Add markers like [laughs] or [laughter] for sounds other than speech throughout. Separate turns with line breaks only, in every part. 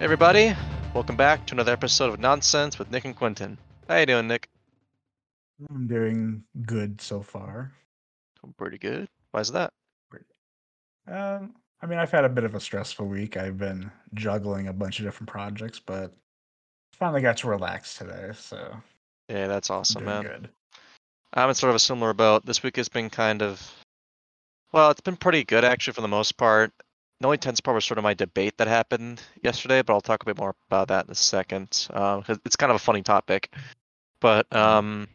everybody. Welcome back to another episode of Nonsense with Nick and Quentin. How you doing, Nick?
I'm doing good so far.
Doing pretty good. Why's that?
Um, I mean, I've had a bit of a stressful week. I've been juggling a bunch of different projects, but finally got to relax today. So
Yeah, that's awesome,
doing
man.
good.
I'm in sort of a similar boat. This week has been kind of, well, it's been pretty good actually for the most part. The only tense part was sort of my debate that happened yesterday, but I'll talk a bit more about that in a second. Um, 'cause it's kind of a funny topic, but um,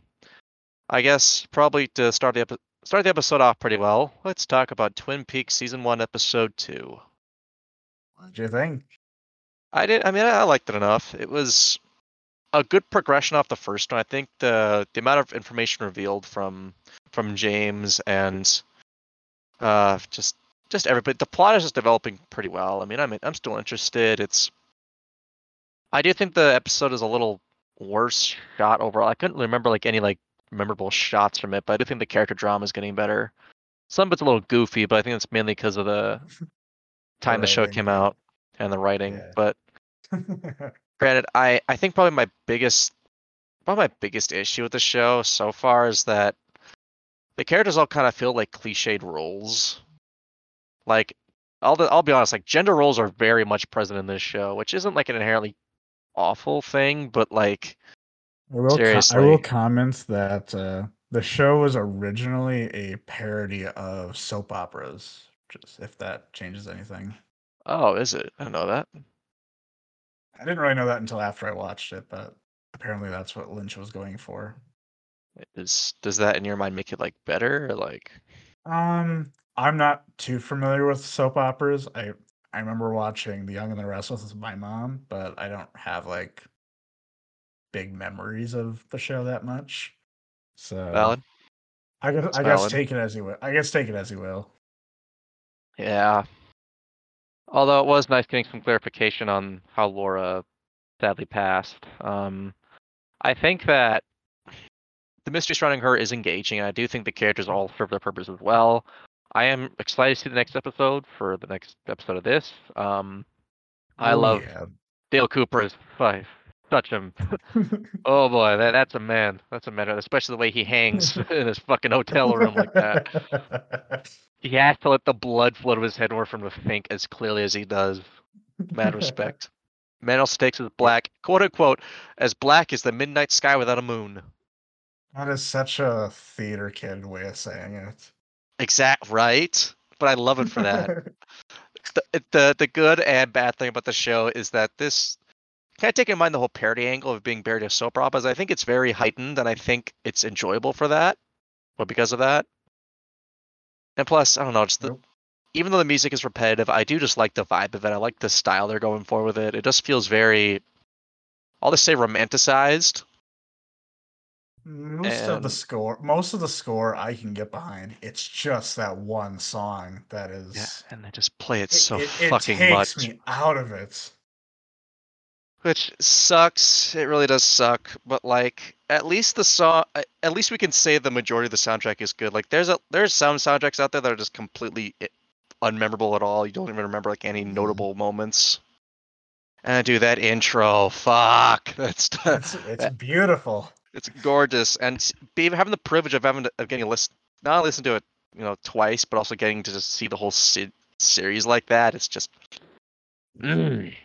I guess probably to start the epi- start the episode off pretty well. Let's talk about Twin Peaks season one, episode two.
What do you think? [laughs]
I did. I mean, I liked it enough. It was a good progression off the first one. I think the the amount of information revealed from from James and uh just just everybody. The plot is just developing pretty well. I mean, I'm I'm still interested. It's I do think the episode is a little worse shot overall. I couldn't remember like any like memorable shots from it, but I do think the character drama is getting better. Some of it's a little goofy, but I think that's mainly because of
[laughs]
the time the show
writing.
came out and the writing.
Yeah.
But granted i i think probably my biggest probably my biggest issue with the show so far is that the characters all kind of feel like cliched roles like i'll i'll be honest like gender roles are very much present in this show which isn't like an inherently awful thing but like
I will, co- I
Seriously.
will comment that uh, the show was originally a parody of soap operas. Just if that changes anything,
oh is it i don't know that
I didn't really know that until after I watched it, but apparently that's what Lynch was going for.
is does that in your mind make it like better or like
Um, I'm not too familiar with soap operas. I I remember watching The Young and the Restless with my mom, but I don't have like big memories of the show that much. So
valid
I guess
It's
I guess
valid.
take it as you will. I guess take it as you will.
Yeah. Although it was nice getting some clarification on how Laura sadly passed. Um, I think that the mystery surrounding her is engaging, and I do think the characters all serve their purpose as well. I am excited to see the next episode for the next episode of this. Um, I
Oh,
love
yeah.
Dale Cooper is five. Touch him. Oh boy, that, that's a man. That's a man. Especially the way he
[laughs]
hangs [laughs] in his fucking hotel room like that he has to let the blood flow to his head in order for him to think as clearly as he does. Mad respect. [laughs] Man on Stakes is black, quote unquote, as black as the midnight sky without a moon.
That is such a theater kid way of saying it.
Exact right. But I love it for that. the, it- the the good and bad thing about the show is that this kind of taking in mind the whole parody angle of being buried in soap operas. I think it's very heightened, and I think it's enjoyable for that, or because of that. And plus, I don't know, just the,
Nope.
even though the music is repetitive, I do just like the vibe of it. I like the style they're going for with it. It just feels very, I'll just say romanticized.
[laughs] Most of the
And-
score, most of the score, I can get behind. It's just that one song that is.
Yeah, and they just play it
it-
so
it- it
fucking
takes
much.
me out of it.
which sucks it really does suck but like at least the song at least we can say the majority of the soundtrack is good like there's a there's some soundtracks out there that are just completely i- unmemorable at all you don't even remember like any
Mhm.
notable moments and do that intro fuck [laughs] that's
It's,
[laughs]
it's beautiful.
it's gorgeous and s- be having the privilege of having to, of getting a list not only listen to it you know twice but also getting to just see the whole se- series like that it's just Mm.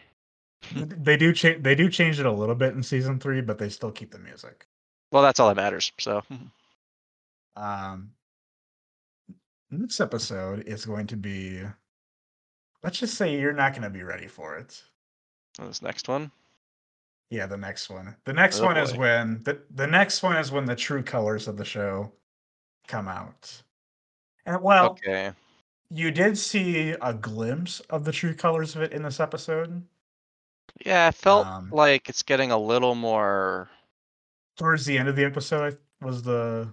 They do change. They do change it a little bit in season three, but they still keep the music.
well that's all that matters so [laughs]
Um, next episode is going to be. Let's just say you're not going to be ready for it.
this next one
Yeah, the next one. The next
Oh,
one is
boy.
when the the next one is when the true colors of the show come out. And well,
okay
you did see a glimpse of the true colors of it in this episode.
Yeah, I felt
Um,
like it's getting a little more.
Towards the end of the episode I- was the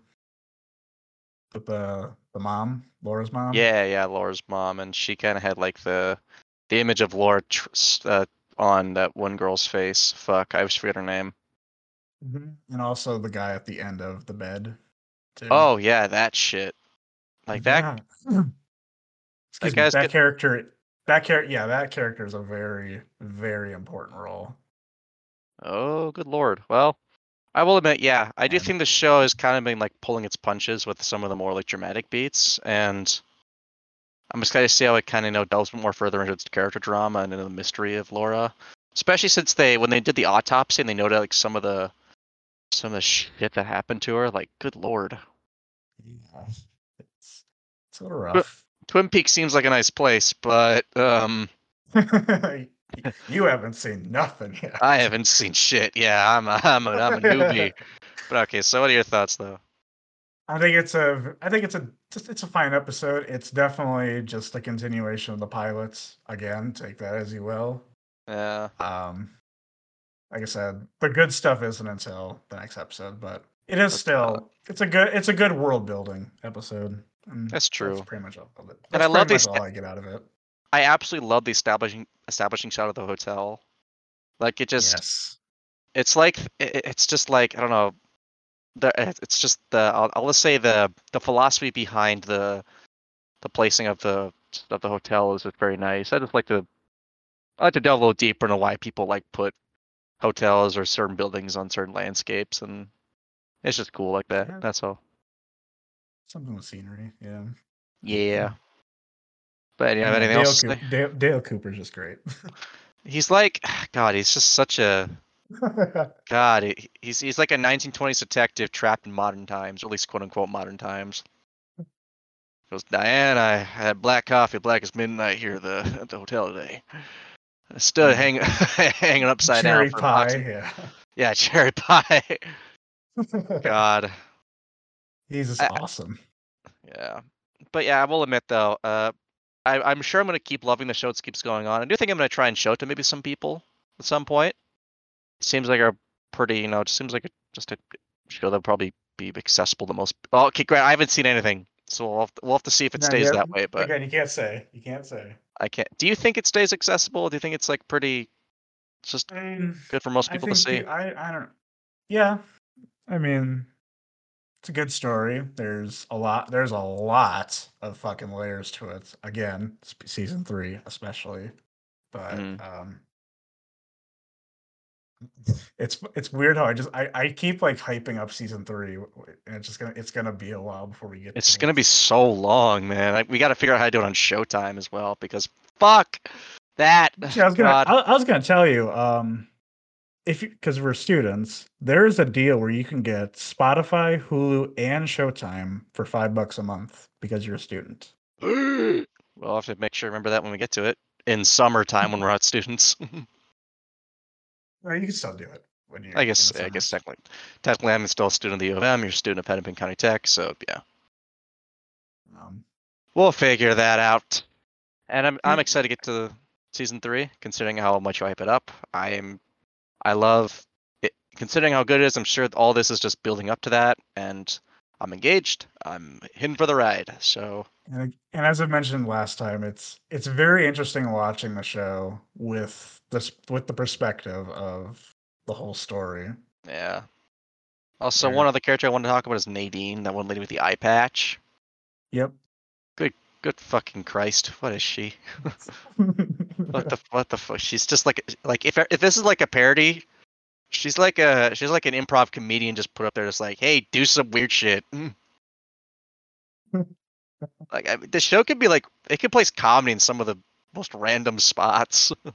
with the the mom, Laura's mom.
Yeah, yeah, Laura's mom, and she kind of had like the the image of Laura tr- s- uh, on that one girl's face. Fuck, I always forget her name.
Mhm. And also the guy at the end of the bed. Too.
Oh yeah, that shit. Like that.
Yeah. [clears throat] Excuse me,
guy's
that
good-
character. That character. Yeah, that character is a very very important role.
Oh, good lord. Well, I will admit, yeah, I do
And-
think the show has kind of been like pulling its punches with some of the more like dramatic beats, and I'm just excited to see how it kind of you know delves more further into its character drama and into the mystery of Laura, especially since they when they did the autopsy and they noted like some of the some of the shit that happened to her. Like, good lord,
Yeah. It's it's a little rough.
Twin Peaks seems like a nice place, but um,
[laughs] you haven't seen nothing yet.
I haven't seen shit. Yeah, I'm a, I'm a, I'm a [laughs] newbie. But okay, so what are your thoughts though?
I think it's a v- I think it's a just it's a fine episode. It's definitely just a continuation of the pilots. Again, take that as you will.
Yeah,
Um like I said, the good stuff isn't until the next episode, but it is
That's valid.
still it's a good it's a good world building episode. And
that's true.
That's pretty much all of it.
And
That's
I love
pretty
these-
much all I get out of it.
I absolutely love the establishing establishing shot of the hotel. Like it just
yes.
it's like it, it's just like I don't know. The it- it's just the I'll, I'll just say the the philosophy behind the the placing of the of the hotel is just very nice. I just like to I like to delve a little deeper into why people like put hotels or certain buildings on certain landscapes and it's just cool like that.
Yeah.
That's all.
Something with scenery, yeah.
Yeah. But do you have
Yeah,
anything
Dale,
else? to
Coop-
say?
Dale, Dale Cooper's just great. [laughs]
He's like [sighs] God. He's just such a God, he- he's he's like a 1920s detective trapped in modern times, or at least quote unquote modern times. He goes, Diane, I had black coffee, black as midnight here at the at the hotel today. I stood
Mm.
hang, [laughs] hanging upside
Cherry
down. For a box of-
pie, yeah.
Yeah, [laughs] cherry pie.
[laughs]
God,
He's just
I-
awesome.
yeah. But yeah, I will admit though, uh, I, I'm sure I'm gonna keep loving the show. It keeps going on. I do think I'm gonna try and show it to maybe some people at some point. seems like a pretty, you know, it seems like a, just a show that'll probably be accessible to most. Well, okay, great. I haven't seen anything, so we'll have to, we'll have to see if it
Not
stays
yet.
that way. But
Again, you can't say. You can't say.
I can't. Do you think it stays accessible? do you think it's like pretty, it's just
I mean,
good for most
I
people to
think
see?
you- I, I don't. Yeah, I mean, it's a good story. There's a lot. There's a lot of fucking layers to it. Again, sp- season three especially, but
Mm.
um, it's it's weird how I just I, I keep like hyping up season three, w- w- and it's just gonna it's gonna be a while before we get.
It's
to
gonna
it.
be so long, man. Like, we got to figure out how to do it on Showtime as well, because fuck that.
Yeah, I was gonna.
God.
I, I was gonna tell you. Um, if you because we're students, there is a deal where you can get Spotify, Hulu, and Showtime for five bucks a month because you're a student.
we'll have to make sure remember that when we get to it in summertime when we're not students. [laughs]
Well, you can still do it when you're.
I
in the
guess I guess
summer.
technically, technically I'm still a student of the U of M. You're a student of Hennepin County Tech, so yeah,
Um,
we'll figure that out. And I'm I'm
Yeah.
excited to get to season three, considering how much you hype it up. I am, I love it. Considering how good it is, I'm sure all this is just building up to that, and I'm engaged. I'm in for the ride. So
and ag- and as I mentioned last time, it's it's very interesting watching the show with this with the perspective of the whole story.
yeah. Also,
Yeah.
one other character I wanted to talk about is Nadine, that one lady with the eye patch. [laughs]
Yep.
Good fucking Christ, what is she?
[laughs]
What the what the fuck? She's just like like if if this is like a parody, she's like a she's like an improv comedian just put up there just like, hey, do some weird shit. [laughs] Mm. like I mean, the show could be like it could place comedy in some of the most random spots. [laughs]
I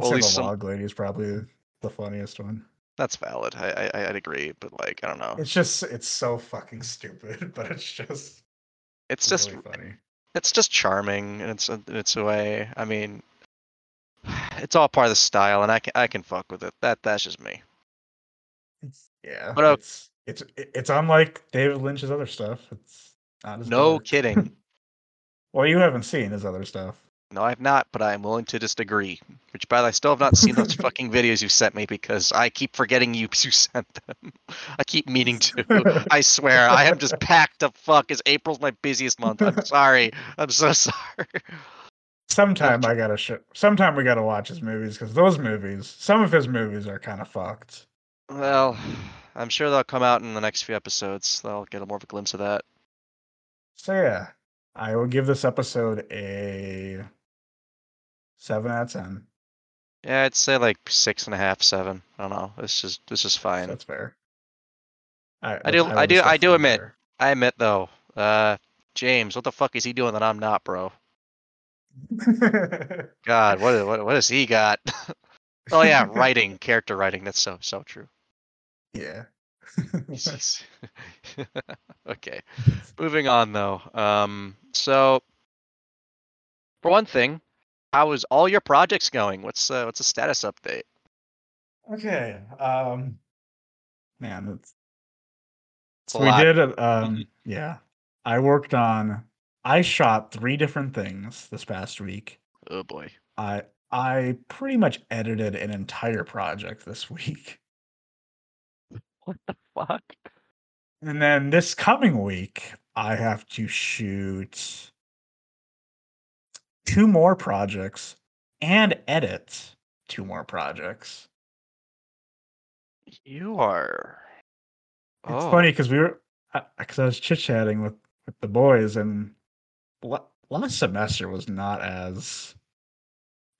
Well, at
say the
least some-
log lady is probably the funniest one.
That's valid. I, I I'd agree, but like I don't know.
It's just it's so fucking stupid, [laughs] but it's just
It's just
really funny.
it's just charming in its in its way. I mean, [sighs] it's all part of the style, and I can I can fuck with it. That that's just me.
It's yeah.
But, uh,
it's it's it- it's unlike David Lynch's other stuff. It's not as
No
dark.
kidding.
well, you haven't seen his other stuff.
No, I've not, but I am willing to just agree. Which, by the way, I still have not seen those fucking videos you sent me because I keep forgetting you, [laughs] you sent them. I keep meaning to. I swear, I am just packed the fuck. Is April's my busiest month? I'm sorry. I'm so [laughs] sorry.
Sometime I gotta show. Sometime we gotta watch his movies because those movies, some of his movies are kind of fucked.
Well, I'm sure they'll come out in the next few episodes. I'll get a more of a glimpse of that.
So yeah, I will give this episode a seven out of ten.
Yeah, I'd say like six and a half, seven. I don't know. This is this is fine.
That's fair. Alright,
I
that's-
do-
would
I do-
still
I do
feel
admit-
fair.
I admit though, uh, James, what the fuck is he doing that I'm not, bro? God, what what what has he got? [laughs] oh yeah, writing,
[laughs]
character writing. That's so so true.
[laughs] yeah.
Jeez. [laughs] okay. Moving on though. Um so for one thing, how is all your projects going? What's uh, what's the status update?
okay. Um. Man, that's
It's a
So we
lot. Mm-hmm.
did it. Um, yeah, I worked on. I shot three different things this past week.
Oh boy.
I I pretty much edited an entire project this [laughs] week,
Fuck.
and then this coming week I have to shoot two more projects and edit two more projects.
You are
It's
Oh.
funny because we were because I, was chit chatting with with the boys, and la- last semester was not as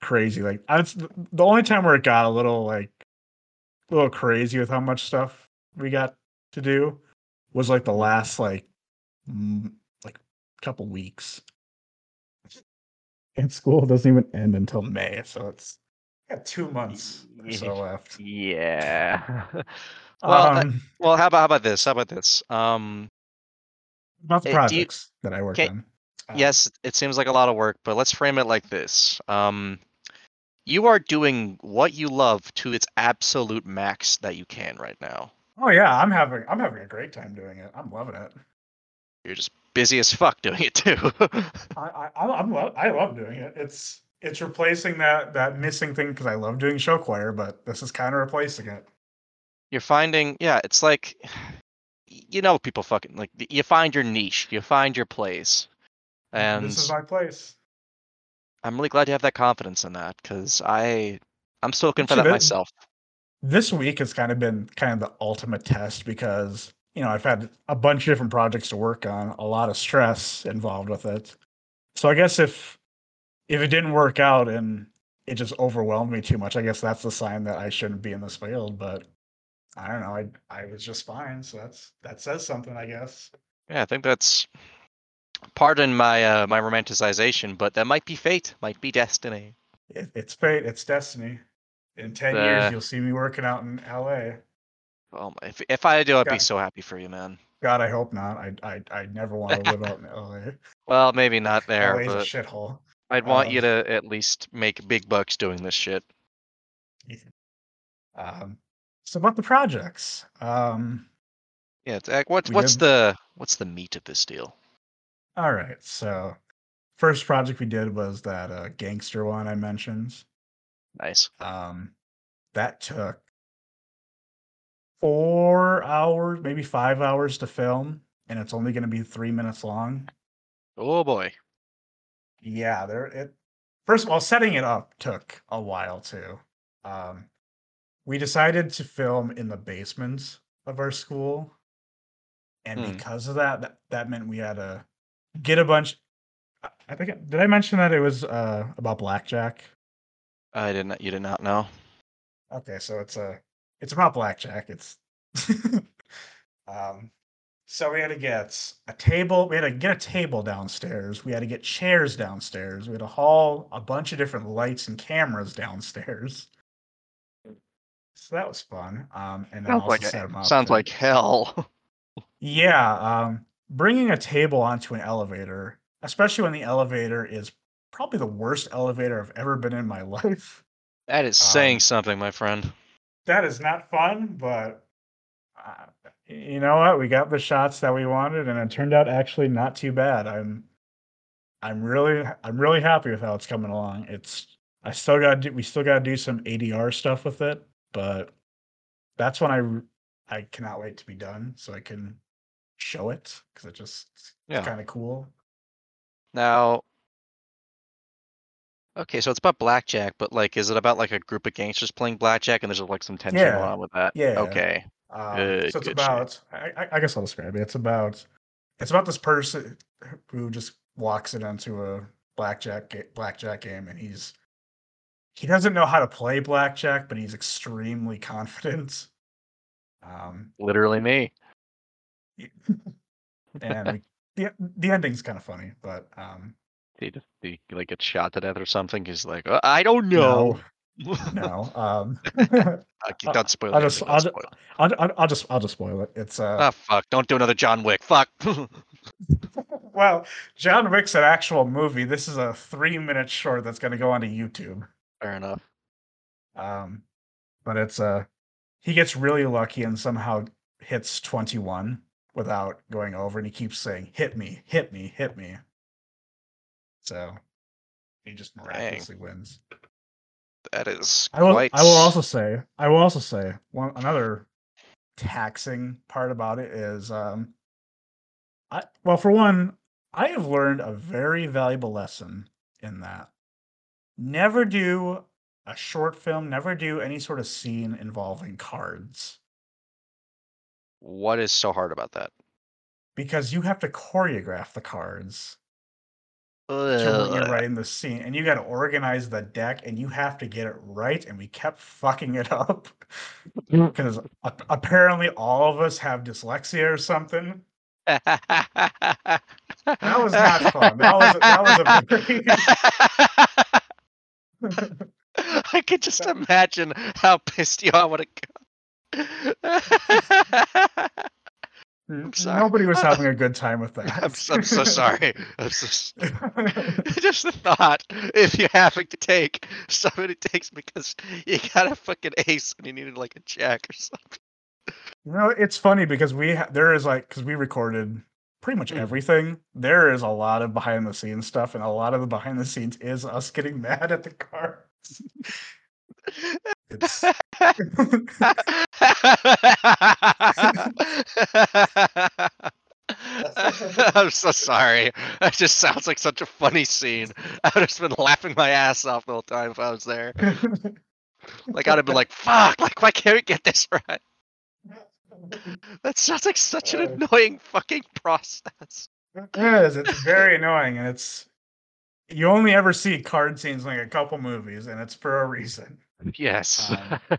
crazy. Like I was, th- the only time where it got a little like a little crazy with how much stuff we got to do was like the last like m- like couple weeks. And school doesn't even end until May, so it's got two months or so
[laughs]
left.
Yeah. [laughs] well, uh, I-
Um,
well, how about how about this? How about this? Um
about the
eh, do you-
projects that I worked
okay,
on. Uh,
yes, it seems like a lot of work, but let's frame it like this. Um you are doing what you love to its absolute max that you can right now.
Oh yeah, I'm having I'm having a great time doing it. I'm loving it.
You're just busy as fuck [laughs] doing it too.
I I I'm lo- I love doing it. It's it's replacing that that missing thing because I love doing show choir, but this is kind of replacing it.
You're finding, yeah, it's like, you know, people fucking like you find your niche, you find your place, and
this is my place.
I'm really glad you have that confidence in that because I, I'm still looking for
Actually,
that
that-
myself.
This week has kind of been kind of the ultimate test because you know I've had a bunch of different projects to work on, a lot of stress involved with it. So I guess if if it didn't work out and it just overwhelmed me too much, I guess that's the sign that I shouldn't be in this field. But I don't know. I I was just fine, so that's that says something, I guess.
Yeah, I think that's, pardon my uh, my romanticization, but that might be fate, might be destiny.
It, it's fate. It's destiny. In ten
Uh,
years, you'll see me working out in L.A.
Oh my, if if I do, I'd
Yeah.
be so happy for you, man.
God, I hope not. I I I never want to live out in L.A.
Well, maybe
[laughs]
not there,
LA's a
but
shithole.
I'd want you
um,
to at least make big bucks doing this shit.
Um, so about the projects. Um,
Yeah, it's, like, what's
We
what's
did-
the what's the meat of this deal?
all right. So first project we did was that uh, gangster one I mentioned.
Nice.
Um, that took four hours, maybe five hours to film, and it's only going to be three minutes long.
Oh boy.
Yeah, there it first of all, setting it up took a while too. Um we decided to film in the basements of our school. And
Hmm.
because of that, that, that meant we had to get a bunch I- I think I- did I mention that it was uh about blackjack?
I did not. You did not know.
Okay, so it's a it's about blackjack. It's [laughs] um so we had to get a table, we had to get a table downstairs, we had to get chairs downstairs, we had to haul a bunch of different lights and cameras downstairs. So that was fun. Um and then
Sounds
also
like
set 'em up
sounds
to-
like hell. [laughs]
yeah, um, bringing a table onto an elevator, especially when the elevator is probably the worst elevator I've ever been in my [laughs] life.
That is
Um,
saying something, my friend.
that is not fun, but uh, you know what? We got the shots that we wanted, and it turned out actually not too bad. I'm I'm really I'm really happy with how it's coming along. It's I still got to we still got to do some ADR stuff with it, but that's when I r- I cannot wait to be done so I can show it because it just
Yeah.
it's kind of cool.
Now, okay, so it's about blackjack, but like, is it about like a group of gangsters playing blackjack, and there's like some tension
Yeah.
going on with that?
Yeah.
Okay.
Um,
Good,
so it's
good shit.
about I, I- I guess I'll describe it. It's about it's about this person who just walks it into a blackjack ga- blackjack game and he's he doesn't know how to play blackjack, but he's extremely [laughs] confident. Um,
Literally me.
and we, the the ending's kind of funny, but um,
He just he, like gets shot to death or something. He's like, "Uh, I don't know. [laughs]
no, no. Um,
Uh, don't spoil
I'll
it.
just-
don't
I'll ju-
spoil it.
I'll, I'll, I'll just I'll just spoil it. It's uh,
Ah, fuck! Don't do another John Wick. Fuck. [laughs]
well, John Wick's an actual movie. This is a three minute short that's going to go onto YouTube.
Fair enough.
Um, but it's uh, he gets really lucky and somehow hits 21 without going over, and he keeps saying, "Hit me, hit me, hit me." So he just miraculously wins.
That is
I will.
quite.
I will also say. I will also say one another taxing part about it is, um, I well for one, I have learned a very valuable lesson in that never do a short film, never do any sort of scene involving cards
What is so hard about that?
because you have to choreograph the cards to when you're
Ugh.
writing the scene, and you got to organize the deck, and you have to get it right, and we kept fucking it up. because apparently all of us have dyslexia or something.
that [laughs]
was not [laughs] fun. That was- that was [laughs]
a [laughs] I could just imagine how pissed you all would
[laughs]
have got.
N-
sorry.
Nobody was
[laughs]
having a good time with that.
[laughs] I'm, so- I'm so
[laughs]
sorry. I'm so s- [laughs] just the thought if you're having to take somebody takes because you got a fucking ace and you needed like a jack or something. [laughs]
no, it's funny because we ha- there is like because we recorded pretty much
Mm.
everything. There is a lot of behind the scenes stuff, and a lot of the behind the scenes is us getting [laughs] mad at
[laughs]
the cards. It's
I'm so sorry. That just sounds like such a funny scene. I would have been laughing my ass off the whole time if I was there.
[laughs]
Like I'd have been like, "Fuck! Like why can't we get this [laughs] right?" That sounds like such an
Uh.
annoying fucking process.
It is. It's very annoying, and it's you only ever see card scenes in like a couple movies, and it's for a reason.
Yes.
Um,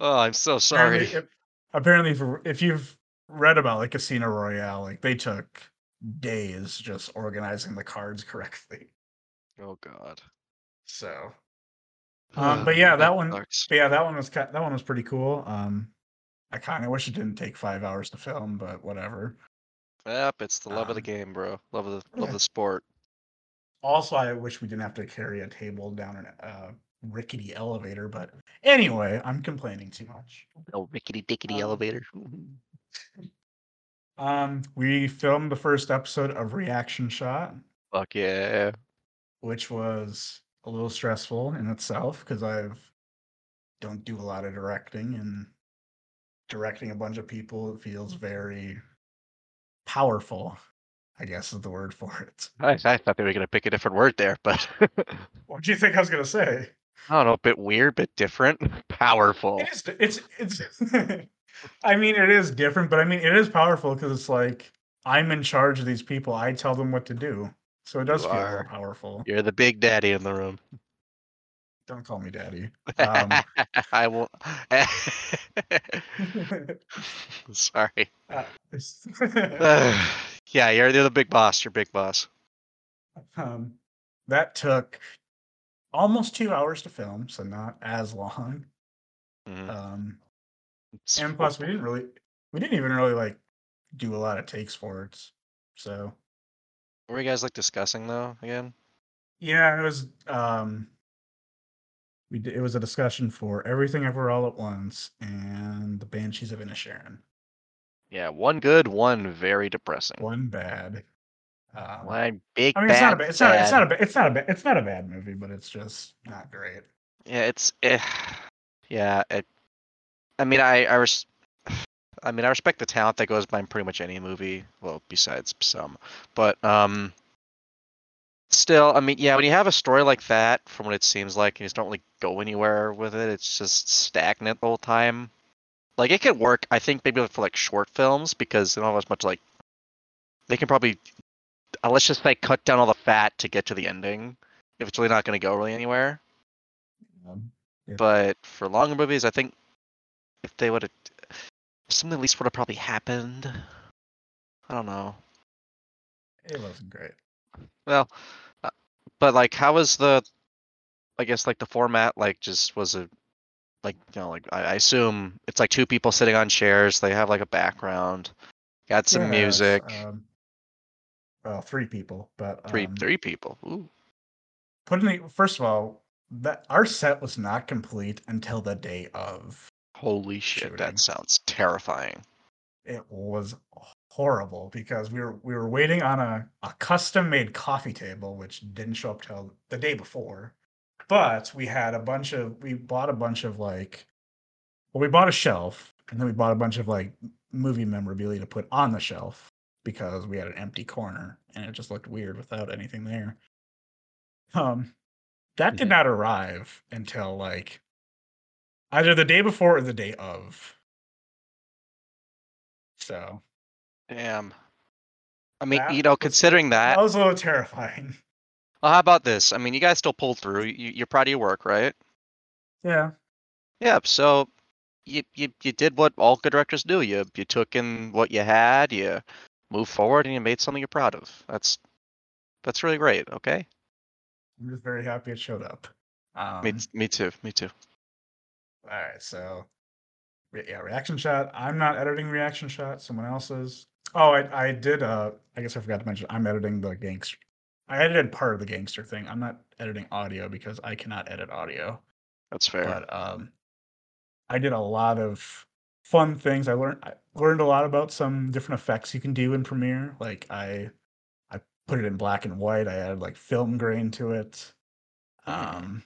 oh, I'm so
Apparently,
sorry.
if- Apparently, if, if you've read about like Casino Royale, like they took days just organizing the cards correctly.
Oh God.
So, Um, but yeah, that one-
sucks.
but yeah, that one was ki- that one was pretty cool. Um, I kind of wish it didn't take five hours to film, but whatever.
Yep, it's the love of the
Um,
game, bro. Love of the love
yeah.
of the sport.
Also, I wish we didn't have to carry a table down an uh, rickety elevator. But anyway, I'm complaining too much.
Oh, rickety dickety
Um,
elevator.
Um, we filmed the first episode of Reaction Shot,
Fuck yeah.
which was a little stressful in itself because I've don't do a lot of directing and directing a bunch of people it feels very powerful, I guess is the word for it.
I, I thought they were gonna pick a different word there, but [laughs]
What do you think I was gonna say?
I don't know, a bit weird, bit different, [laughs] powerful.
It is di- it's it's [laughs] I mean it is different, but I mean it is powerful because it's like I'm in charge of these people. I tell them what to do. So it does
You
feel a little
are.
powerful.
You're the big daddy in the room.
Don't call me daddy. Um,
[laughs]
[laughs]
I will. Sorry.
Uh,
[sighs] yeah, you're, you're the big boss. You're big boss.
um, that took almost two hours to film, so not as long.
Mhm.
Um,
It's-
and plus, we didn't really, we didn't even really like do a lot of takes for it. So
were you guys like discussing though again?
yeah, it was. Um, we did, it was a discussion for everything ever all at once and the Banshees of Inisherin.
Yeah, one good, one very depressing.
One bad. Um,
My big
I mean, it's not a
bad
bad, it's not, it's
bad.
not a, ba- it's not a, ba- it's not a bad movie, but it's just not great.
Yeah, it's eh, yeah. It, I mean, I I res, I mean, I respect the talent that goes behind pretty much any movie. Well, besides some, but um, still, I mean, yeah. When you have a story like that, from what it seems like, and you just don't really go anywhere with it, it's just stagnant the whole time. Like it could work, I think, maybe for like short films because they don't have as much like. They can probably, uh, let's just say, cut down all the fat to get to the ending, if it's really not going to go really anywhere
Um,
but for longer movies, I think if they would have something at least would have probably happened. I don't know.
it wasn't great.
Well, uh, but like, how was the? I guess like the format, like just was it like you know like I, I assume it's like two people sitting on chairs. They have like a background, got some
Yes,
music.
Um, well, three people, but um,
three three people. Ooh.
Putting the first of all, that our set was not complete until the day of.
Holy shit,
shooting.
that sounds terrifying.
It was horrible because we were we were waiting on a, a custom made coffee table which didn't show up till the day before. But we had a bunch of we bought a bunch of like well we bought a shelf and then we bought a bunch of like m- movie memorabilia to put on the shelf because we had an empty corner and it just looked weird without anything there. Um that did
Mhm.
not arrive until like either the day before or the day of. So
Damn. I mean,
That
you know,
was-
considering that,
that was a little terrifying.
Well, how about this? I mean, you guys still pulled through. You, you're proud of your work, right?
Yeah.
Yep. So you, you you did what all good directors do. You you took in what you had. You moved forward, and you made something you're proud of. That's that's really great. Okay.
I'm just very happy it showed up. Um,
Me me too. Me too.
all right, so re- yeah, reaction shot. I'm not editing reaction shot. Someone else is. Oh, I, I did. Uh, I guess I forgot to mention. I'm editing the gangster. I edited part of the gangster thing. I'm not editing audio because I cannot edit audio.
That's fair.
But um, I did a lot of fun things. I learned I learned a lot about some different effects you can do in Premiere. Like I I put it in black and white. I added like film grain to it.
Hmm.
Um,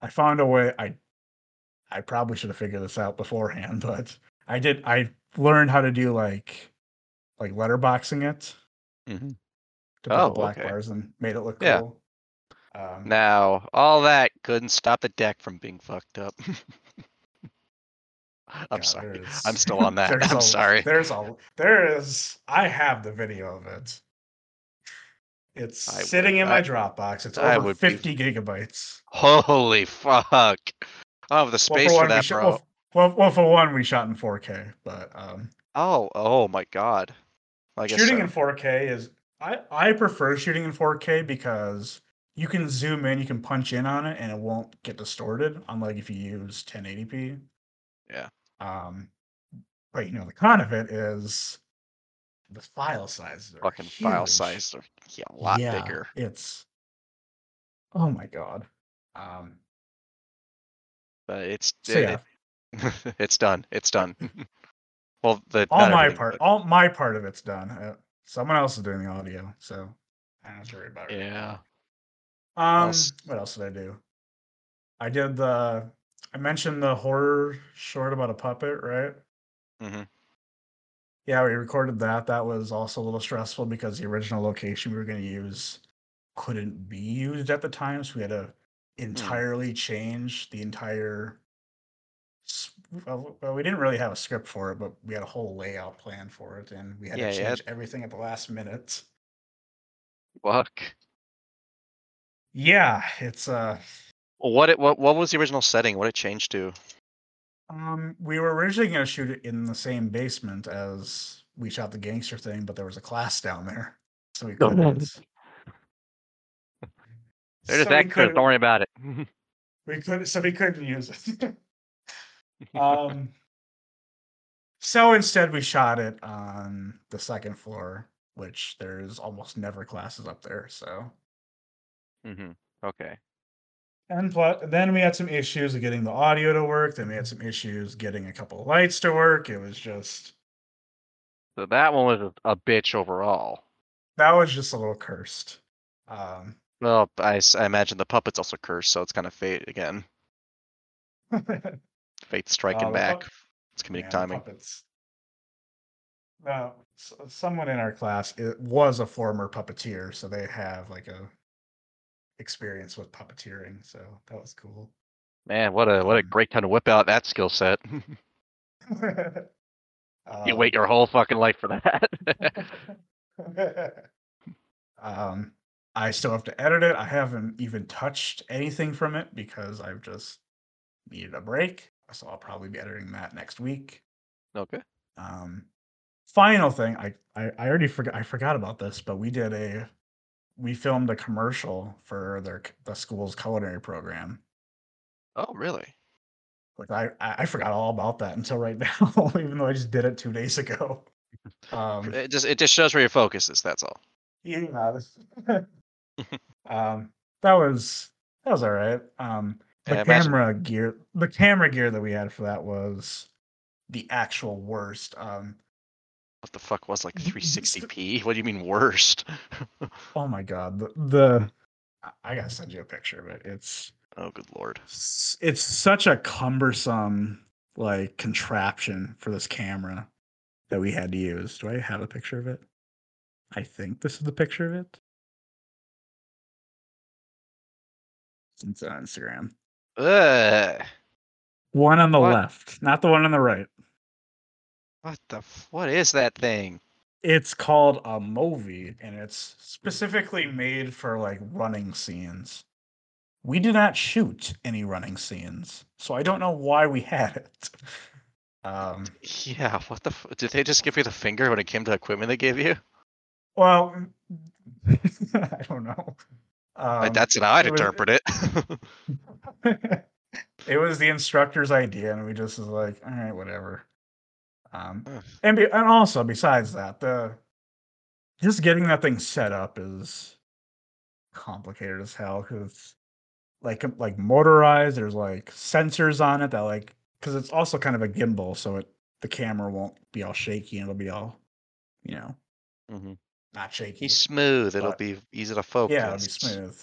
I found a way. I I probably should have figured this out beforehand, [laughs] but I did. I learned how to do like like letterboxing it Mm-hmm.
Mhm.
to put the
Oh,
black
okay.
bars and made it look
Yeah.
cool. Um,
Now all that couldn't stop the deck from being fucked up. [laughs] I'm
God,
sorry.
there's-
I'm still
[laughs]
on that.
there's
I'm
a-
sorry.
There's a there is I have the video of it. It's
I would-
sitting in
I-
my Dropbox. It's
I
over
would be-
50 gigabytes.
Holy fuck! Oh, the
Well,
space for
one, we
that,
shot-
bro.
well, f- well, well, for one, we shot in 4K, but um,
Oh, oh my god. I guess
shooting
so.
in 4K is I I prefer shooting in 4K because you can zoom in, you can punch in on it, and it won't get distorted. Unlike if you use 1080p.
Yeah.
Um, but you know the con of it is the file sizes are
fucking file
huge.
size are yeah, a lot
Yeah,
bigger.
It's oh my god. Um,
But it's
so yeah,
it- [laughs] it's done. It's done. [laughs] well, the
all
not
my
everything,
part,
but-
all my part of it's done. Uh, someone else is doing the audio, so I don't have to worry about it. right now.
yeah.
Um,
else?
what else did I do? I did the. I mentioned the horror short about a puppet, right?
hmm
Yeah, we recorded that. That was also a little stressful because the original location we were going to use couldn't be used at the time, so we had to
Hmm.
entirely change the entire. s- Well, well, we didn't really have a script for it, but we had a whole layout plan for it, and we had
Yeah,
to
yeah.
change everything at the last minute.
Fuck.
Yeah, it's uh
What it what what was the original setting? What it changed to?
Um, we were originally going to shoot it in the same basement as we shot the gangster thing, but there was a class down there, so we
Oh, no.
couldn't.
They're just
so we
extras. Don't
couldn't,
worry about
[laughs]
it. [laughs]
we couldn't, so we couldn't use it. [laughs] um, so instead, we shot it on the second floor, which there's almost never classes up there. So,
hmm Okay.
and plus, then we had some issues of getting the audio to work. Then we had some issues getting a couple of lights to work. It was just.
So that one was a, a bitch overall.
that was just a little cursed. Um, [laughs]
Well, I, s- I imagine the puppet's also cursed, so it's kind of fate again. Fate striking
Uh, the
back.
pup-
It's comedic
Yeah, the
timing.
Puppets. No, s- someone in our class it was a former puppeteer, so they have like a experience with puppeteering. So that was cool. [laughs]
Man, what a what a
Um,
great time to whip out that skill set. [laughs]
Uh,
you
[laughs]
wait your whole fucking life for that. [laughs]
[laughs] um, I still have to edit it. I haven't even touched anything from it because I've just needed a break. So I'll probably be editing that next week.
okay.
Um, final thing, I, I I already forgot I forgot about this, but we did a we filmed a commercial for their c- the school's culinary program.
Oh, really?
Like I I I forgot all about that until right [laughs] now, even though I just did it two
[laughs]
days ago. Um,
It just it just shows where your focus is. That's all. [laughs]
eating this. [laughs] um, that was that was all right. Um, the
Yeah, I imagine-
camera gear, the camera gear that we had for that was the actual worst. Um,
What the fuck was like
[laughs] Y- y-
360p? What do you mean worst?
oh my god, the, the I- I gotta send you a picture, but it's
oh, good lord.
s- it's such a cumbersome like contraption for this camera that we had to use. Do I have a picture of it? I think this is the picture of it. It's on Instagram.
Ugh.
One on the
What?
left, not the one on the right.
What the? F- what is that thing?
It's called a movie, and it's specifically made for like running scenes. We did not shoot any running scenes, so I don't know why we [laughs] had it. Um,
Yeah. What the? F- did they just give you the finger when it came to equipment they gave you?
well, [laughs] I don't know.
Like,
Um,
that's how I'd
it was-
interpret it. [laughs]
[laughs] it was the instructor's idea, and we just was like, all right, whatever. Um,
Ugh.
and be, and also besides that, the just getting that thing set up is complicated as hell because like um, like motorized. There's like sensors on it that like because it's also kind of a gimbal, so it the camera won't be all shaky and it'll be all you know
Mhm.
not shaky.
He's smooth. It'll
But-
be easy to focus.
Yeah, it'd be smooth.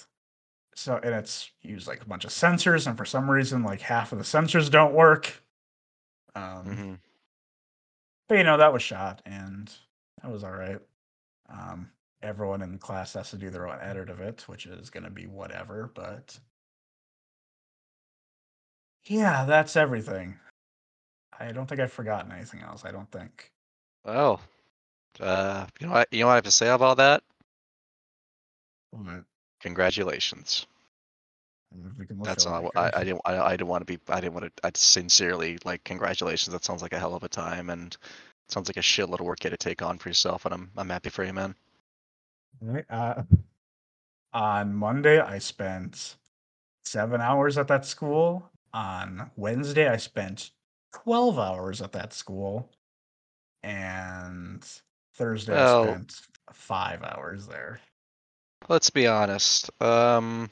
So and it's used like a bunch of sensors, and for some reason, like half of the sensors don't work. Um,
Mhm.
But you know that was shot, and that was all right. Um, everyone in the class has to do their own edit of it, which is gonna be whatever. But yeah, that's everything. I don't think I've forgotten anything else. I don't think.
Well, uh, you know what? You know what I have to say about that?
But
Congratulations.
if we can look
That's
over
all.
it,
I,
guys.
I didn't. I, I didn't want to be. I didn't want to. I sincerely like congratulations. That sounds like a hell of a time, and it sounds like a shitload of work you had to take on for yourself. And I'm I'm happy for you, man.
Right. Uh, on Monday, I spent seven hours at that school. On Wednesday, I spent 12 hours at that school. And Thursday,
Well-
I spent five hours there.
Let's be honest. Um,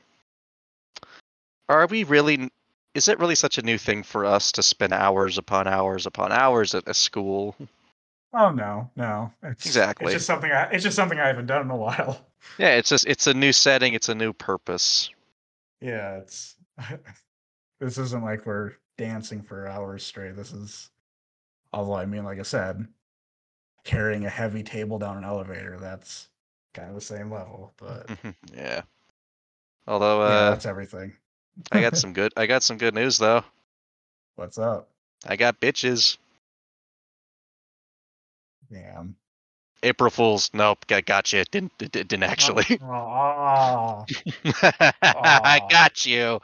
are we really? n- Is it really such a new thing for us to spend hours upon hours upon hours at a school?
Oh no, no. It's,
Exactly.
It's just something I it's just something I haven't done in a [laughs] while.
Yeah, it's just it's a new setting. It's a new purpose. [laughs]
Yeah, it's [laughs] this isn't like we're dancing for hours straight. This is although I mean like I said, carrying a heavy table down an elevator, that's kind of the same level,
Mm-hmm.
but
yeah. Although
yeah,
uh,
that's everything.
I got some good. I got some good news though.
What's up?
I got bitches.
Damn.
April Fools. Nope. Got gotcha. It didn't. It didn't actually.
[laughs]
[laughs]
Aw.
I
Aw.
got you.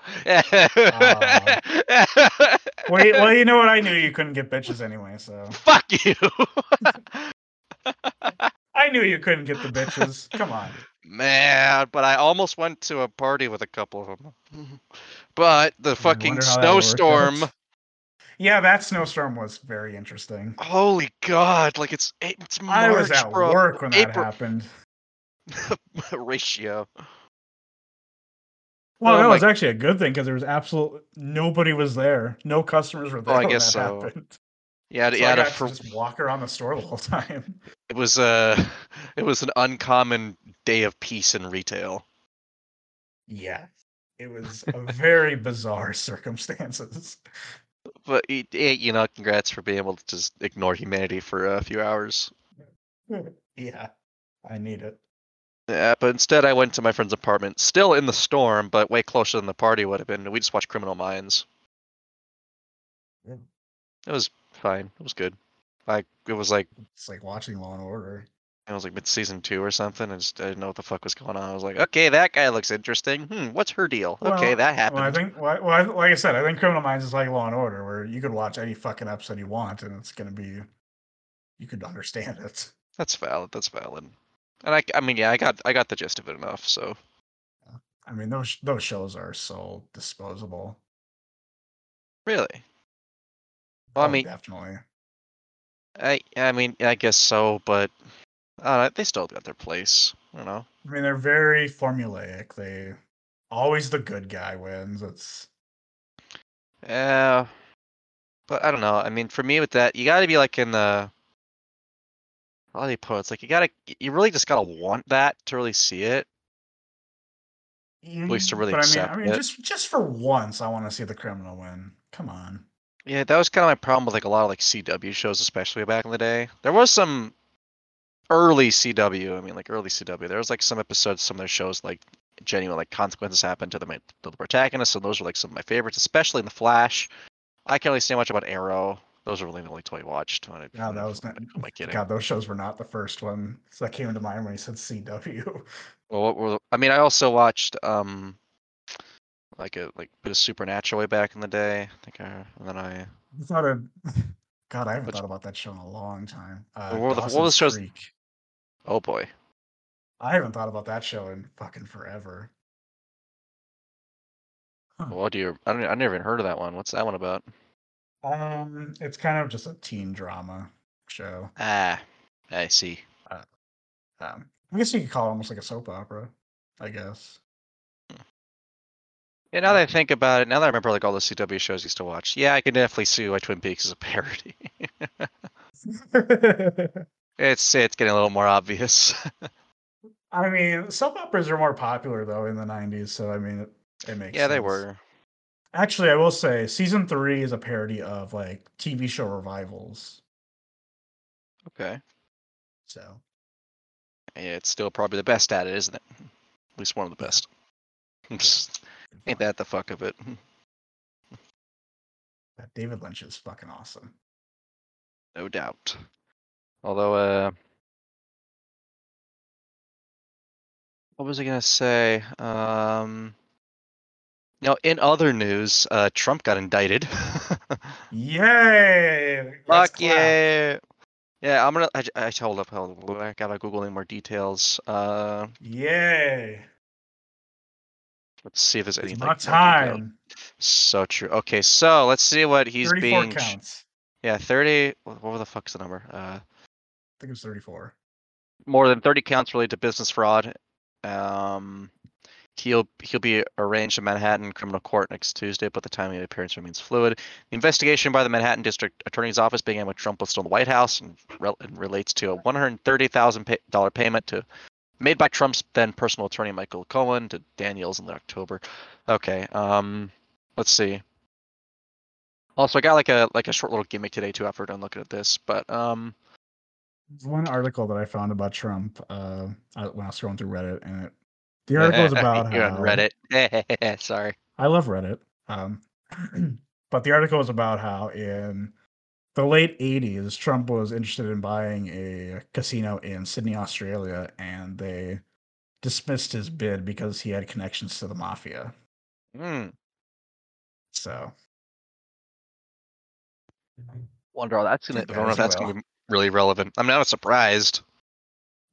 Wait, well, you know what? I knew you couldn't get bitches anyway, so
[laughs] Fuck you.
I knew you couldn't get the bitches. Come on.
Man, but I almost went to a party with a couple of them. But the
I wonder
fucking
how that worked
snowstorm.
out. Yeah, that snowstorm was very interesting.
Holy God! Like it's it's March,
I was at
bro.
work when that
April-
happened.
[laughs] ratio.
Well,
Oh
that
my-
was actually a good thing because there was absolute nobody was there. No customers were there.
I
when
guess [laughs]
that
so.
Happened.
You had,
So
you
I
had a
got to
fr-
just walk around the store the whole time. [laughs]
it was a [laughs] it was an uncommon day of peace in retail.
Yeah. It was a very bizarre circumstances. [laughs]
But y- y- you know, congrats for being able to just ignore humanity for a few hours.
yeah. I need it.
Yeah, but instead, I went to my friend's apartment, still in the storm, but way closer than the party would have been. and We just watched Criminal Minds.
Yeah.
It was fine. It was good. Like it was like
It's like watching Law and Order.
it was like mid season two or something. I just I didn't know what the fuck was going on. I was like, okay, that guy looks interesting. Hmm, what's her deal? okay,
Well,
that happened.
Well, I think, well, I- well, I- like I said, I think Criminal Minds is like Law and Order, where you could watch any fucking episode you want, and it's gonna be, you could understand it.
That's valid. That's valid. And I, I mean, yeah, I got I got the gist of it enough. So
I mean, those those shows are so disposable.
really, Well, I
Oh,
mean-
definitely.
I I mean, I guess so, but uh, they still got their place. You know.
I mean, they're very formulaic. They always the good guy wins. It's
Yeah. But I don't know. I mean, for me with that, you got to be like in the how do you put it? It's like you gotta, you really just gotta want that to really see it.
at
least to really
mm, But I mean, I
accept
mean,
it.
just just for once, I want to see the criminal win. Come on.
Yeah, that was kind of my problem with like a lot of like CW shows, especially back in the day. There was some early CW. I mean, like early CW. There was like some episodes, some of their shows, like genuine like consequences happen to the ma- to the protagonists, and those were like some of my favorites, especially in the Flash. I can't really say much about Arrow. Those were really the only two I watched. when I-
Yeah,
when I-
that was
[laughs]
not.
Am I kidding?
God, those shows were not the first one. So that came to mind when he said CW.
Well, what were, I mean, I also watched um, like a like bit of Supernatural way back in the day. I think I and then I
[laughs] It's not a. [laughs] God, I haven't
Which-
thought about that show in a long time. Uh,
Well, what were the- what
Dawson's
was shows-
Creek.
oh boy,
I haven't thought about that show in fucking forever. Huh.
well, do you? I don't. I never even heard of that one. What's that one about?
Um, it's kind of just a teen drama show.
Ah, I see.
Um, I guess you could call it almost like a soap opera. I guess.
Yeah, now that I think about it, now that I remember like all the CW shows I used to watch, yeah, I can definitely see why Twin Peaks is a [laughs] parody. it's it's getting a little more obvious. [laughs]
I mean, soap operas are more popular though in the '90s, so I mean, it, it makes.
yeah, they
sense.
were.
Actually, I will say season three is a parody of like TV show revivals.
Okay.
So
Yeah, it's still probably the best at it, isn't it? At least one of the
Yeah.
best. [laughs] Ain't that the fuck of it? [laughs]
that David Lynch is fucking awesome.
No doubt. Although, uh, what was I gonna say? Um, now, in other news, uh, Trump got indicted. [laughs]
Yay! Let's
Fuck
clap.
yeah! Yeah, I'm gonna. I, j- I hold up, hold up. I gotta Google any more details. Uh,
Yay!
let's see if there's anything.
It's
more
my
detail.
time.
So true. Okay, so let's see what he's
Thirty-four
being. ch-
counts.
Yeah, thirty. wh- What the fuck's the number? Uh,
I think it was thirty-four.
more than 30 counts related to business fraud. Um, he'll he'll be arraigned in Manhattan criminal court next Tuesday, but the timing of appearance remains fluid. The investigation by the Manhattan District Attorney's Office began when Trump was still in the White House and, rel- and relates to a 130,000 pa- dollar payment to made by Trump's then personal attorney Michael Cohen to Daniels in October. Okay. Um, let's see. Also, I got like a like a short little gimmick today too after we're done looking at this, but um.
There's one article that I found about Trump uh, I- when I was scrolling through Reddit, and it the article is about
Eh, [laughs] you're
how,
on Reddit. Eh, Sorry.
I love Reddit, um, [clears throat] but the article is about how in the late '80s Trump was interested in buying a casino in Sydney, Australia, and they dismissed his bid because he had connections to the mafia.
Mm,
So
wonder how that's gonna.
Too
I don't know
bad.
if that's
Well.
gonna be really relevant. I'm not surprised.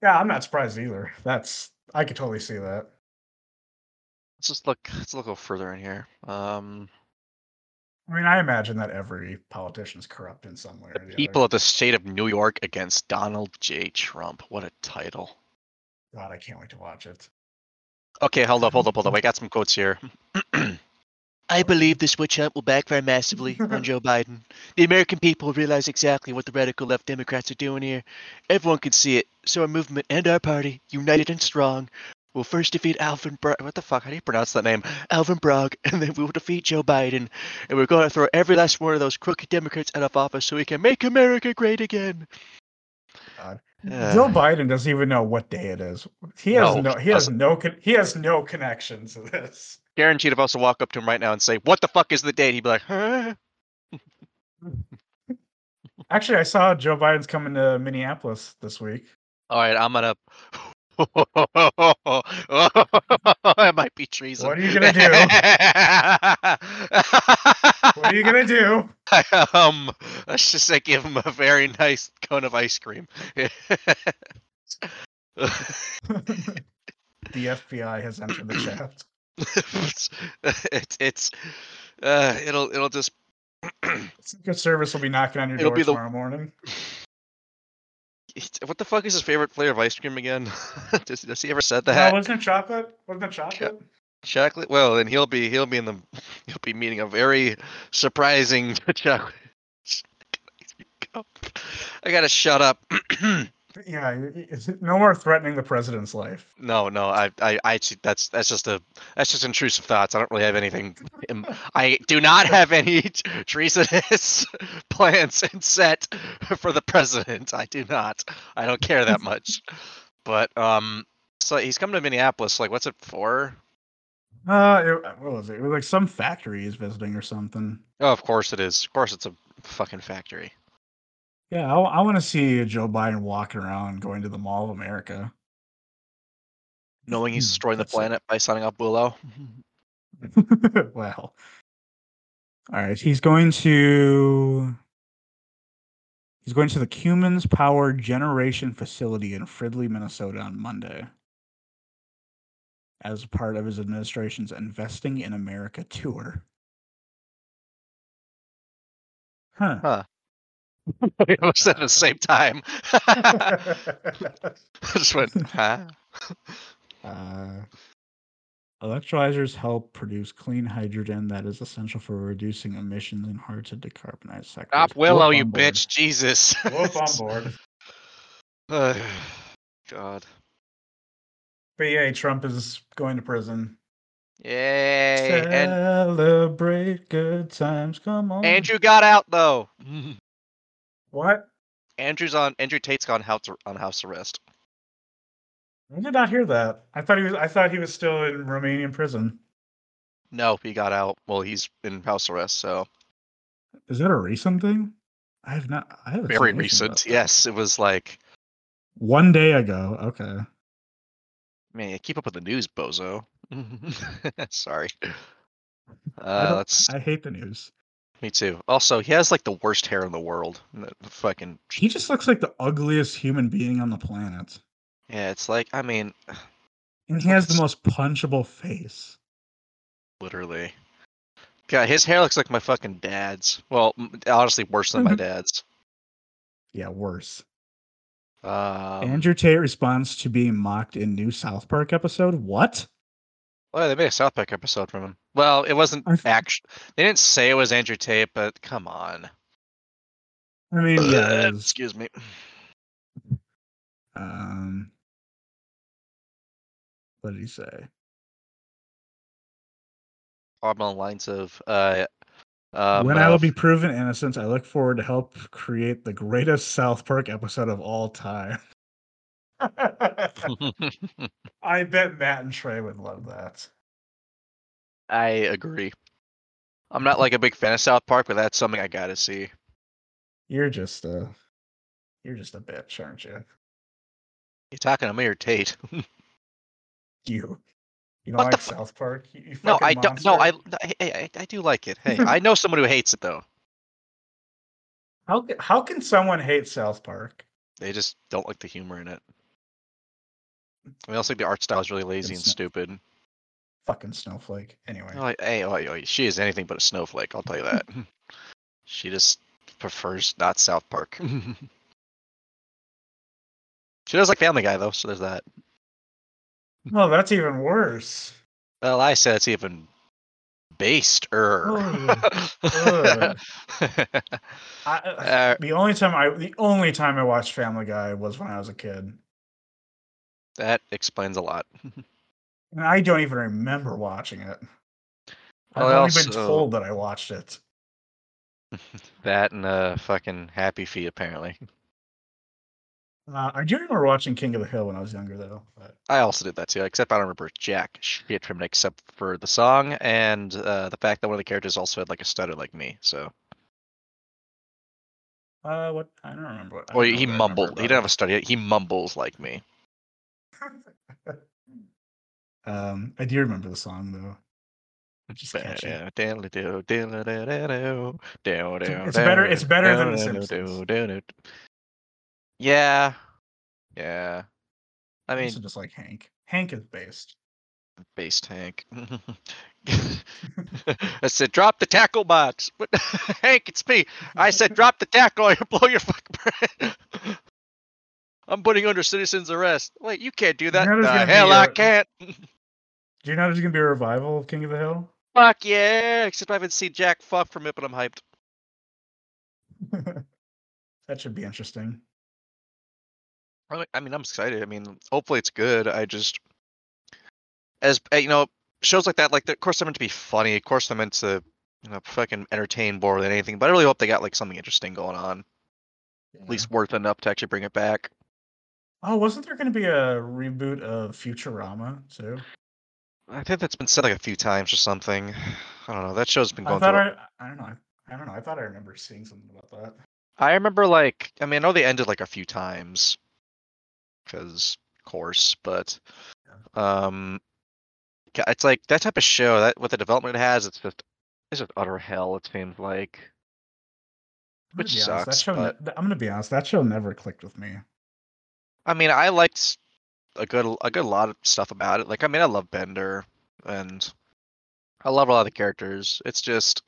yeah, I'm not surprised either. That's I could totally see that.
Let's just look. Let's look a little further in here. Um,
I mean, I imagine that every politician's corrupt in some way. or the other.
people of the state of New York against Donald J. Trump. What a title.
God, I can't wait to watch it.
Okay, hold up, hold up, hold up. I got some quotes here.
[clears throat] I believe this witch hunt will backfire
[laughs]
massively on Joe Biden. The American people realize exactly what the radical left Democrats are doing here. Everyone can see it. So our movement and our party, united and strong, will first defeat Alvin Bragg. What the fuck? How do you pronounce that name? Alvin Bragg, [laughs] and then we will defeat Joe Biden. And we're going to throw every last one of those crooked Democrats out of office so we can make America great again.
God.
Uh,
Joe Biden doesn't even know what day it is. He has
No,
no,
he
he has
doesn't.
no con- he has no connection to this.
guaranteed if I was to walk up to him right now and say, What the fuck is the date? He'd be like, Huh?
Actually, I saw Joe Biden's coming to Minneapolis this week.
All right, I'm gonna. [laughs] it might be treason.
What are you gonna do? What are you gonna do?
I, [laughs] um, let's just say give him a very nice cone of ice cream. [laughs]
The FBI has entered the chat.
it's it's uh, it'll it'll just
Secret Service will be knocking on your
It'll
door
be the-
tomorrow morning.
it's- what the fuck is his favorite flavor of ice cream again? [laughs] does, does he ever said
No,
that?
wasn't it chocolate? Wasn't it chocolate?
Chocolate. Well, then he'll be he'll be in the he'll be meeting a very surprising [laughs] chocolate. I gotta shut up. [clears throat]
Yeah, y- y- it's no more threatening the president's life.
no, no, I, I, I actually, that's that's just a that's just intrusive thoughts. I don't really have anything. in- I do not have any [laughs] treasonous [laughs] plans and set for the president. I do not. I don't care that much. But um, so he's coming to Minneapolis. Like, what's it for?
Uh, it, what was it? It was like some factory he's visiting or something.
Oh, of course it is. Of course it's a fucking factory.
Yeah, I, want to see Joe Biden walking around going to the Mall of America.
knowing he's
Hmm,
destroying the
that's it.
planet by signing up Willow.
[laughs] well, all right. He's going to he's going to the Cumans Power Generation Facility in Fridley, Minnesota, on Monday as part of his administration's Investing in America tour.
[laughs]
Huh. [laughs]
it was at the same time. [laughs] I just
[laughs]
went, huh?
Uh, electrolyzers help produce clean hydrogen that is essential for reducing emissions in hard to decarbonize sectors.
Stop
Whoop
Willow, you
on board.
bitch. Jesus.
Whoop on board.
[laughs] Ugh, God.
But yeah, Trump is going to prison.
Yay. And
Celebrate good times. Come on.
Andrew got out though. [laughs]
What?
Andrew's on Andrew Tate's gone house on house arrest.
I did not hear that. I thought he was I thought he was still in Romanian prison.
No, he got out. Well, he's in house arrest, so
Is that a recent thing? I have not I haven't seen
very
anything about
recent.
that.
Yes, it was like,
One day ago. Okay.
man, you keep up with the news, bozo. [laughs] Sorry.
I
Uh,
don't-
let's
I hate the news.
Me too. Also, he has like the worst hair in the world. and that Fucking
He just looks like the ugliest human being on the planet.
yeah, it's like I mean, [sighs]
And he has the most punchable face.
literally. God, his hair looks like my fucking dad's. Well, m- honestly, worse than my
Mhm.
dad's.
Yeah, worse.
Um,
Andrew Tate responds to being mocked in new South Park episode. What?
Well, they made a South Park episode from him. Well, it wasn't
I th-
actually. They didn't say it was Andrew Tate, but come on.
I
Uh,
mean, yeah, it was,
Excuse me.
um, what did he say?
Along the lines of uh, um,
when I will
of-
be proven innocent, I look forward to help create the greatest South Park episode of all [laughs] time. I bet Matt and Trey would love that.
[laughs] I agree. I'm not like a big fan of South Park, but that's something I gotta see.
You're just a, you're just a bitch, aren't you?
You talking to me or Tate?
You, you don't
What the
like
fu-
South Park? You, you
No,
fucking
I don't. No, I,
monster.
no, I, I, I do like it. Hey, I know someone who hates it though.
How ca- how can someone hate South Park?
They just don't like the humor in it. I also think the art style is really lazy and
It's not-
stupid.
Fucking snowflake. Anyway,
Oh, hey, oh, oh, she is anything but a snowflake. I'll tell you that. [laughs] she just prefers not South Park. [laughs] she does like Family Guy though, so there's that.
well, that's even worse.
Well, I said it's even based er.
Ugh. Oh,
[laughs]
Ugh. I,
Uh,
the only time I the only time I watched Family Guy was when I was a kid,
that explains a lot.
and I don't even remember watching it. I've
I
only been
also-
told that I watched it.
That and uh, fucking Happy Feet, apparently.
Uh, I do remember watching King of the Hill when I was younger, though. But
I also did that too, except I don't remember jack shit from it except for the song and uh, the fact that one of the characters also had like a stutter like me. So,
uh, what I don't remember. What, I
well, he
don't know what I remember
mumbled. He
about
didn't have a stutter. He mumbles like me.
it. Um, I do remember the song though. It's just catchy.
uh, It's
it's better- it's better than The Simpsons.
[laughs] Yeah, yeah. I
I
mean,
also just like Hank. Hank is based.
base
[laughs]
tank. [laughs] I said, drop the tackle box. [laughs] What? Hank, it's me. I
[laughs]
said, drop the tackle or [laughs] you blow your fucking brain. [laughs] I'm putting under citizen's arrest. Wait, you can't do that.
know there's
The
gonna be
hell, I I
a-
can't. [laughs]
Do you know there's gonna be a revival of King of the Hill?
Fuck yeah! Except I haven't seen Jack fuck from it, but I'm hyped.
that should be interesting.
I mean- I mean, I'm excited. I mean, hopefully it's good. I just, as uh, you know, shows like that, like of course they're meant to be funny. Of course they're meant to, you know, fucking entertain more than anything. But I really hope they got like something interesting going on,
Yeah.
at least worth enough to actually bring it back.
Oh, wasn't there gonna be a reboot of Futurama too?
I think that's been said like a few times or something. [sighs] I don't know. That show's been
I
going
thought
through.
I, I don't know. I, I don't know. I thought I remember seeing something about that.
I remember like I mean I know they ended like a few times, because course, but um, ca- it's like that type of show that with the development it has, it's just it's just utter hell. It seems like
I'm gonna
Which
be honest,
sucks,
That show, ne- th- I'm gonna be honest. That show never clicked with me.
I mean I liked s- a good a good lot of stuff about it. Like I mean I love Bender and I love a lot of the characters. It's just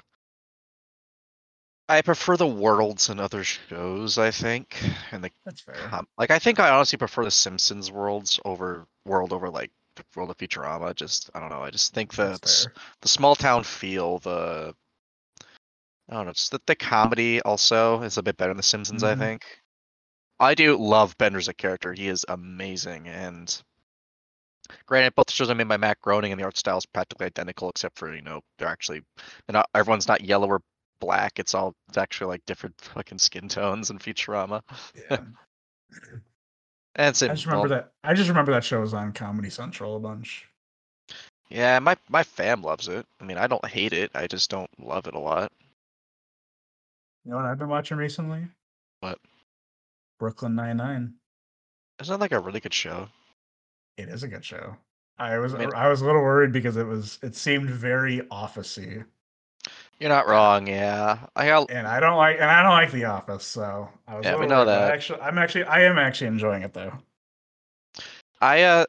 I prefer the worlds and other shows. I think and the
That's fair.
Um, like I think I honestly prefer the Simpsons worlds over world over like the world of Futurama. Just I don't know. I just think the
That's
the, s-
fair.
the small town feel, the I don't know, just the, the comedy also is a bit better than the Simpsons.
Mhm.
I think. I do love Bender as a character. He is amazing, and granted, both the shows are made by Matt Groening, and the art style is practically identical, except for you know they're actually they're not everyone's not yellow or black. It's all it's actually like different [laughs] fucking skin tones in Futurama. [laughs]
Yeah.
And it's
I just remember that. I just remember that show was on Comedy Central a bunch.
Yeah, my my fam loves it. I mean, I don't hate it. I just don't love it a lot.
You know what I've been watching recently?
What?
Brooklyn Nine Nine.
Isn't that like a really good show?
It is a good show. I was
I mean-
I was a little worried because it was it seemed very officey,
You're not wrong. Yeah, I got.
and I don't like and I don't like The Office, so I was. a
Yeah, we know
little worried, but I
that.
Actually, I'm actually I am actually enjoying it though.
I uh,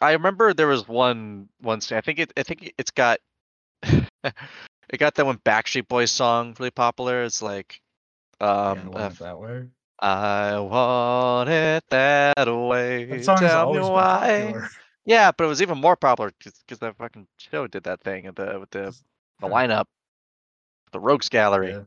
I remember there was one one. sta- I think it. I think it's got. [laughs] it got that one Backstreet Boys song really popular. It's like,
Yeah,
um,
it
uh,
wasn't that way.
I want it that way.
That song has
Tell me
always been
why.
popular.
Yeah, but [laughs] it was even more popular because that fucking show did that thing at the with the the
Huh.
lineup, the Rogues Gallery.
Yeah.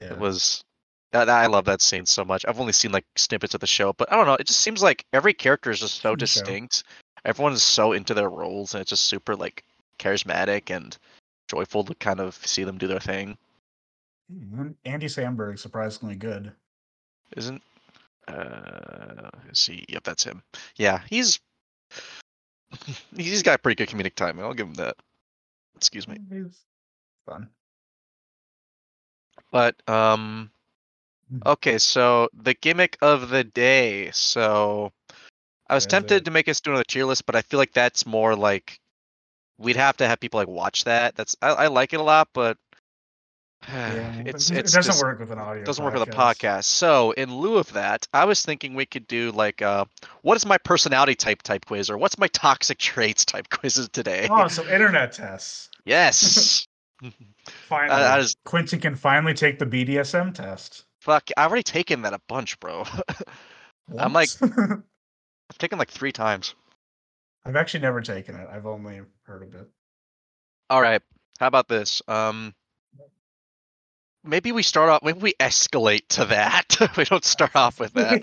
Yeah.
It was that, that- I love that scene so much. I've only seen like snippets of the show, but I don't know. It just seems like every character is just so
Good show.
distinct. Everyone is so into their roles, and it's just super like charismatic and joyful to kind of see them do their thing.
Mhm. Andy Samberg surprisingly good.
Isn't? Uh, let's see, yep, that's him. Yeah, he's [laughs] he's got pretty good comedic timing. I'll give him that. Excuse me.
He's
[sighs]
fun.
But um
Mm.
okay, so the gimmick of the day. So I was
What is it?
tempted to make us do another tier list, but I feel like that's more like we'd have to have people like watch that. That's I, I like it a lot, but [sighs]
Yeah, but
it's
it
it's
doesn't
just-
work with an audio.
doesn't work with a podcast. So in lieu of that, I was thinking we could do like uh what is my personality type type quiz or what's my toxic [laughs] traits type quizzes today.
Oh, so internet tests.
[laughs]
[laughs]
Yes. [laughs]
Finally,
I just-
Quentin can finally take the BDSM test.
Fuck, I've already taken that a bunch, bro. [laughs] I'm like-
What? [laughs]
I've taken like three times.
I've actually never taken it. I've only heard of it.
All right. How about this? Um, maybe we start off. Maybe we escalate to that. [laughs] we don't start off with
[laughs]
that.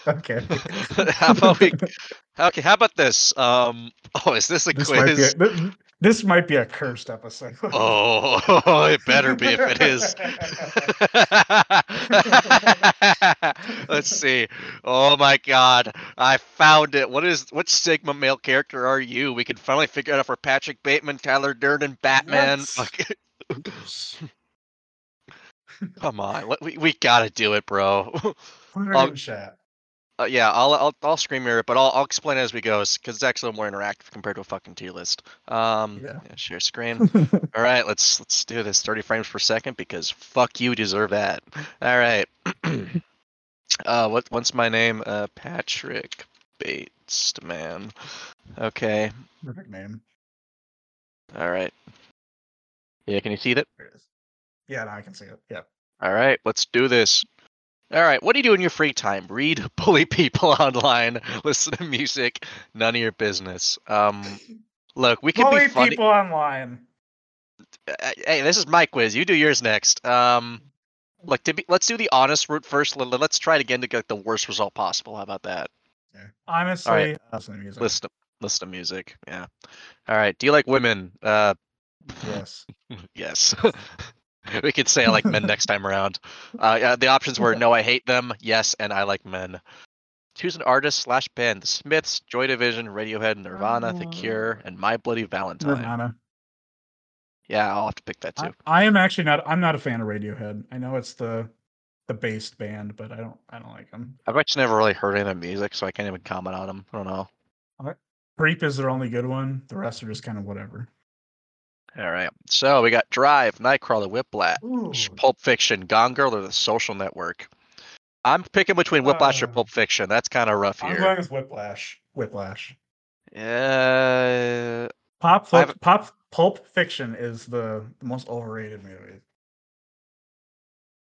[laughs]
okay.
how about we? Okay. How about this? Um, oh, is this a
This might, be a,
quiz?
thi- this might be a cursed episode.
[laughs] Oh, [laughs] it better be if it is. [laughs] Let's see. Oh my god. I found it. What is what Sigma male character are you? We can finally figure it out for Patrick Bateman, Tyler Durden, Batman.
Yes.
Like, Come on. What, we we gotta do it, bro.
[laughs]
[laughs]
Put it
Um,
in chat. [laughs]
Uh, yeah, I'll I'll I'll scream here, but I'll I'll explain it as we go because it's actually more interactive compared to a fucking tier list. Um
Yeah.
yeah, share
[laughs]
screen. All right, let's let's do this 30 frames per second because fuck you deserve that. All right. [clears throat] uh what what's my name? Uh Patrick Batesman. Okay.
Perfect name.
All right. Yeah, can you see that?
There it is. Yeah, now I can see it. Yeah.
All right, let's do this. All right, what do you do in your free time? Read, [laughs] bully people online, listen to music, none of your business. Um look, we can
Bully
be funny.
people online.
Uh, hey, this is my quiz. You do yours next. Um, look, to be, let's do the honest route first. let- Let's try it again to get the worst result possible. How about that?
Yeah. Honestly, listen to music.
Listen, to- listen to music. Yeah. All right. Do you like women? Uh, [laughs]
Yes.
yes. we could say I like men next time around. Uh, yeah, the options [laughs] were no, I hate them. Yes, and I like men. Choose an artist slash band: The Smiths, Joy Division, Radiohead, Nirvana, The
Oh.
Cure, and My Bloody Valentine.
Nirvana.
Yeah, I'll have to pick that
I,
too.
I am actually not. I'm not a fan of Radiohead. I know it's the the based band, but I don't. I don't like them.
I've actually never really heard any of their music, so I can't even comment on them. I don't know.
Creep is their only good one. The rest are just kind of whatever.
All right. So we got Drive, Nightcrawler, Whiplash, Pulp Fiction, Gone Girl, or The Social Network. I'm picking between Whiplash or
Uh,
Pulp Fiction. That's kind of rough
I'm
here.
going with Whiplash. Whiplash.
Yeah.
Pop.
I
Flick,
haven't-
pop. Pulp Fiction is the, the most overrated movie.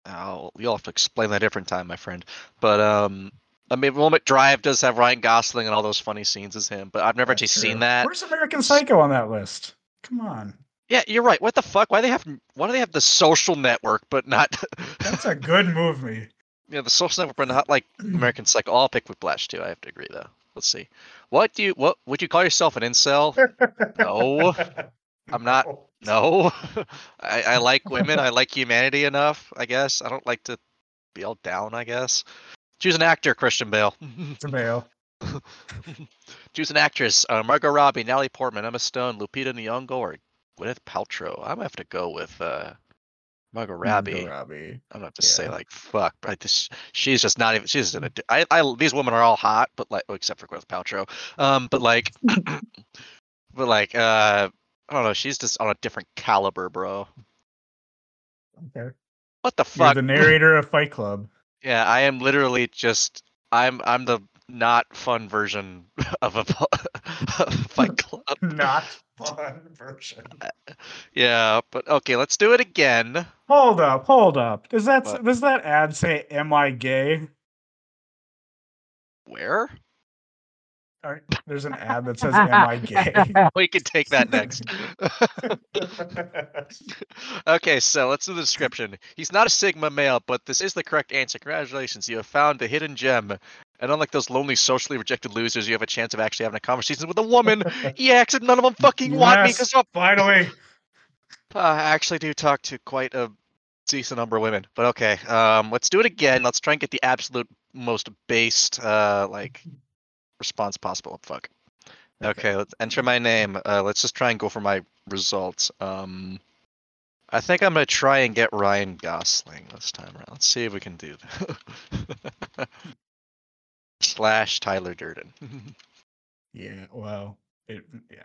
oh, you'll have to explain that different time, my friend. But um, I mean, moment Drive does have Ryan Gosling and all those funny scenes as him, but I've never
That's
actually seen
true.
that.
Where's American Psycho on that list? Come on,
Yeah, you're right. What the fuck? Why they have? Why do they have The Social Network, but not? [laughs]
that's a good movie.
Yeah, the social network, but not like
Hmm. [laughs]
American Psycho. I'll pick Whiplash too. I have to agree though. Let's see. What do you what would you call yourself an incel?
[laughs]
No, I'm not-
Oh,
no. [laughs] I, I like women. I like humanity enough. I guess I don't like to be all down. I guess choose an actor, Christian Bale. [laughs]
It's a male.
choose an actress, uh, Margot Robbie, Natalie Portman, Emma Stone, Lupita Nyong'o, or Gwyneth Paltrow. I'm gonna have to go with uh, Margot Robbie.
Robbie.
I'm not to say
Yeah.
like fuck, but I just she's just not even she's an ad- I, I these women are all hot, but like well, except for Gwyneth Paltrow, um, but
[laughs]
like, but like uh, I don't know, she's just on a different caliber, bro.
Okay.
What the
You're
fuck?
the narrator of Fight
[laughs]
Club. [laughs]
yeah, I am literally just I'm I'm the not fun version [laughs] of a, pu- of a
[laughs]
fight club.
Not fun version.
Yeah, but okay, let's do it again.
Hold up, hold up. Does that
What?
does that ad say "Am I gay"?
Where? [laughs]
Or There's an ad that says "Am
[laughs]
I gay"?
We can take that next. okay, so let's do the description. He's not a Sigma male, but this is the correct answer. Congratulations, you have found the hidden gem. And unlike those lonely, socially rejected losers, you have a chance of actually having a conversation with a woman. yeah, except none of them fucking want me
Yes.
because I
Finally,
Uh, actually do talk to quite a decent number of women. But okay, um, let's do it again. Let's try and get the absolute most based uh, like
Mm-hmm.
response possible. Fuck. Okay, let's enter my name. Uh, let's just try and go for my results. Um, I think I'm gonna try and get Ryan Gosling this time around. Let's see if we can do that. [laughs] Slash Tyler Durden. [laughs]
yeah. Well, it, yeah.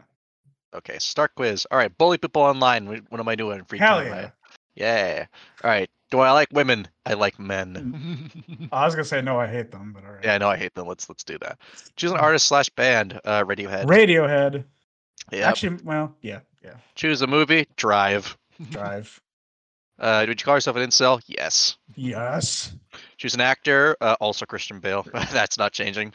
okay, start quiz. All right, bully people online. Wh- What am I doing? Free
Hell
time,
yeah.
right? Yeah. All right. Do I like women? I like men.
[laughs] I was gonna say no. I hate them, but all right.
yeah, I know I hate them. Let's let's do that. Choose an artist slash band. Uh, Radiohead.
Radiohead.
Yep.
Actually, well, yeah, yeah.
Choose a movie. Drive.
Drive.
Uh, would you call yourself an incel? Yes.
yes.
Choose an actor. Uh, also Christian Bale. [laughs] That's not changing.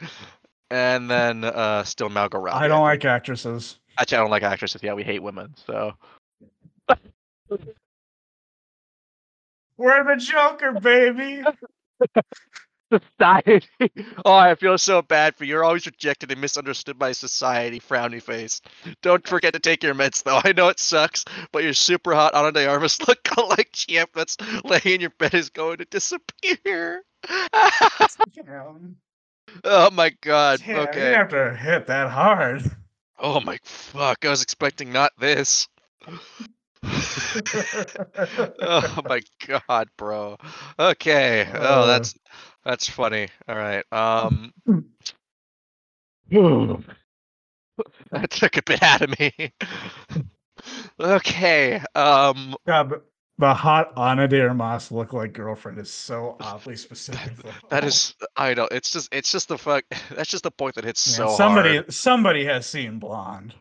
And then uh, still Margot Robbie.
I don't like actresses.
Actually, I don't like actresses. Yeah, we hate women. So
We're the
[laughs]
Joker, baby.
Society. Oh, I feel so bad for you. You're always rejected and misunderstood by society. Frowny face. Don't forget to take your meds, though. I know it sucks, but your super hot Ana de Armas [laughs] look like champ that's laying in your bed is going to disappear. [laughs]
Damn.
oh my god.
Damn, You
okay.
didn't have to hit that hard.
[laughs] Oh my fuck. I was expecting not this. oh my god, bro. Okay.
Uh.
Oh, that's that's funny. All right. Um [laughs] that took a bit out of me. okay. Um
God, but the hot Ana de Armas look like girlfriend is so oddly specific.
that is I know. It's just it's just the fuck [laughs] that's just the point that hits
Man,
so
somebody
hard.
somebody has seen Blonde.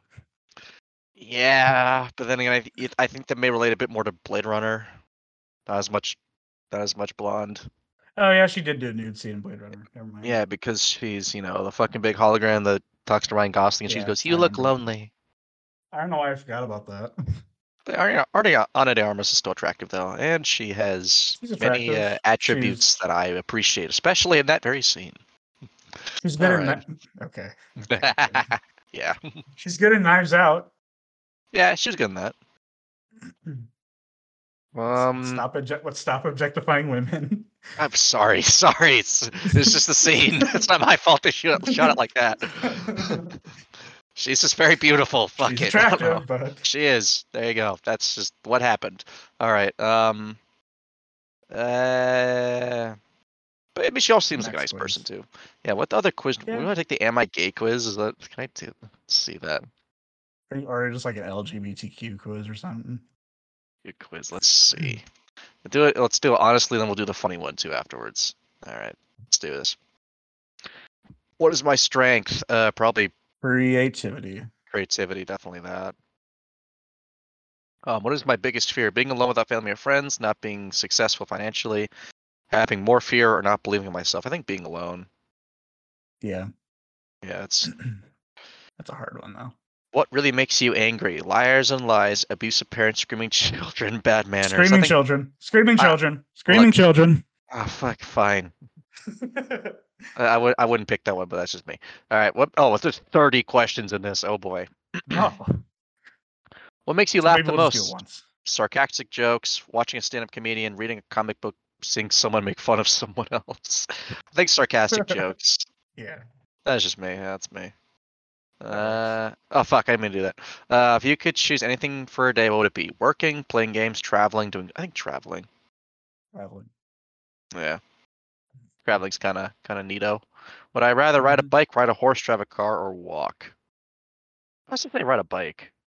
Yeah, but then again I, th- I think that may relate a bit more to Blade Runner. Not as much not as much blonde.
Oh yeah, she did do a nude scene in Blade Runner. Never mind.
Yeah, because she's, you know, the fucking big hologram that talks to Ryan Gosling and
Yeah,
she goes,
I
You look
remember.
lonely.
I don't know why I forgot about that. [laughs]
But Ariana, Ariana Ana de Armas is still attractive, though, and she has
She's
many
attractive.
uh, attributes that I appreciate, especially in that very
[laughs]
scene.
She's good in
Alright.
Kni-
[laughs]
okay.
yeah.
She's good in Knives Out.
Yeah, she's good in that. Um,
stop object. Let's stop objectifying women.
I'm sorry. [laughs] Sorry. It's, it's just the
[laughs]
scene. it's not my fault they shoot it, shot it like that. she's just very beautiful. Fuck it.
She's
I don't know.
attractive, but
She is. There you go. That's just what happened. All right. Um. Uh. But I mean, she also seems like a nice
Next
person too. Yeah. What the other quiz?
Yeah.
We want to take the "Am I Gay" quiz. Is that? Can I do, see that?
or- or just like an LGBTQ quiz or something.
Good quiz. Let's see. Do it. [clears throat] Let's do it honestly. Then we'll do the funny one too afterwards. All right. Let's do this. What is my strength? Uh, probably
Creativity.
creativity. Definitely that. Um, what is my biggest fear? Being alone without family or friends, not being successful financially, having more fear, or not believing in myself. I think being alone.
Yeah, [clears throat]
Yeah, it's
that's a hard one though.
what really makes you angry. Liars and lies, abusive parents, screaming [laughs] children, bad manners. I
Screaming
think-
children. Screaming
I-
children. Screaming
Look. [laughs]
children.
Ah, fuck. Fine. I, I would. I wouldn't pick that one, but that's just me. All right. What? Oh, [laughs] there's 30 questions in this. Oh boy.
no.
What makes you
so
laugh
maybe
the
we'll just do
most?
it once.
sarcastic jokes, watching a stand-up comedian, reading a comic book, seeing someone make fun of [laughs] someone else. I think sarcastic jokes.
Yeah.
That's just me. That's me. Uh oh fuck, I didn't mean to do that. Uh, if you could choose anything for a day, what would it be? Working, playing games, traveling, doing I think traveling.
Traveling.
Yeah. Traveling's kinda kinda neato. Would I rather ride a
Mhm.
bike, ride a horse, drive a car, or walk? I should say ride a bike. [laughs]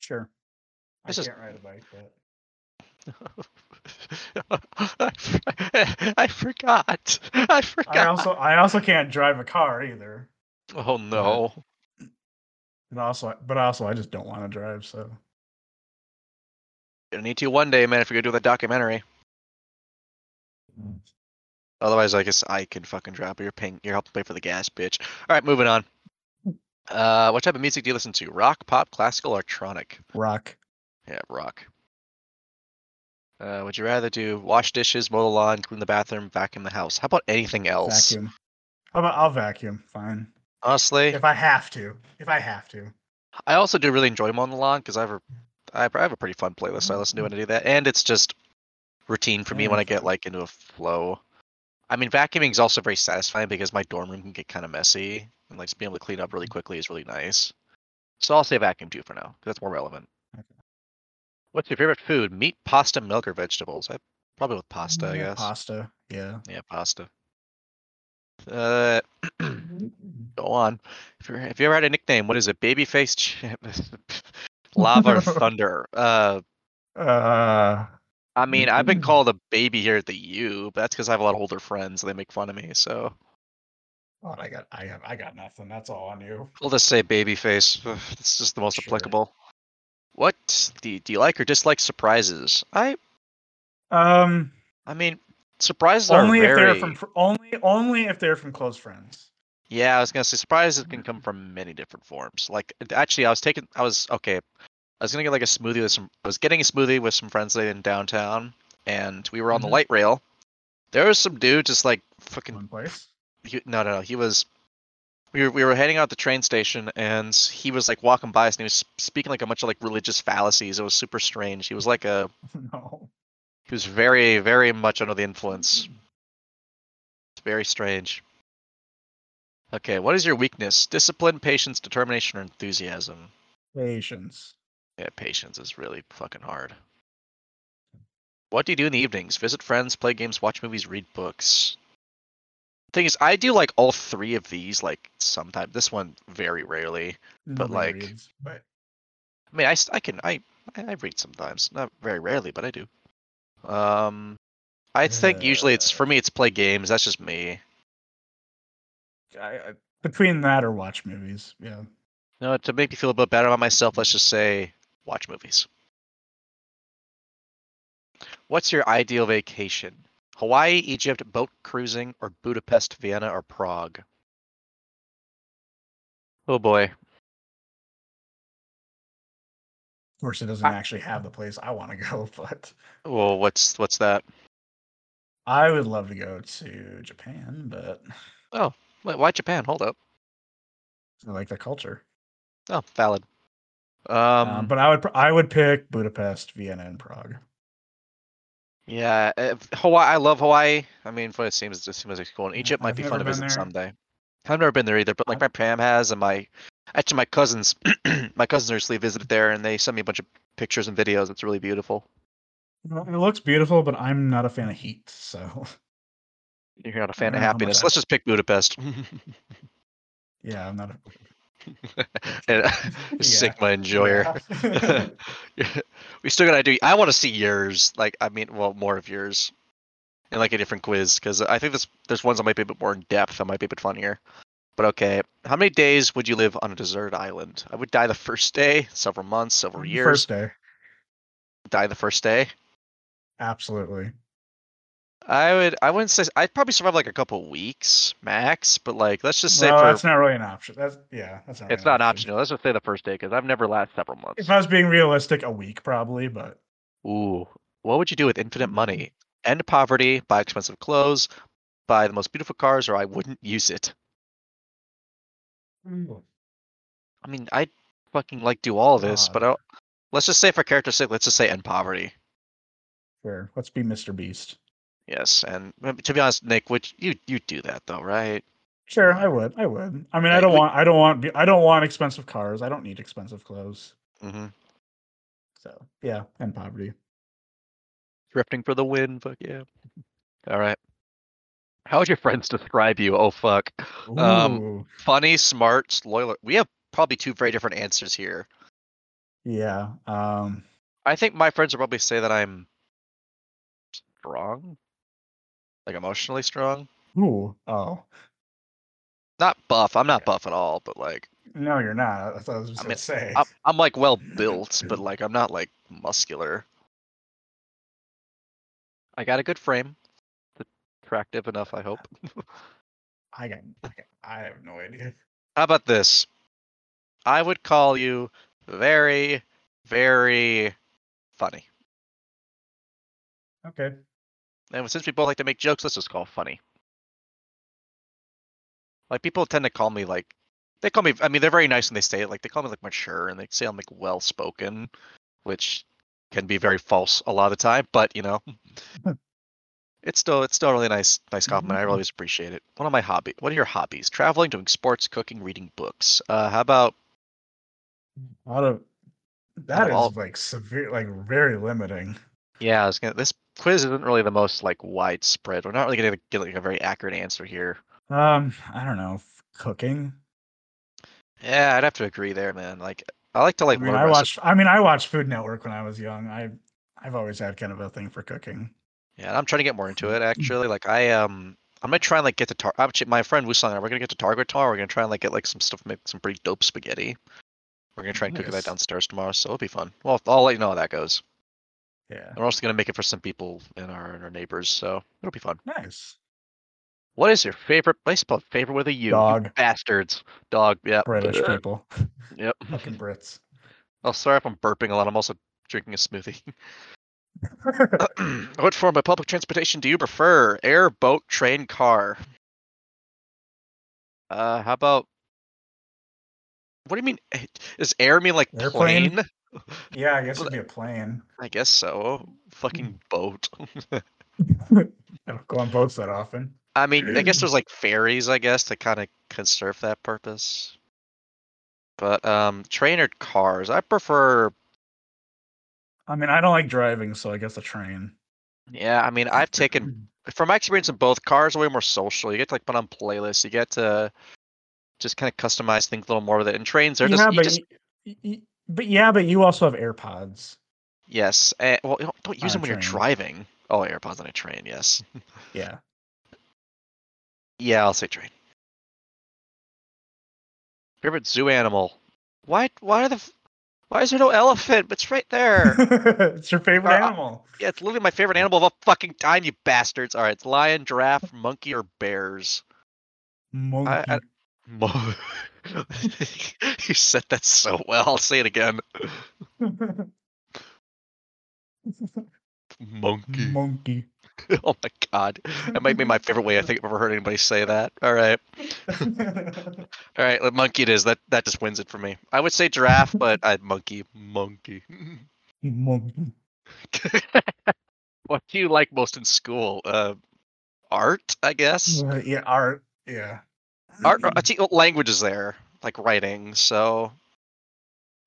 Sure. I
This is-
can't ride a bike, but
[laughs] I, f- I forgot. [laughs] I forgot.
I also I also can't drive a car either.
Oh no.
And also, but also, I just don't want to drive. So
Gonna need to one day, man, if you're gonna do that documentary.
Mm.
Otherwise I guess I can fucking drop it. You're paying you're helping pay for the gas, bitch. Alright, moving on. Uh what type of music do you listen to? Rock, pop, classical, electronic?
rock.
Yeah, rock. Uh, would you rather do wash dishes, mow the lawn, clean the bathroom, vacuum the house? How about anything else?
Vacuum. How about I'll vacuum? Fine.
Honestly,
If I have to. If I have to.
I also do really enjoy mowing the lawn because I have a, I have I have a pretty fun playlist I listen to when I do that, and it's just routine for me
Yeah,
when I
it's
get
fun.
like into a flow. I mean, vacuuming is also very satisfying because my dorm room can get kind of messy, and like just being able to clean up really quickly is really nice. So I'll say vacuum too for now because that's more relevant.
Okay.
What's your favorite food? Meat, pasta, milk, or vegetables? I probably with pasta, I
Yeah,
guess.
Pasta. Yeah.
Yeah, pasta. Uh, [clears throat] go on. If you if you ever had a nickname, what is it? Babyface, Ch- [laughs]
[laughs]
lava, or thunder. Uh,
Uh,
I mean, I've
Mm-hmm.
been called a baby here at the U, but that's because I have a lot of older friends and they make fun of me. So
God, I got, I have, I got nothing. That's all on you.
we'll just say babyface. Ugh, This is the most
Sure.
applicable. What do you, do you like or dislike surprises? I
Um,
I mean, surprises
only
are
if
very.
they're from fr- only, only if they're from close friends.
Yeah, I was gonna say surprises can come from many different forms. Like actually, I was taking I was okay. I was gonna get like a smoothie with some. I was getting a smoothie with some friends later in downtown, and we were on
Mhm.
the light rail. There was some dude just like fucking
one place. [laughs]
he, no, no, no. He was. We were, we were heading out the train station, and he was like walking by us, and he was speaking like a bunch of like religious fallacies. It was super strange. He was like a
No.
he was very very much under the influence. It's very strange. Okay, what is your weakness? Discipline, patience, determination, or enthusiasm?
Patience.
Yeah, patience is really fucking hard. What do you do in the evenings? Visit friends, play games, watch movies, read books. Thing is, I do like all three of these, like sometimes. This one very rarely.
Nobody
like-
reads, but
I mean, I, s- I can I I I read sometimes, not very rarely, but I do. Um, I think usually it's for me it's play games. That's just me.
I, I, between that or watch movies, yeah.
You know, to make me feel a bit better about myself, let's just say watch movies. What's your ideal vacation? Hawaii, Egypt, boat cruising, or Budapest, Vienna, or Prague? Oh boy.
Of course, it doesn't actually have the place I want to go, [laughs] but
Well, what's what's that?
I would love to go to Japan, but
Wait, why Japan? Hold up.
I like the culture.
Oh, valid. Um,
Um, but I would pr- I would pick Budapest, Vienna, and Prague.
yeah, uh, Hawaii. I love Hawaii. I mean, for it seems it just seems like it's cool. And
Yeah,
Egypt might
I've
be fun
never
to
been
visit
there.
someday. I've never been there either, but like my Pam has, and my actually my cousins, [clears throat] my cousins recently visited there, and they sent me a bunch of pictures and videos. It's really beautiful.
Well, It looks beautiful, but I'm not a fan of heat, so [laughs]
You're not a fan
don't
of
know how much
happiness.
I-
Let's just pick Budapest. [laughs]
yeah, I'm not a [laughs]
And, [laughs]
Yeah,
Sigma enjoyer. [laughs]
yeah. [laughs]
we still gotta do. I want to see yours. Like, I mean, well, more of yours, and like a different quiz because I think this there's ones that might be a bit more in depth. That might be a bit funnier. But okay, how many days would you live on a deserted island? I would die the first day, several months, several years.
Mm, First day,
Die the first day.
absolutely.
I would. I wouldn't say. I'd probably survive like a couple weeks max. But like, let's just say
no,
for
that's not really an option. That's yeah, that's not.
it's
really
not
an option.
optional. Let's just say the first day because I've never lasted several months.
If I was being realistic, a week probably, but
Ooh, what would you do with infinite money? End poverty, buy expensive clothes, buy the most beautiful cars, or I wouldn't use it. I mean, I fucking like do all of this, but I, don't- let's just say for character's sake, let's just say end poverty.
sure. Let's be Mr. Beast.
Yes, and um, to be honest, Nick, would you you do that though, right?
Sure, I would. I would. I mean, I
Like,
don't
we-
want. I don't want. I don't want expensive cars. I don't need expensive clothes.
Mm-hmm.
So yeah, and poverty.
Drifting for the win, fuck yeah. [laughs] All right. How would your friends describe you? Oh fuck. Um,
Ooh,
Funny, smart, loyal. We have probably two very different answers here.
yeah. Um,
I think my friends would probably say that I'm strong, like emotionally strong.
ooh. Oh
Not buff. I'm not buff at all, but like
no, you're not. That's what I was just
I
gonna say.
I'm, I'm like [laughs] well built, but like I'm not like muscular. I got a good frame, attractive enough, I hope.
[laughs] I got. I got- I have no idea.
How about this? I would call you very, very funny.
Okay.
And since we both like to make jokes, let's just call it funny. Like people tend to call me like they call me. I mean, they're very nice when they say it. Like they call me like mature and they say I'm like well spoken, which can be very false a lot of the time. But you know, it's still it's still a really nice nice compliment. I always appreciate it. One of my hobby. What are your hobbies? Traveling, doing sports, cooking, reading books. Uh, how about
A lot of that is
all-
like severe, like very limiting.
yeah? I was gonna, this quiz isn't really the most like widespread. We're not really gonna get like a very accurate answer here.
Um, I don't know. f- Cooking.
Yeah, I'd have to agree there, man. Like I like to like
I mean,
learn
I
recipes.
watched. I mean, I watched Food Network when I was young. I, I've always had kind of a thing for cooking.
Yeah, and I'm trying to get more into
[clears throat]
it actually. Like I um I'm gonna try and like get to tar actually, my friend Wusong and I we're gonna get to Target tomorrow. We're gonna try and like get like some stuff make some pretty dope spaghetti. We're gonna try and cook
Nice.
that downstairs tomorrow, so it'll be fun. Well I'll let you know how that goes.
Yeah.
And we're also gonna make it for some people in our in our neighbors, so it'll be fun.
Nice.
What is your favorite I spelled favorite [laughs] with a U, you
Dog.
bastards. Dog, yeah.
British people. [laughs]
Yep.
Fucking Brits.
[laughs]
[laughs]
Oh, sorry if I'm burping a lot. I'm also drinking a smoothie. [laughs] [clears throat] what form of public transportation do you prefer? Air, boat, train, car? Uh, how about? What do you mean? eh, Does air mean like
Airplane?
plane?
yeah, I guess it'd be a plane.
I guess so. Fucking boat.
I don't go on boats that often.
I mean, I guess there's [clears throat] like ferries, I guess, to kind of conserve that purpose. But um, train or cars? I prefer.
I mean, I don't like driving, so I guess a train.
Yeah, I mean, I've taken from my experience in both cars are way more social. You get to like put on playlists. You get to just kind of customize things a little more with it. And trains are
yeah,
just, you
but
just-
y- y- but yeah, but you also have AirPods.
yes. eh, well, you don't, don't use them
On a
when
train.
you're driving. Oh, AirPods on a train. Yes.
Yeah.
Yeah, I'll say train. Favorite zoo animal? Why? Why are the? f- Why is there no elephant? It's right [laughs] there.
[laughs] it's your favorite
Uh,
animal.
yeah, it's literally my favorite animal of all fucking time. You bastards! All right, it's lion, giraffe, monkey, or bears.
Monkey.
I- Mo- [laughs] you said that so well. I'll say it again. Monkey.
Monkey.
[laughs] oh my god. That might be my favorite way I think I've ever heard anybody say that. All right. All right. let Monkey it is. That that just wins it for me. I would say [laughs] giraffe, but I'd monkey. Monkey. [laughs]
Monkey. [laughs]
what do you like most in school? Uh, art, I guess.
Uh, yeah, art. Yeah. Mm.
Art. uh, I see well, language is there, like writing. So,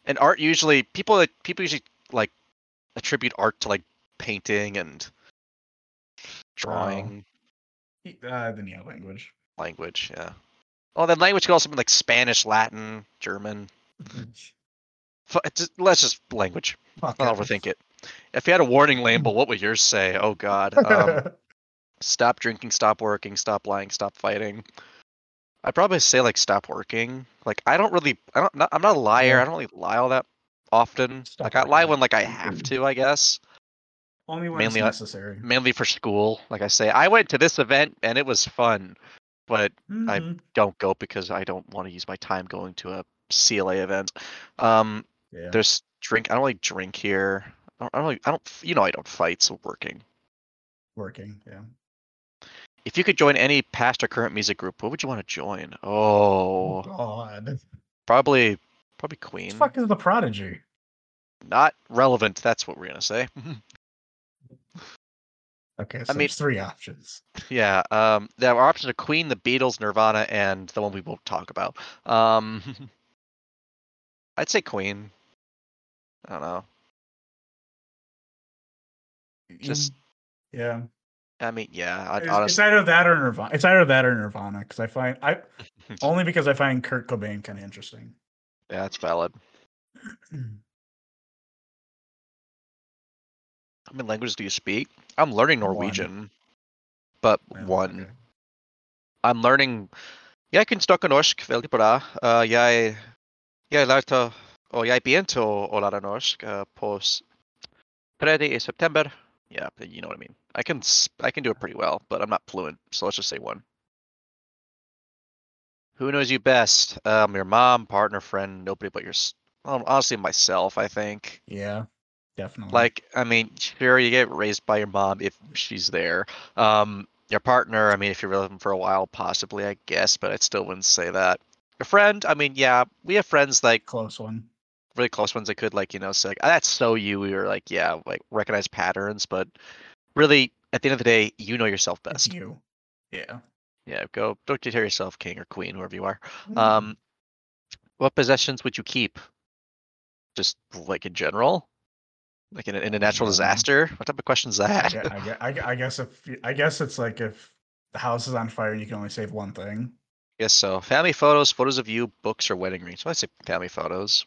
and art usually people like people usually like attribute art to like painting and drawing.
Uh, then yeah, language.
language, yeah. Oh, then language could also be like Spanish, Latin, German. Fu- it's just- Let's just language.
Fuck
I'll overthing
[laughs]
it. If you had a warning label, what would yours say? Oh God.
[laughs]
Um, stop drinking. Stop working. Stop lying. Stop fighting. I'd probably say like stop working. Like I don't really. I don't. Not, I'm not a liar.
Yeah.
I don't really lie all that often.
Stop
like I lie
working.
when like I have to. I guess
Only when
mainly
it's
I-
necessary.
mainly for school. Like I say, I went to this event and it was fun, but I-
Mhm.
don't go because I don't want to use my time going to a CLA event. Um,
Yeah.
there's drink. I don't like drink here. I don't, I don't. Like, I don't. f- You know, I don't fight. So working.
working. Yeah.
If you could join any past or current music group, what would you want to join? Oh,
God.
probably, probably
What
Queen.
the fuck is the prodigy?
Not relevant. That's what we're gonna say. [laughs]
Okay, so
mean-
there's three options.
yeah. Um. There are options are Queen, the Beatles, Nirvana, and the one we won't talk about. Um. [laughs] I'd say Queen. I don't know. Just-
Mm, yeah.
I mean, yeah. I'd
It's, it's
honestly.
either that or Nirvana. It's either that or Nirvana because I find
[laughs]
I only because I find Kurt Cobain kind of interesting. [clears throat]
Yeah, that's valid. How many languages do you speak? I'm learning
One.
Norwegian, but
Well,
one.
okay.
I'm learning. Jeg kan snakke norsk veldig bra. Uh, jeg jeg lærte og jeg begynte å å lære norsk uh, på s- 3. i september. Yeah, but you know what I mean. I can s- I can do it pretty well, but I'm not fluent, so let's just say one. Who knows you best? Um, your mom, partner, friend, nobody but your. s- Um, honestly, myself. I think.
Yeah, definitely.
Like, I mean, sure, you get raised by your mom if she's there. Um, your partner, I mean, if you're with them for a while, possibly, I guess, but I still wouldn't say that. Your friend, I mean, yeah, we have friends like
close one.
really close ones that could like, you know, say like, "Ah, that's so you. We were like, yeah, like recognize patterns, but really, at the end of the day, you know yourself
That's
best.
you. Yeah.
Yeah, go don't declare yourself king or queen, whoever you are.
Mm-hmm.
Um, what possessions would you keep? Just like in general, like in a, in a natural
Um,
disaster. What type of question is that?
I
[laughs]
gue- I gue- I gue- I guess if you- I guess it's like if the house is on fire, you can only save one thing.
Yes, so family photos, photos of you, books, or wedding rings. So I say family photos.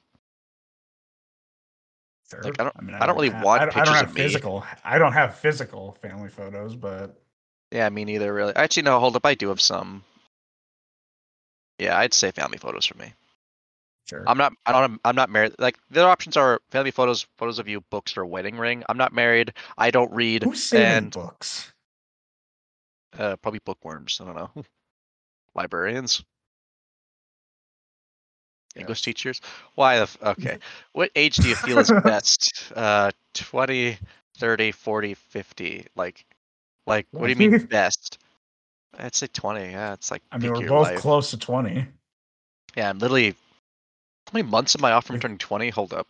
Sure.
Like, I don't-
mean,
I don't really
ha-
want
I don't, I don't
pictures
have
of me.
physical. I don't have physical family photos, but
Yeah, me neither, really. Actually, no, hold up. I do have some. Yeah, I'd say family photos for me.
sure.
I'm not. I don't. I'm not married. Like the other options are family photos, photos of you, books, or wedding ring. I'm not married. I don't read.
Who's saving
and-
books?
Uh, [laughs] probably bookworms. I don't know. Librarians. English teachers. Why the f-
[laughs]
okay? What age do you feel is best? Uh 20, 30, 40, 50. Like like what do you mean
[laughs] 20?
best? I'd say 20. Yeah, it's like
I mean,
peak of
we're
your
both
life.
close to 20.
Yeah, I'm literally. How many months am I off from turning 20? Hold up.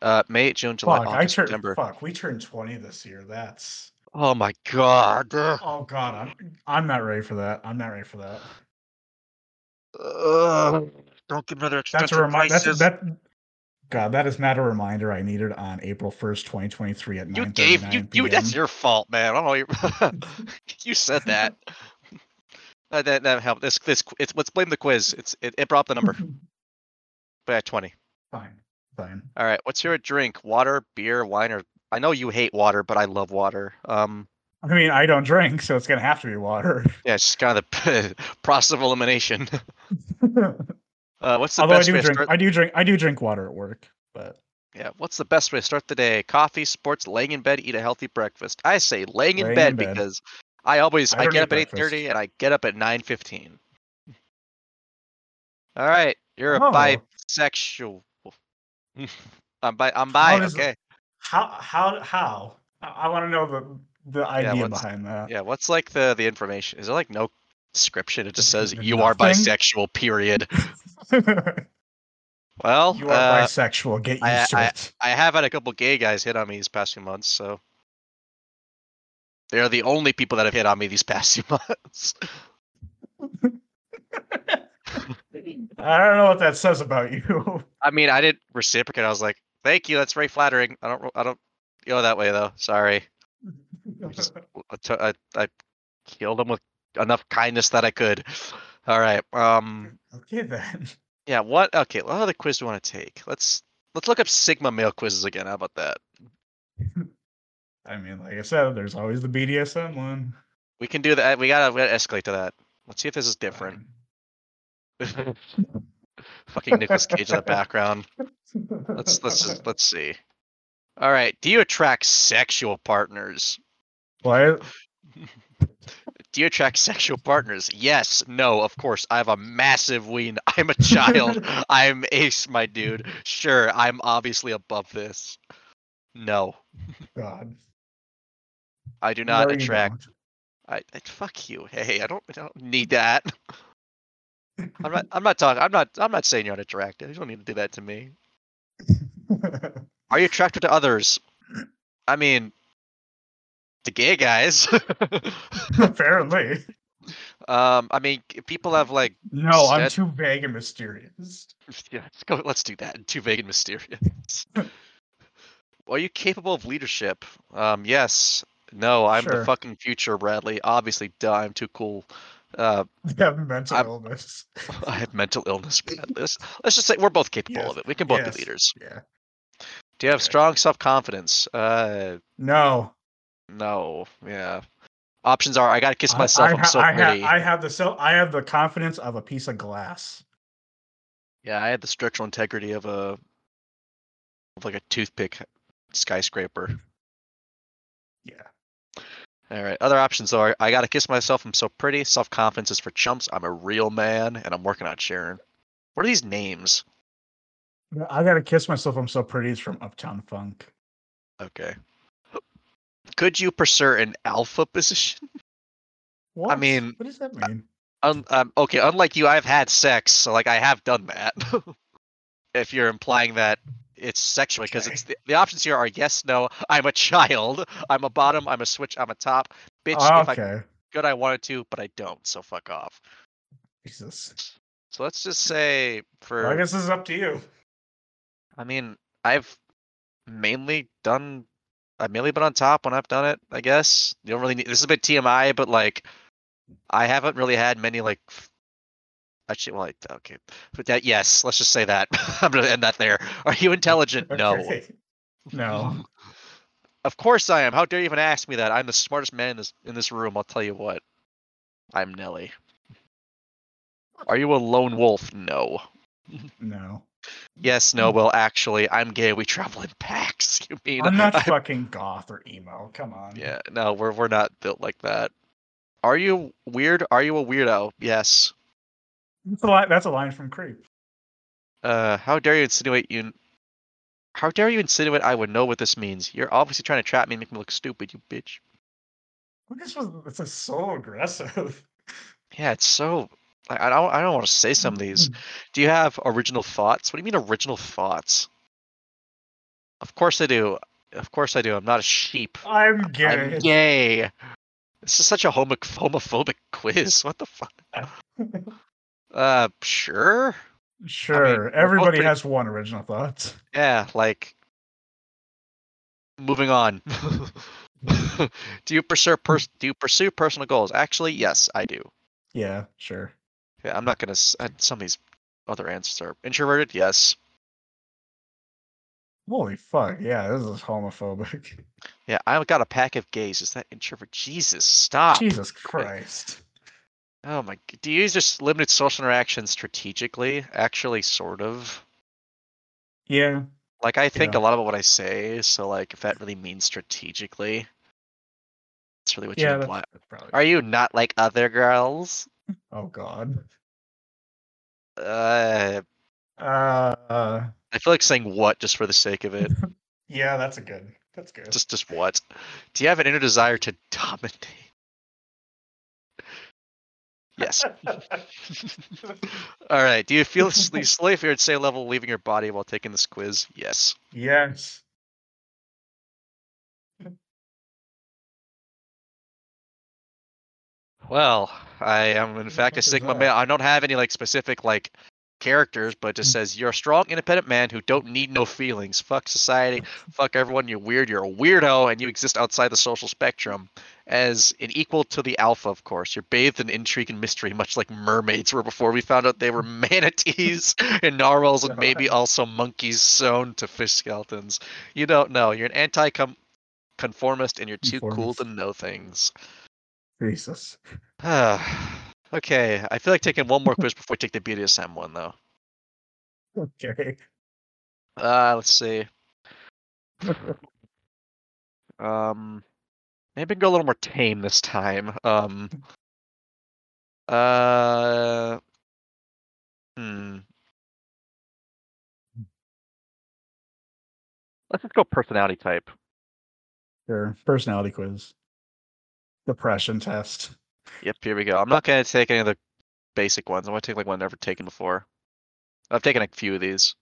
Uh, May, June, July,
Fuck, I
August,
turned.
September.
Fuck, we turned 20 this year. That's.
Oh my god. Ugh.
Oh god, I'm I'm not ready for that. I'm not ready for that.
Ugh. Don't give me another
That's
extension.
a reminder. That's
crisis.
that. God, that is not a reminder I needed on April 1st, 2023 at 9:39
you gave you, you. That's
PM.
your fault, man. I don't know. You, [laughs] you said
[laughs]
that. Uh, that that helped. This this qu- it's let's blame the quiz. It's it, it brought up the number. But yeah, 20.
[laughs] fine, fine.
All right. What's your drink? Water, beer, wine, or I know you hate water, but I love water. Um.
I mean, I don't drink, so it's gonna have to be water.
Yeah, it's just kind of the [laughs] process of elimination.
Although
Uh, what's the
I
best way
do
to
drink,
start?
I do drink, I do drink water at work. But
Yeah, what's the best way to start the day? Coffee, sports, laying in bed, eat a healthy breakfast. I say laying in,
Laying in
bed,
bed.
because I always
I
I,
don't eat
get up at eight
breakfast.
thirty and I get up at nine fifteen. All right, you're
Oh.
a bisexual. [laughs] I'm bi. I'm
How
bi.
does-
Okay.
how how how? I, want to know the the idea
what's-
behind that.
Yeah. What's like the the information? Is there like no description? It just
[laughs]
says
Nothing.
you are bisexual. Period. [laughs] Well,
[laughs] you are
uh,
bisexual. Get used
I-
to it.
I have had a couple gay guys hit on me these past few months, so they're the only people that have hit on me these past few [laughs] months.
I don't know what that says about you. [laughs]
I mean, I didn't reciprocate. I was like, "Thank you, that's very flattering." I don't, I don't go that way though. Sorry, just- I t- I- I killed them with enough kindness that I could. All right. Um.
okay then.
Yeah. What? Okay. What other quiz do you want to take? Let's let's look up Sigma male quizzes again. How about that?
I mean, like I said, there's always the BDSM one.
We can do that. We gotta, we gotta escalate to that. Let's see if this is different. Fucking Nicholas Cage in the background.
[laughs]
Let's let's just, let's see. All right. Do you attract sexual partners?
What?
Do you attract sexual partners? Yes. No. Of course. I have a massive ween. [laughs] I'm
[laughs]
a child. I'm ace, my dude. Sure. I'm obviously above this. No,
God.
I do not
No, you
attract.
don't.
I, I fuck you. Hey, I don't. I don't need that. I'm not. I'm not talking. I'm not. I'm not saying you're unattractive. You don't need to do that to me. Are you attracted to others? I mean, the gay guys.
[laughs]
[laughs]
Apparently.
um, I mean, people have like
No, I'm
Said-
too vague and mysterious. [laughs]
[laughs] Yeah, let's go. Let's do that. Too vague and mysterious. Are you capable of leadership? Um, yes. No, I'm
Sure.
the fucking future, Bradley. Obviously, duh, I'm too cool. Uh, [laughs]
I have mental
I'm-
illness.
I have mental illness, [laughs] Bradley. Let's, let's just say we're both capable
Yes,
of it. We can both
yes.
be leaders.
Yeah.
Do you have
Okay.
strong self confidence? Uh,
No.
no. Yeah. Options are: I gotta kiss
I-
myself. I,
I,
am
ha-
so
I, ha-
pretty.
I have the so I have the confidence of a piece of glass.
yeah, I had the structural integrity of a of like a toothpick skyscraper.
Yeah.
All right. Other options are I gotta kiss myself. I'm so pretty. Self confidence is for chumps. I'm a real man, and I'm working on Sharon. What are these names?
No, I gotta kiss myself. I'm so pretty. It's from Uptown Funk.
Okay. Could you pursue an alpha position?
What?
mean,
what does that mean?
Un- um, okay. Unlike you, I've had sex, so like I have done that. [laughs] if you're implying that it's sexually, because it's the, the options here are yes, no. I'm a child. I'm a bottom. I'm a switch. I'm a top. Bitch,
Ah,
if I
okay.
could, I wanted to, but I don't. So fuck off.
Jesus.
So let's just say for
Well, I guess this is up to you.
I mean, I've mainly done. I've mainly been on top when I've done it. I guess you don't really need. This is a bit TMI, but like, I haven't really had many like. f- Actually, well, I- okay, but that yes, let's just say that. [laughs] I'm gonna end that there. Are you
[laughs]
intelligent? No.
Okay. No.
Of course I am. How dare you even ask me that? I'm the smartest man in this in this room. I'll tell you what. I'm Nelly. Are you a lone wolf? No.
No. [laughs] Mm.
Yes, no, well, actually, I'm gay. We travel in packs. [laughs] You mean
I'm not [laughs]
I-
fucking goth or emo. Come on.
Yeah, no, we're we're not built like that. Are you weird? Are you a weirdo? Yes.
That's a, li- that's a line from Creep.
Uh, how dare you insinuate you? How dare you insinuate I would know what this means? You're obviously trying to trap me and make me look stupid, you bitch.
This was this is so aggressive.
Yeah, it's so. I, I don't. I don't want to say some of these.
Mm-hmm.
Do you have original thoughts? What do you mean original thoughts? Of course I do. Of course I do. I'm not a sheep.
[laughs] I'm getting
I'm gay. This is such a homo- homophobic quiz. What the fuck? Uh, sure.
sure.
both
Everybody
pretty-
has one original thought.
Yeah, like. Moving on. [laughs] do you pursue pers- do you pursue personal goals? Actually, yes, I do.
Yeah, sure.
Yeah, I'm not gonna. s- uh, Some of these other answers are introverted. Yes.
Holy fuck! Yeah, this is homophobic.
Yeah, I've got a pack of gays. Is that introvert? Jesus, stop.
Jesus Christ!
Oh my. g- Do you use just limited social interaction strategically? Actually, sort of.
Yeah,
Like I think
Yeah.
a lot about what I say. So like, if that really means strategically, that's really what
yeah.
you
That's,
imply.
that's probably.
Are you not like other girls?
Oh God.
Uh,
Uh,
I feel like saying what just for the sake of
[laughs]
it.
yeah, that's a good. That's good.
just, just what? Do you have an inner desire to dominate?
[laughs]
Yes. All right. Do you feel
[laughs]
s- you slowly if you're at same level leaving your body while taking this quiz? Yes.
yes.
Well, I am in
the
fact a
fuck is
sigma
that?
male. I don't have any like specific like characters, but it just says you're a strong, independent man who don't need no feelings. Fuck society. Fuck everyone. You're weird. You're a weirdo, and you exist outside the social spectrum. As an equal to the alpha, of course, you're bathed in intrigue and mystery, much like mermaids were before we found out they
[laughs]
were manatees and narwhals and maybe also monkeys sewn to fish skeletons. You don't know. You're an anti-conformist, and you're too cool
Conformist.
to know things.
Jesus. [laughs]
[sighs] okay, I feel like taking one more quiz before we take the BDSM one, though.
Okay.
Uh, let's [laughs] see. Um, maybe go a little more tame this time. Um, uh, hmm. Let's just go personality type.
Your personality quiz. Depression test.
Yep, here we go. I'm not gonna take any of the basic ones. I'm gonna take like one I've never taken before. I've taken a few of these.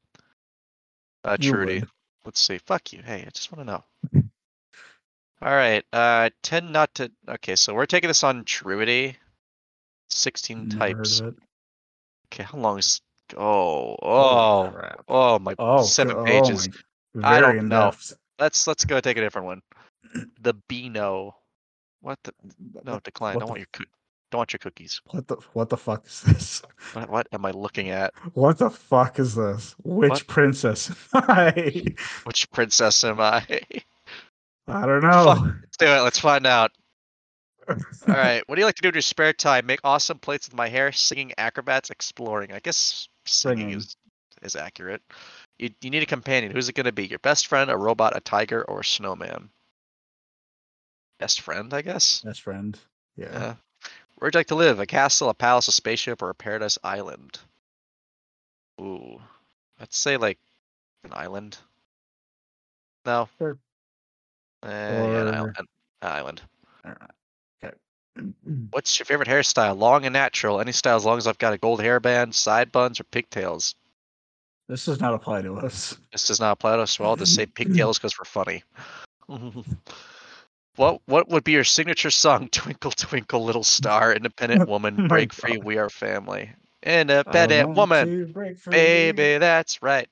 Uh,
You
Trudy,
would.
let's see. Fuck you. Hey, I just want to know. All right. Uh, tend not to. Okay, so we're taking this on Trudy. Sixteen
Never heard of
types.
it.
Okay, how long is? Oh, oh,
crap.
oh my.
Oh,
seven
go- oh
pages.
my-
I
very
don't know.
in-depth.
Let's let's go take a different
[clears throat]
one. The Beano. What the? No,
What-
decline.
what
don't
the
want your coo- don't want your cookies.
What the what the fuck is this? [laughs]
What, what am I looking at?
What the fuck is this? Which
What?
princess? [laughs] I
Which princess am I? [laughs] Let's
I don't know.
do it. Let's find out.
[laughs]
All right. What do you like to do in your spare time? Make awesome plates with my hair, singing acrobats, exploring. I guess singing
Singing.
is, is accurate. You, you need a companion. Who's it going to be? Your best friend, a robot, a tiger, or a snowman? Best friend, I guess.
Best friend. Yeah.
Yeah. Uh, Where'd you like to live? A castle, a palace, a spaceship, or a paradise island? Ooh. Let's say like an island. No.
Sure.
Eh, yeah, an island.
Or-
an island. Uh,
Mm,
What's your favorite hairstyle? Long and natural. Any style as long as I've got a gold hairband, side buns, or pigtails.
[clears throat] This does not apply to us.
This does not apply to us.
[laughs]
Well, I'll just say pigtails because we're funny. [laughs] what What would be your signature song? [laughs] Twinkle, twinkle, little star,
[laughs]
independent woman,
Oh My
break free,
God. Oh,
we are family.
I
Independent
want
woman,
to break free.
baby, that's right.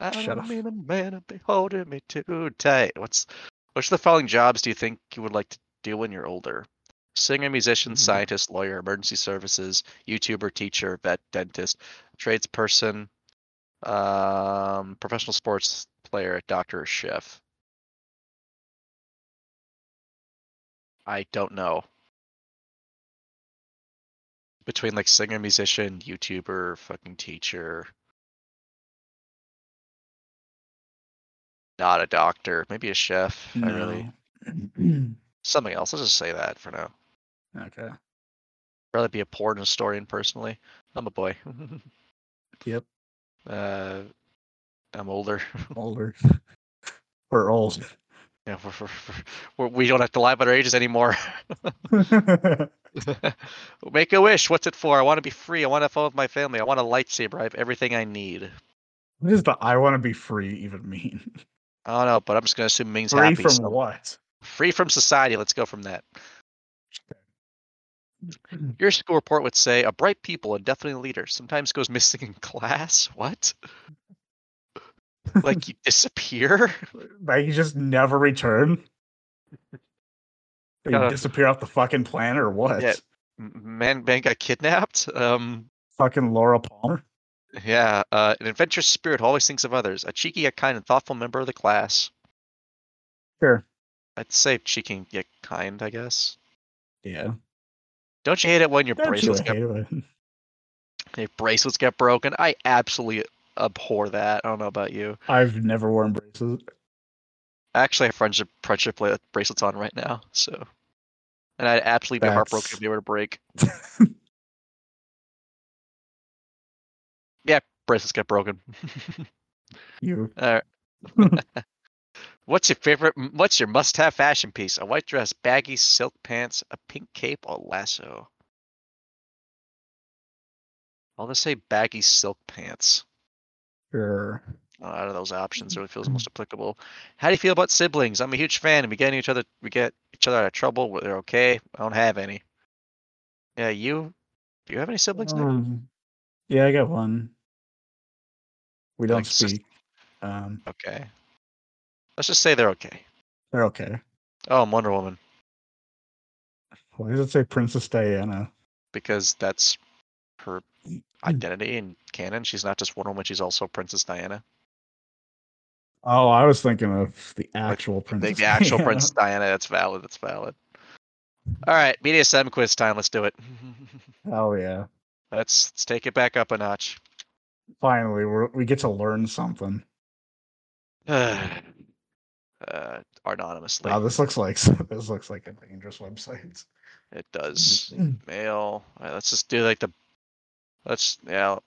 I
Shut
don't
up.
mean a man to be holding me too tight. What's Which of the following jobs do you think you would like to do when you're older? Singer, musician,
Mm.
scientist, lawyer, emergency services, YouTuber, teacher, vet, dentist, tradesperson, um, professional sports player, doctor, or chef. I don't know. Between like singer, musician, YouTuber, fucking teacher. Not a doctor, maybe a chef. I really
No.
something else. Let's just say that for now. [laughs]
[clears throat] okay.
[laughs] rather be a porn historian personally. I'm a boy.
Yep.
Uh, I'm older. [laughs]
Older. [laughs] We're old. [laughs]
Yeah, we're, we're, we're, we don't have to lie about our ages anymore. [laughs] Make a wish. What's it for? I want to be free. I want to follow with my family. I want a lightsaber. I have everything I need.
What does the I want to be free even mean?
I don't know, but I'm just gonna assume it means
Free
happy.
from
so-
what?
Free from society. Let's go from that. Your school report would say a bright pupil and definitely a leader. Sometimes goes [laughs] missing in class. What? like you disappear?
Like you just never return? Or You
Gotta-
disappear off the fucking planet or what?
Uh, Yeah. M- Man, man got kidnapped. Um,
Fucking Laura Palmer?
yeah. Uh, an adventurous spirit who always thinks of others. A cheeky, yet kind, and thoughtful member of the class.
Sure.
I'd say cheeky yet kind. I guess.
Yeah.
Don't you hate it when your
Don't you
bracelets get
hate it?
your bracelets get broken? I absolutely abhor that. I don't know about you.
I've never worn braces.
I actually have friendship friendship bla- bracelets on right now, so and I'd absolutely be heartbroken if
That's-
they were to
[laughs]
break. yeah, bracelets get broken.
You
All right. What's your favorite? m- What's your must-have fashion piece? A white dress, baggy silk pants, a pink cape, or lasso? I'll just say baggy silk pants.
sure.
Uh, out of those options really feels most applicable. How do you feel about siblings? I'm a huge fan. We get each other we get each other out of trouble. We're they're okay. I don't have any. Yeah, you do you have any siblings? Nick?
Um, yeah, I got one. We don't
Like sis-
speak. Um,
Okay. Let's just say they're okay.
they're okay.
Oh, I'm Wonder Woman
Why does it say Princess Diana?
because that's her identity in canon. She's not just Wonder Woman. She's also Princess Diana.
Oh, I was thinking of the actual
The,
Princess.
the actual
Diana. Mm-hmm.
Princess Diana. That's valid. That's valid. All right, media sem quiz time. Let's do it.
[laughs]
[laughs]
Oh yeah!
let's, let's take it back up a notch. [sighs]
Finally, we we get to learn something.
uh, anonymously.
Wow, this looks like [laughs] this looks like a dangerous website.
It does.
Mm-hmm.
Mail. All right, let's just do like the. Let's yeah.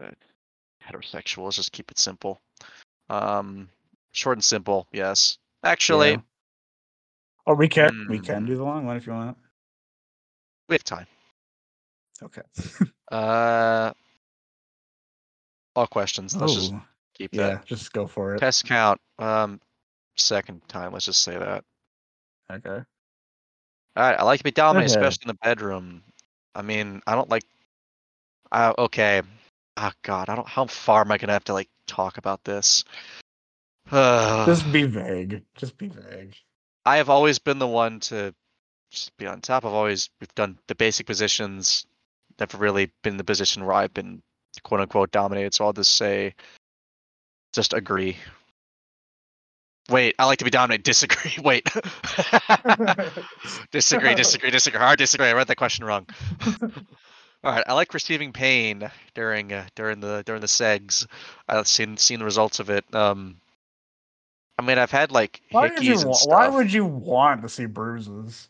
Uh, heterosexual. Let's just keep it simple. Um, short and simple. Yes. Actually,
Yeah. Oh, we can we
Mm.
can do the long one if you want.
we have time.
Okay.
Uh, all questions. Let's just
Oh,
keep
yeah,
that.
just go for it.
Test count. Um, second time. Let's just say that.
Okay.
All right, I like to be dominated,
Okay.
especially in the bedroom. I mean, I don't like. Uh, okay. Oh God, I don't. How far am I gonna have to like talk about this? [sighs]
Just be vague. Just
[laughs]
be vague.
I have always been the one to just be on top. I've always we've done the basic positions. Never really been in the position where I've been quote unquote dominated. So I'll just say, just agree. Wait, I like to be dominated. [laughs] Disagree. Wait.
[laughs]
disagree. Disagree. Disagree. Hard disagree. I read that question
[laughs]
wrong. All right, I like receiving pain during uh, during the during the segs. I've seen seen the results of it. Um, I mean, I've had like
Why
hickeys
would you?
and
Wa- why
stuff.
would you want to see bruises?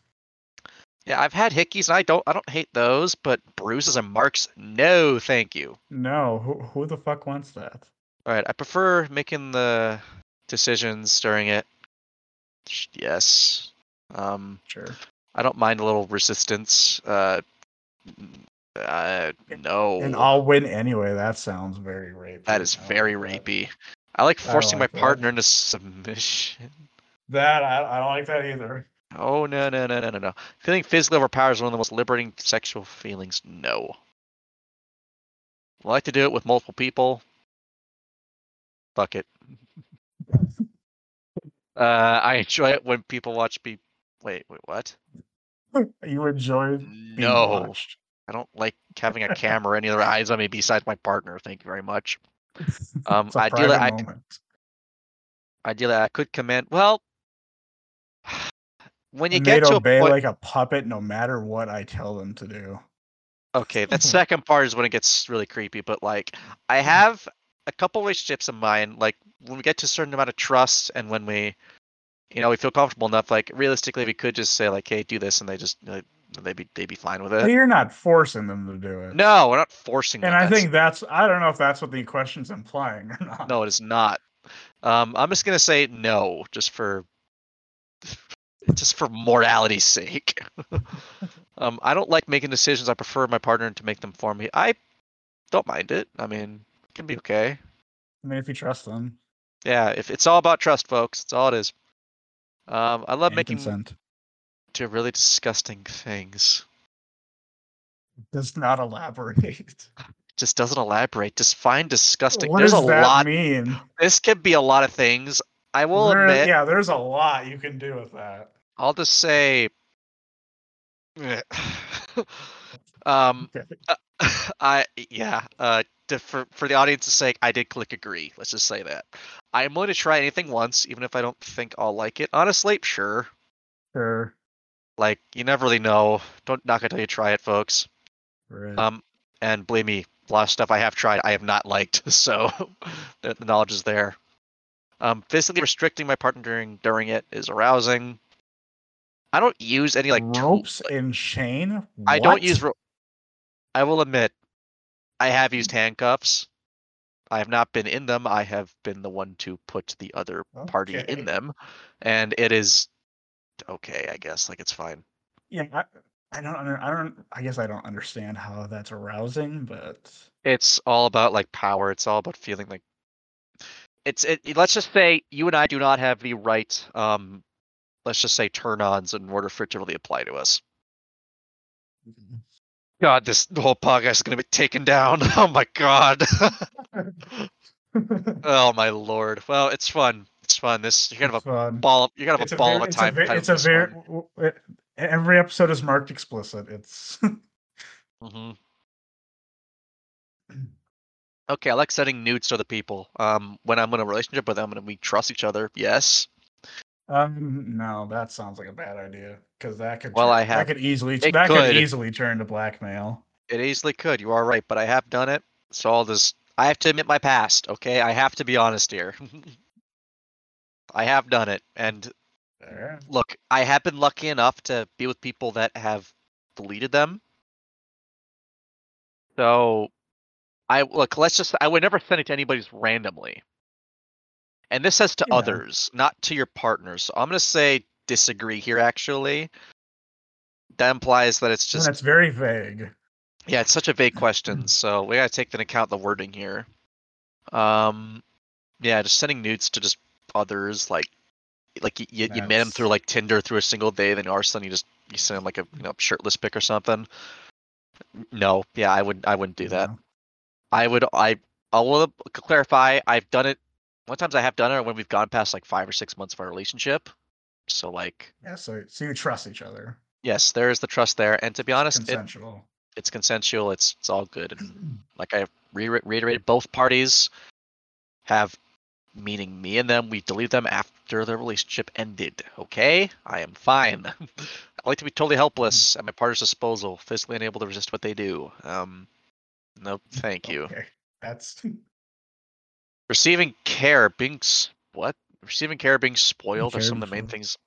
Yeah, I've had hickeys, and I don't I don't hate those, but bruises and marks, no, thank you.
No, who who the fuck wants that?
All right, I prefer making the decisions during it. Sh- Yes, um,
Sure.
I don't mind a little resistance. Uh, n- uh no,
And I'll win anyway. That sounds very rapey.
that is
I don't
very
like that.
rapey. I like
don't
forcing
like
my
that.
partner into submission.
That I, I don't like that either. [laughs]
Oh no no no no no no! Feeling physically overpowered is one of the most liberating sexual feelings. No. I like to do it with multiple people. Fuck
[laughs]
it. uh, I enjoy it when people watch me. Wait, wait, what?
You enjoy being
No,
watched.
I don't like having a camera or any other eyes on me besides my partner. Thank you very much.
[laughs]
Um,
It's a
ideally,
private
I-
moment.
Ideally, I could command. Well, [sighs] when you
and
get
they'd
to a
obey
point,
like a puppet, no matter what I tell them to do.
Okay,
Mm-hmm.
that second part is when it gets really creepy, but like I have a couple relationships in mind, like when we get to a certain amount of trust and when we you know, we feel comfortable enough, like realistically we could just say like, hey, do this and they just like They'd be they'd be fine with
But
it.
you're not forcing them to do it.
Uh, No, we're not forcing.
And
them.
I
That's-
think that's I don't know if that's what the question's implying or not.
no, it is not. Um, I'm just gonna say no, just for just for morality's sake. [laughs] um, I don't like making decisions. I prefer my partner to make them for me. I don't mind it. I mean, it can be okay.
I mean, if you trust them,
Yeah, if it's all about trust, folks, it's all it is. Um, I love
and
making
consent
to really disgusting things.
does not
[laughs]
elaborate.
Just doesn't elaborate. Just find disgusting.
what
There's
does
a
that
lot.
mean?
This could be a lot of things. I will
There-
admit.
yeah, there's a lot you can do with that.
I'll just say. eh, [laughs] um, [laughs]
Okay.
I yeah. Uh, to, for for the audience's sake, I did click agree. Let's just say that. I'm willing to try anything once, even if I don't think I'll like it. Honestly, sure.
Sure.
Like you never really know. Don't knock until you try it, folks.
Right.
Um, and believe me, a lot of stuff I have tried I have not liked, [laughs] so the, the knowledge is there. Um, physically restricting my partner during during it is arousing. I don't use any like tool-
ropes and chain.
I don't
What?
use. Ro- I will admit, I have used handcuffs. I have not been in them. I have been the one to put the other party
Okay.
in them, and it is okay. I guess like it's fine.
Yeah, I, I don't. under- I don't. I guess I don't understand how that's arousing, but
It's all about like power. It's all about feeling like it's. It, it- let's just say you and I do not have the right. Um, let's just say turn-ons in order for it to really apply to us. God, this whole podcast is gonna be taken down. [laughs] Oh my
[laughs]
god. Oh my lord! Well, it's fun. It's fun. This you're gonna have
It's fun.
a ball. You're gonna have
It's
a ball
very-
of a time.
It's a, ve- it's a very. every episode is marked explicit. It's [laughs]
hmm Okay, I like sending nudes to other people. Um, when I'm in a relationship with them and we trust each other, yes.
um no, that sounds like a bad idea because that could.
Well,
turn-
I have-
that could easily
it
that could
could.
easily turn to blackmail.
It easily could. You are right, but I have done it. So all this, I have to admit my past. Okay, I have to be honest here. [laughs] I have done it, and
There.
look, I have been lucky enough to be with people that have deleted them. So, I look. Let's just. I would never send it to anybody just randomly. And this says to
Yeah.
others, not to your partners. So I'm gonna say disagree here. Actually, that implies that it's
And
just
that's very vague.
yeah, it's such a vague question, so we gotta take into account the wording here. Um, yeah, just sending nudes to just others, like, like you, you, you met them through
That's-
like Tinder through a single day, then all of a sudden you just you send 'em, like a you know shirtless pic or something. No, yeah, I would I wouldn't do
you
that.
know?
I would I I will clarify. I've done it. One times I have done it when we've gone past like five or six months of our relationship. So like,
Yeah. So so you trust each other.
yes, there is the trust there. And to be honest, it,
Consensual.
it's consensual. It's it's all good. And
[clears throat]
like I re- reiterated, both parties have, meaning me and them, we delete them after the relationship ended. Okay, I am fine. [laughs] I like to be totally helpless at my partner's disposal, physically unable to resist what they do. Um,
[laughs]
no, thank you.
Okay. That's [laughs]
Receiving care, being s- what? Receiving care, being spoiled are
care
some of
being
the main
spoiled.
things.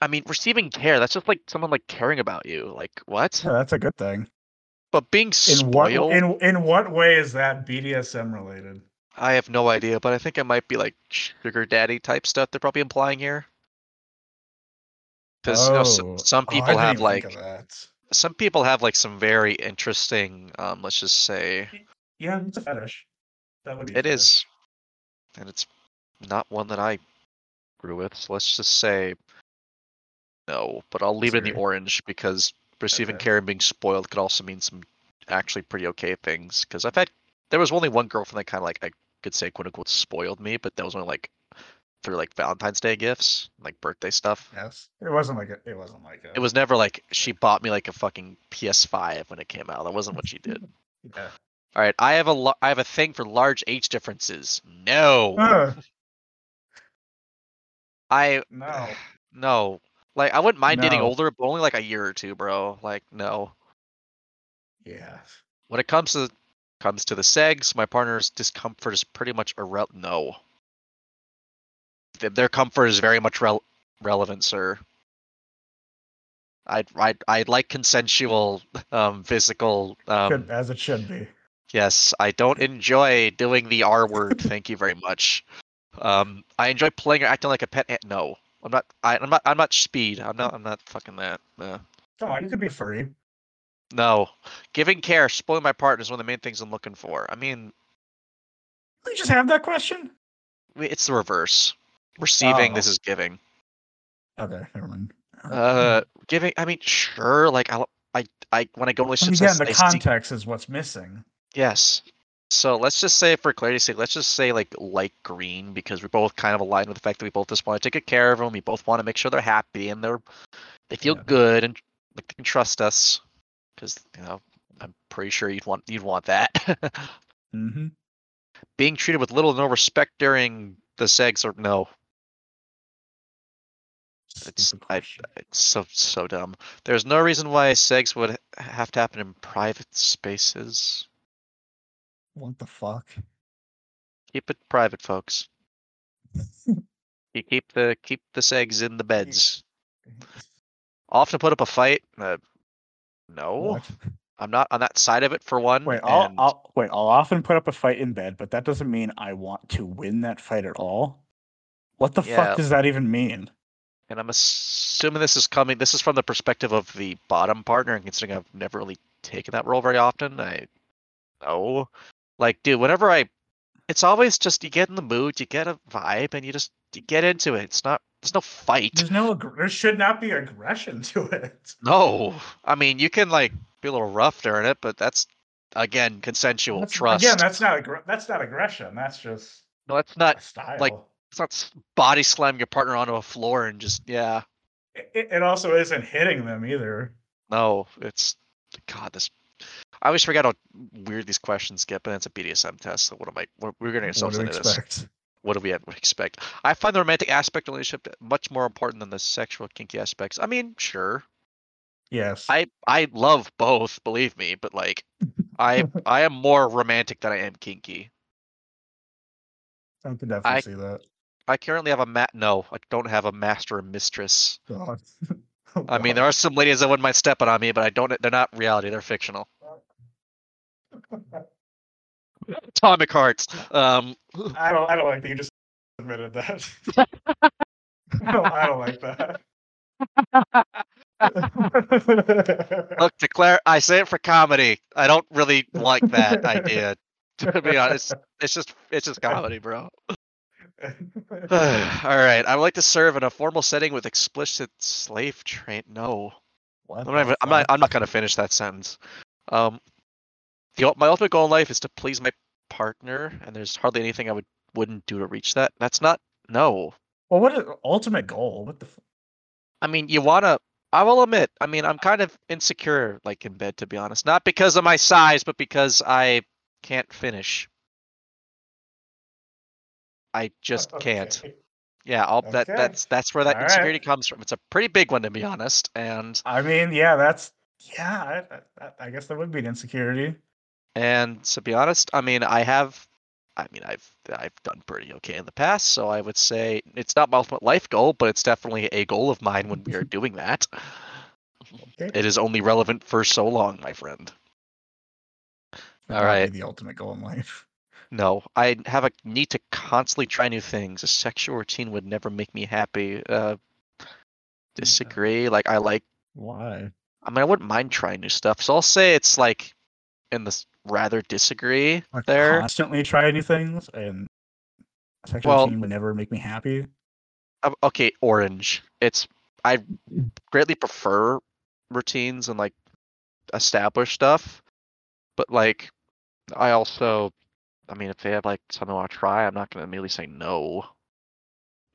I mean, receiving care, that's just like someone like caring about you. Like, what?
yeah, that's a good thing.
But being
In what
spoiled.
in in what way is that BDSM related?
I have no idea, but I think it might be like sugar daddy type stuff they're probably implying here. Because
Oh.
some
Oh, I
people
didn't
have
even
like
think of that.
some people have like some very interesting, um, let's just say
yeah, it's a fetish. That would be. a
it
fetish.
is, and it's not one that I grew with. So let's just say no, but I'll leave it in the
Sorry.
orange because receiving
Okay.
care and being spoiled could also mean some actually pretty okay things. Because I've had there was only one girlfriend that kind of like I could say quote unquote spoiled me, but that was only like through like Valentine's Day gifts, like birthday stuff.
Yes, it wasn't like a, it wasn't like a,
It was never like she bought me like a fucking PS5 when it came out. That wasn't what she
[laughs]
did.
Yeah.
All right, I have a lo- I have a thing for large age differences. No,
Uh,
I
[laughs] no,
no. Like I wouldn't mind dating
No.
older, but only like a year or two, bro. Like no.
yeah,
When it comes to comes to the segs, my partner's discomfort is pretty much irrelevant. No. Th- Their comfort is very much rel- relevant, sir. I'd I'd, I'd like consensual [laughs] um, physical. Um,
Good, as it should be.
yes, I don't enjoy doing the R word. Thank you very much. Um, I enjoy playing or acting like a pet. a- No, I'm not. I, I'm not. I'm not speed. I'm not. I'm not fucking that. uh. No.
Come on, [laughs] you could be furry.
No, giving care, spoiling my partner is one of the main things I'm looking for. I mean,
We just have that question.
I mean, it's the reverse. Receiving, this
Oh.
is giving.
Okay, never mind.
Uh, giving. I mean, sure. Like I, I, I when I go to
And
relationships,
again,
I-
the
I seek-
context is what's missing.
yes. So let's just say, for clarity's sake, let's just say like light green because we're both kind of aligned with the fact that we both just want to take good care of them. We both want to make sure they're happy and they're they feel
Yeah.
good and like they can trust us. Because you know, I'm pretty sure you'd want you'd want that. [laughs]
Mm-hmm.
being treated with little to no respect during the sex or no It's- I- it's so so dumb there's no reason why sex would h- have to happen in private spaces
What the fuck?
keep it private folks you keep the keep the segs in the beds often put up a fight uh, no
What?
i'm not on that side of it for one
Wait,
Oh,
I'll,
hmm, and
I'll wait. I'll often put up a fight in bed, but that doesn't mean I want to win that fight at all. What the
Yeah.
fuck does that even mean?
and i'm assuming this is coming this is from the perspective of the bottom partner and considering i've never really taken that role very often i no like dude whenever i it's always just you get in the mood you get a vibe and you just you get into it it's not there's no fight
There's no. aggr- There should not be aggression [laughs] to it.
no i mean you can like be a little rough during it but that's again consensual
That's-
trust
Again, that's not aggr- that's not aggression. That's just
no, that's
a
not
style.
it's not s- body slam your partner onto a floor and just yeah
it, it- it also isn't hitting them either.
No, it's God. This I always forget how weird these questions get, but it's a BDSM test. So what am I? What, we're getting ourselves
do you
into this.
expect? [laughs]
What do we have- expect? I find the romantic aspect of relationship much more important than the sexual kinky aspects. I mean, sure,
Yes.
I I love both, believe me, but like, I
[laughs]
I am more romantic than I am kinky.
I can definitely
I-
see that. [laughs]
I currently have a mat. No, I don't have a master and mistress.
Oh, God.
I mean, there are some ladies that wouldn't mind stepping on me, but I don't. They're not reality. They're fictional. Atomic hearts. Um,
[laughs] I don't. I don't like that you just [laughs] admitted that. [laughs] I, don't, I don't like
[laughs]
that.
Look, declare. I say it for comedy. I don't really like that idea. [laughs] To be honest, it's just it's just comedy, bro. [sighs] All right, I would like to serve in a formal setting with explicit slave train. No,
[laughs] What
I'm
the
not. Even, I'm not.
fuck?
I'm not gonna finish that sentence. Um, the, ul- my ultimate goal in life is to please my partner, and there's hardly anything I would wouldn't do to reach that. That's not. No,
Well, what is ultimate goal? What the? F-
I mean, you wanna. I will admit. I mean, I'm kind of insecure, like in bed, to be honest. Not because of my size, but because I can't finish. I just can't.
[laughs] Okay.
Yeah, I'll, that
Okay.
that's that's where that
All right.
insecurity comes from. It's a pretty big one, to be honest. And
I mean, yeah, that's yeah. I- I, I, I guess that would be an insecurity.
and to be honest, I mean, I have. I mean, I've I've done pretty okay in the past, so I would say it's not my ultimate life goal, but it's definitely a goal of mine when we
[laughs]
are doing that.
Okay.
It is only relevant for so long, my friend.
That
all
might be
right.
The ultimate goal in life.
No, I have a need to constantly try new things. A sexual routine would never make me happy. Uh, disagree. Like I like.
Why?
I mean, I wouldn't mind trying new stuff. So I'll say it's like, in this rather disagree
Like
there.
constantly try new things, and a sexual
Well-
routine would never make me happy.
Um, okay, orange. It's I greatly prefer routines and like established stuff, but like I also, I mean, if they have like something I want to try, I'm not gonna immediately say no.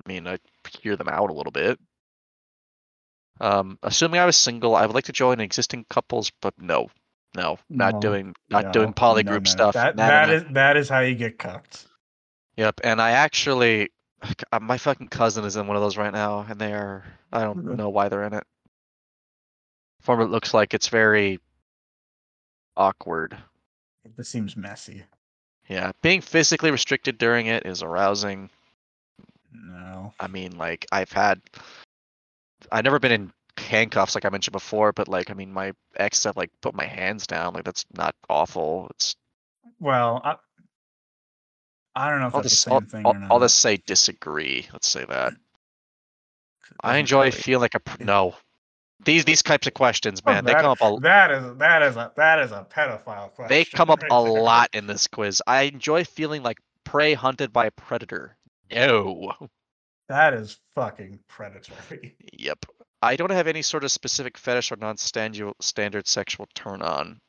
I mean, I hear them out a little bit. Um, assuming I was single, I would like to join existing couples, but no, no, not
No,
doing, not
No,
doing
no,
polygroup
no, no.
stuff.
That
nah, nah,
that
nah.
is that is how you get cucked.
Yep, and I actually, [sighs] uh, my fucking cousin is in one of those right now, and they are. I don't
Okay.
know why they're in it. From what it looks like, it's very awkward.
This seems messy.
Yeah, being physically restricted during it is arousing.
No.
I mean, like I've had, I've never been in handcuffs, like I mentioned before, but like I mean, my ex had like put my hands down. Like that's not awful. It's
Well, I, I don't know if
I'll
that's
just
the same
I'll,
thing uh, or
I'll,
not.
I'll just say disagree. Let's say that I enjoy feeling like a pr- no. These these types of questions,
Oh,
man, they come up a
That is that is a that is a pedophile question.
they come up
right
a
there.
lot in this quiz. I enjoy feeling like prey hunted by a predator. No.
That is fucking predatory. [laughs]
Yep. I don't have any sort of specific fetish or non-standard standard sexual turn on.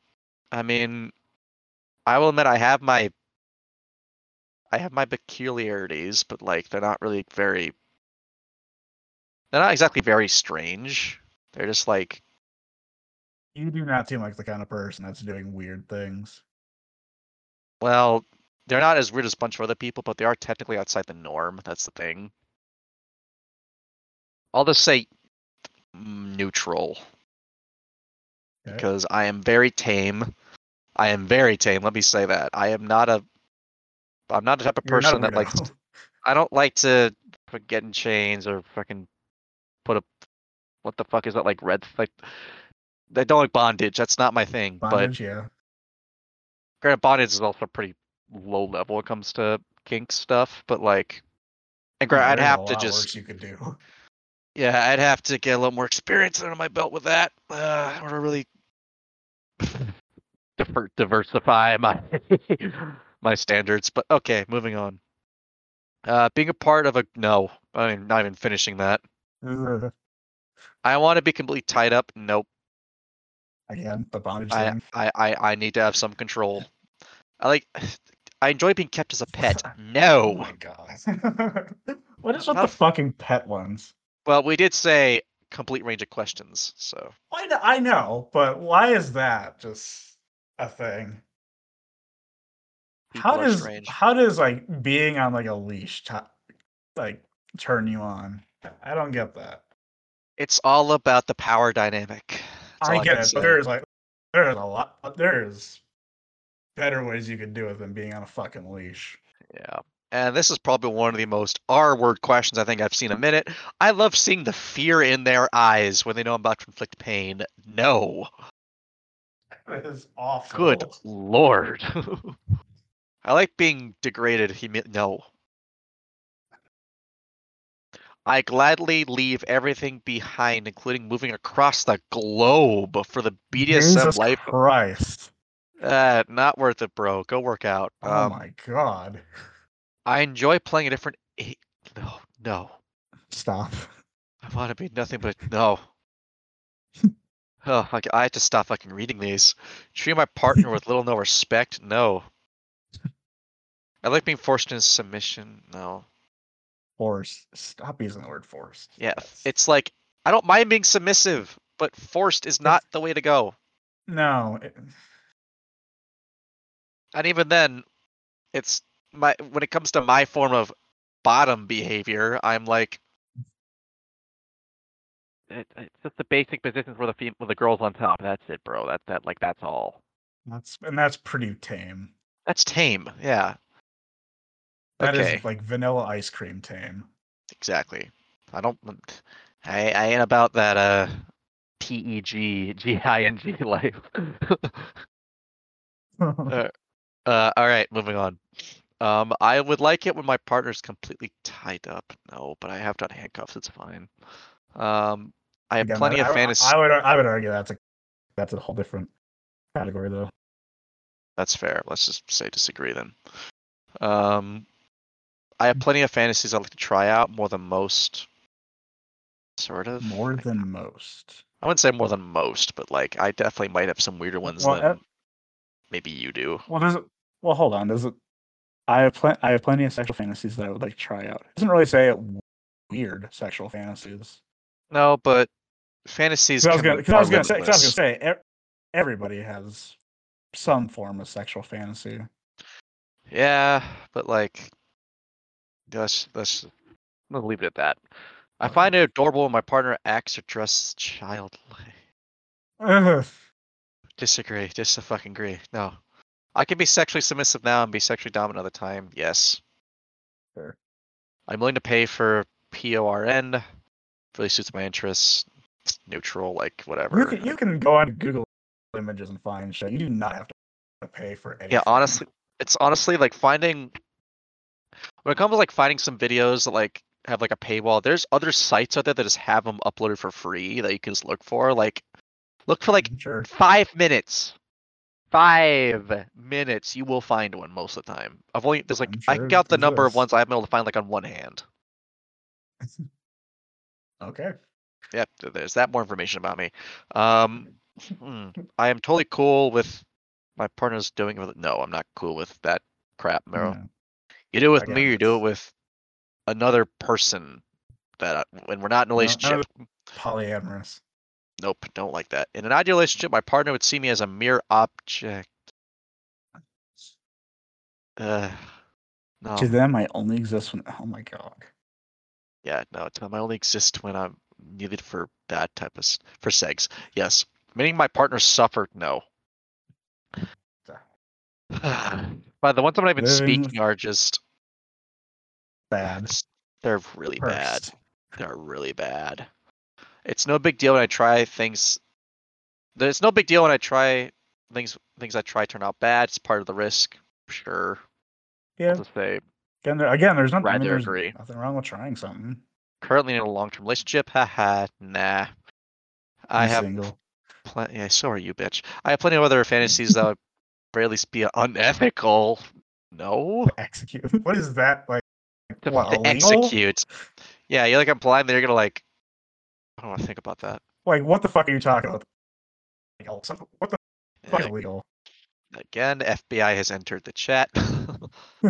I mean, I will admit I have my I have my peculiarities, but like they're not really very they're not exactly very strange. They're just like
You do not seem like the kind of person that's doing weird things.
well, they're not as weird as a bunch of other people, but they are technically outside the norm. That's the thing. I'll just say neutral.
Okay?
because I am very tame. I am very tame. Let me say that I am not a. I'm not the type of
You're not a
person that likes.
weirdo.
I don't like to f- get in chains or fucking put a. What the fuck is that like red like? I don't like bondage. That's not my thing.
[laughs] bondage. Yeah,
But granted, bondage is also pretty low level when it comes to kink stuff. But like, and granted, I'd
There's a
have to
lot
just
worse you could do.
yeah, I'd have to get a little more experience under my belt with that. Uh, I want to really [laughs] diver- diversify my [laughs] my standards. But okay, moving on. Uh, being a part of a no, I'm not even finishing that.
Ugh.
I want to be completely tied up. Nope.
[laughs] Again, the bondage
I,
thing.
I I I need to have some control. I like. [sighs] I enjoy being kept as a pet. [laughs] No.
Oh my god. [laughs] what is with
Oh Not
the
f-
fucking pet ones?
Well, we did say complete range of questions. So
Why do, I know, but why is that just a thing?
people
how
are
does
strange.
how does like being on like a leash to, like turn you on? I don't get that.
It's all about the power dynamic. That's all
I get
can
it,
say.
but there's like there's a lot but there's better ways you could do it than being on a fucking leash.
Yeah. And this is probably one of the most R word questions I think I've seen in a minute. I love seeing the fear in their eyes when they know I'm about to inflict pain. No.
It is awful.
Good lord. Oh. [laughs] I like being degraded. Humi- no. I gladly leave everything behind, including moving across the globe for the BDSM
Jesus
life.
Christ.
Uh, not worth it, bro. Go work out.
Oh
Um,
my god.
I enjoy playing a different. eh, No, no.
Stop.
I want to be nothing but no. oh, I, I have to stop fucking reading these. Treat my partner with little no respect. No. I like being forced into submission. No.
Force. Stop using the word forced.
Yeah,
That's-
It's like I don't mind being submissive, but forced is not the way to go.
no. eh, it-
And even then, it's my when it comes to my form of bottom behavior, I'm like. It, it's just the basic positions where the fem- where the girls on top. That's it, bro. That that like that's all.
that's and that's pretty tame.
That's tame. Yeah.
That is
okay.
like vanilla ice cream tame. [laughs]
Exactly. I don't. I I ain't about that. Uh. P E G G I N G [laughs]
[laughs]
life. uh. All right. Moving on. Um. I would like it when my partner's completely tied up. No, but I have done handcuffs. It's fine. Um. I have
Again,
plenty
I-
of
I-
fantasy.
I would I would argue that's a that's a whole different category though.
That's fair. Let's just say disagree then. Um, I
Hmm.
have plenty of fantasies I like to try out more than most. Sort of.
More
I-
than most.
I wouldn't say more than most, but like I definitely might have some weirder ones
Well,
than
uh,
maybe you do.
Well, does it? Well, hold on. Does it? I have plen- I have plenty of sexual fantasies that I would like to try out. It doesn't really say it weird sexual fantasies.
No, but fantasies.
Because I was
can
gonna,
be-
'cause I
are
was gonna say, 'cause I was gonna
limitless.
say, e- everybody has some form of sexual fantasy. [laughs]
Yeah, but like, let's let's let's leave it at that. I
Okay.
find it adorable when my partner acts or dresses childlike.
Ugh.
Disagree. Just a fucking agree. No. I can be sexually submissive now and be sexually dominant other time. Yes.
Sure.
I'm willing to pay for PORN. Really suits my interests. neutral, like whatever.
You can you can go on Google Images and find shit. You do not have to pay for anything.
yeah, honestly, it's honestly like finding when it comes to like finding some videos that like have like a paywall. There's other sites out there that just have them uploaded for free that you can just look for. Like, look for like
[laughs] sure.
five minutes. Five minutes, you will find one most of the time. I've only there's like
I'm
I
sure
can
it
count the number of
exists.
ones I've been able to find like on one hand.
Okay.
Yep, th- there's that more information about me. Um, hmm, I am totally cool with my partner's doing with it. No, I'm not cool with that crap, Meryl.
Yeah.
You do it
I
with me, you do
guess.
it with another person that I, when we're not in a
No, I
relationship.
Polyamorous.
Nope, don't like that. In an ideal relationship, my partner would see me as a mere object. Uh, no,
To them, I only exist when. Oh my god.
yeah, no, it's I only exist when I'm needed for that type of s- for sex. Yes, meaning my partner suffered. No. [sighs]
So-
but the ones I'm not even
Living with-
speaking are just
Bad.
s- they're really bad.
Cursed.
They're really bad. It's no big deal when I try things. It's no big deal when I try things. Things I try turn out bad. It's part of the risk. Sure.
Yeah.
To say
Again, there, again, there's nothing. I mean,
Rather
there's
agree.
nothing wrong with trying something.
currently in a long-term relationship. Haha. Nah. I
I'm
have [laughs]
single. [laughs]
pl- yeah, so are you, bitch. I have plenty of other fantasies that would barely be unethical. No.
Execute. [laughs] What is that like?
To,
What,
to
illegal?
execute. Yeah, you're like implying that you're gonna like. I don't want to think about that.
Like, what the fuck are you talking about? Like, oh, some- What the
Yeah,
fuck illegal? [laughs]
Again, FBI has entered the chat. [laughs] All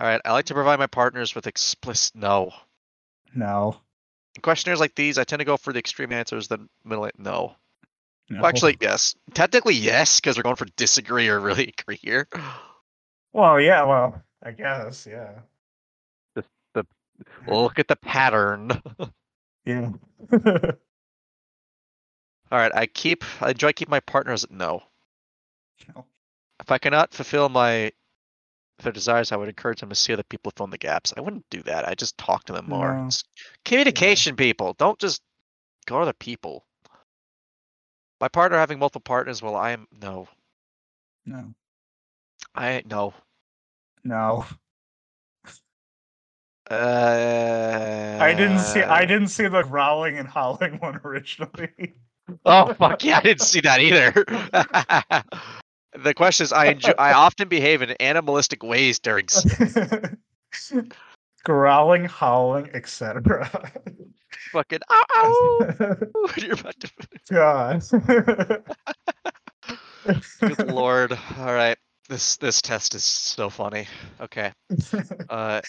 right, I like to provide my partners with explicit no.
no.
In questionnaires like these, I tend to go for the extreme answers than middle no.
no. Oh.
Well, actually, yes. Technically, yes, because we're going for disagree or really [laughs] agree here.
Well, yeah. Well, I guess. Yeah.
The- the- Look at the pattern.
Yeah.
All right, I keep uh, I enjoy keep my partners at no.
No.
If I cannot fulfill my their desires, I would encourage them to see other people fill in the gaps. I wouldn't do that. I just talk to them more.
No.
It's communication, people. Don't just go to other people. My partner having multiple partners. Well, I am no.
no.
I no.
No.
Uh,
I didn't see. I didn't see the growling and howling [laughs] one originally.
[laughs]
[laughs]
Oh fuck yeah, I didn't see that either. [laughs] the question is, I enjoy, I often behave in animalistic ways during
[laughs]
s-
growling, howling, etc.
fucking ow, ow. [laughs] You're about to-
[laughs] God.
Good lord. All right. This this test is so funny. Okay. Uh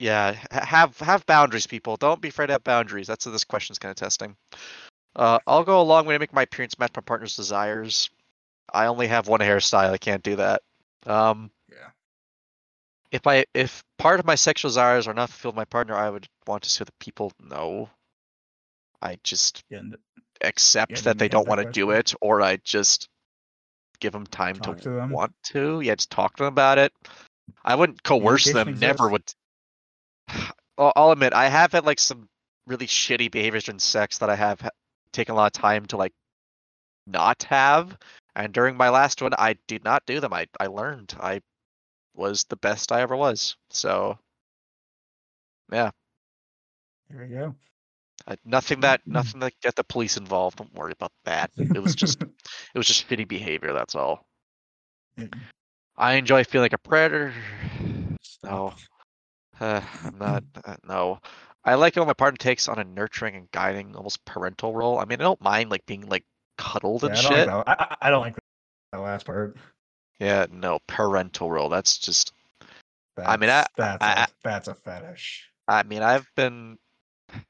yeah, ha- have have boundaries people. Don't be afraid to have boundaries. That's what this question's kind of testing. Uh I'll go a long way to make my appearance match my partner's desires. I only have one hairstyle. I can't do that. Um
Yeah.
if I if part of my sexual desires are not fulfilled by my partner, I would want to see the people know. I just
And
accept
Yeah,
that
didn't
they
we have
don't
that
want to do
question?
it, or I just give them time
Talk
to,
to them.
want to. Yeah, just talk to them about it. I wouldn't coerce them.
Communication
Never would. [sighs] I'll, I'll admit, I have had like some really shitty behaviors during sex that I have ha- taken a lot of time to like not have. And during my last one, I did not do them. I I learned. I was the best I ever was. So
Here we go.
I, nothing
Mm,
that nothing that get the police involved. Don't worry about that. It
[laughs]
was just it was just shitty behavior. That's all. I enjoy feeling like a predator. [sighs] No, uh, I'm
[laughs]
not. Uh, no, I like it when my partner takes on a nurturing and guiding, almost parental role. I mean, I don't mind like being like cuddled
Yeah,
and
I, don't
shit.
like that. I, I- I don't like that last part.
yeah, no, parental role. That's just. I mean, I-
That's-
I- I-
that's a, that's a fetish.
I mean, I've been. In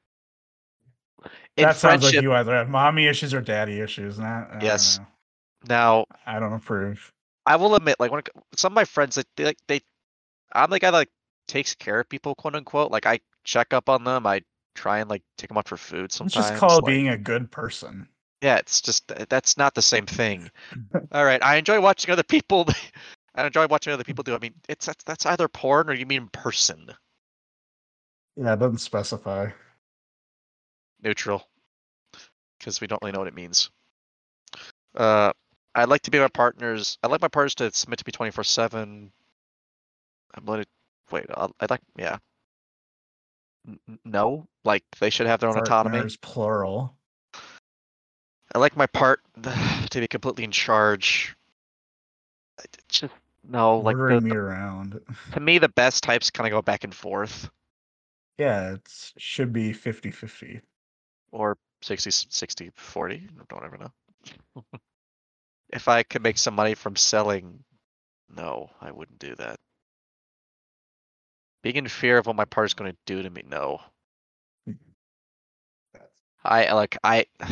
That sounds
friendship
like you either have mommy issues or daddy issues. Not I don't
Yes.
know.
now,
I don't approve.
I will admit, like when it c- some of my friends, like they, like, they I'm the guy that like takes care of people, quote unquote. Like I check up on them. I try and like take them out for food
It's
sometimes.
just called
like-
being a good person.
Yeah, it's just th- that's not the same
[laughs]
thing. All right, I enjoy watching other people. [laughs] I enjoy watching other people do. it. I mean, it's that's, that's either porn or you mean person
Yeah, it doesn't specify.
neutral. because we don't really know what it means. Uh, I like to be my partners. I like my partners to submit to me twenty four seven. I'm gonna wait. I'll, I'd like yeah. N- n- No, like they should have their own autonomy.
Partners, plural.
I like my part [sighs] to be completely in charge. I d- Just no, Oh, like the,
ordering me around.
to me the best types kind of go back and forth
Yeah, it's should be 50-50.
or 60 60 40. Don't ever know. if I could make some money from selling, no, I wouldn't do that. Being in fear of what my partner's going to do to me, no. I uh, like I. [sighs]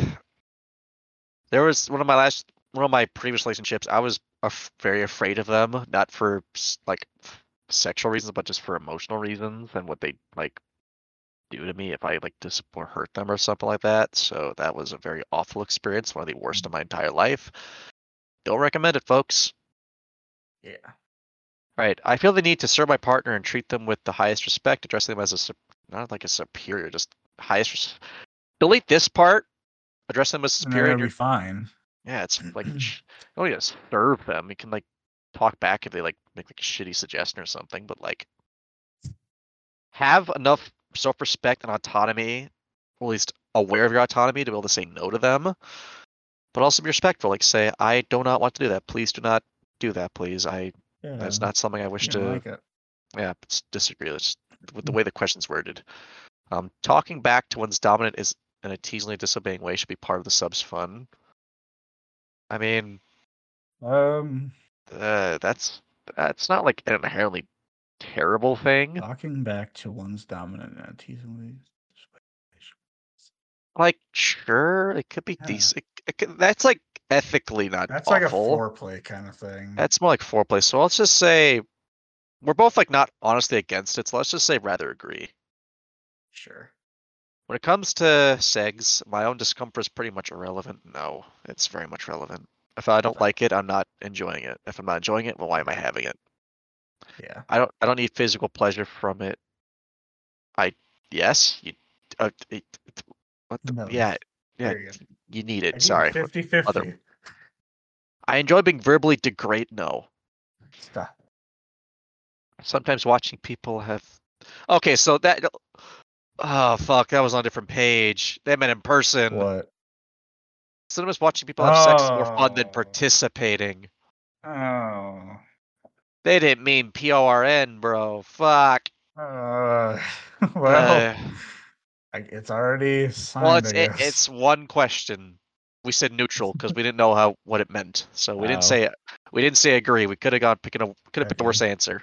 There was one of my last, one of my previous relationships. I was af- very afraid of them, not for s- like sexual reasons, but just for emotional reasons and what they like do to me if I like disappoint, hurt them or something like that. So that was a very awful experience, one of the worst of my entire life. Don't recommend it, folks.
Yeah.
All right, I feel the need to serve my partner and treat them with the highest respect, address them as a sup- not like a superior, just highest. Res- Delete this part. Address them as
And they're
superior. and
gonna be
you're-
fine.
yeah, it's like sh- you don't need to serve them. You can like talk back if they like make like a shitty suggestion or something, but like have enough self-respect and autonomy, or at least aware of your autonomy to be able to say no to them, but also be respectful. Like say, I do not want to do that. Please do not do that. Please, I
Yeah.
that's not something I wish
you
to.
don't like it.
Yeah, it's disagree. It's with
Hmm.
the way the question's worded. Um, talking back to one's dominant is in a teasingly disobeying way should be part of the sub's fun. I mean,
Um
uh, that's that's not like an inherently terrible thing.
talking back to one's dominant and teasingly.
Like, sure, it could be
Yeah.
decent. it- it could- that's like ethically not
That's like a
awful.
foreplay kind of thing.
That's more like foreplay. So let's just say we're both like not honestly against it. So let's just say rather agree.
sure.
When it comes to segs, my own discomfort is pretty much irrelevant. No, it's very much relevant. If I don't like it, I'm not enjoying it. If I'm not enjoying it, well, why am I having it?
Yeah.
I don't. I don't need physical pleasure from it. I yes, you. Uh, it, it- what the,
No.
Yeah, yeah.
There you go.
You need it. Sorry.
50 50.
I enjoy being verbally degrade. No.
Stop.
Sometimes watching people have. Okay, so that. Oh fuck! That was on a different page. That meant in person.
What?
Sometimes watching people have sex is more fun than
Oh.
participating.
Oh. [laughs]
They didn't mean P O R N, bro. Fuck.
Uh, well,
Uh,
I it's already signed.
well, it's
I
it,
guess.
it's one question. We said neutral because we didn't know how what it meant, so we didn't
Oh.
say we didn't say agree. We could have gone picking a could have picked the
Okay.
worst answer.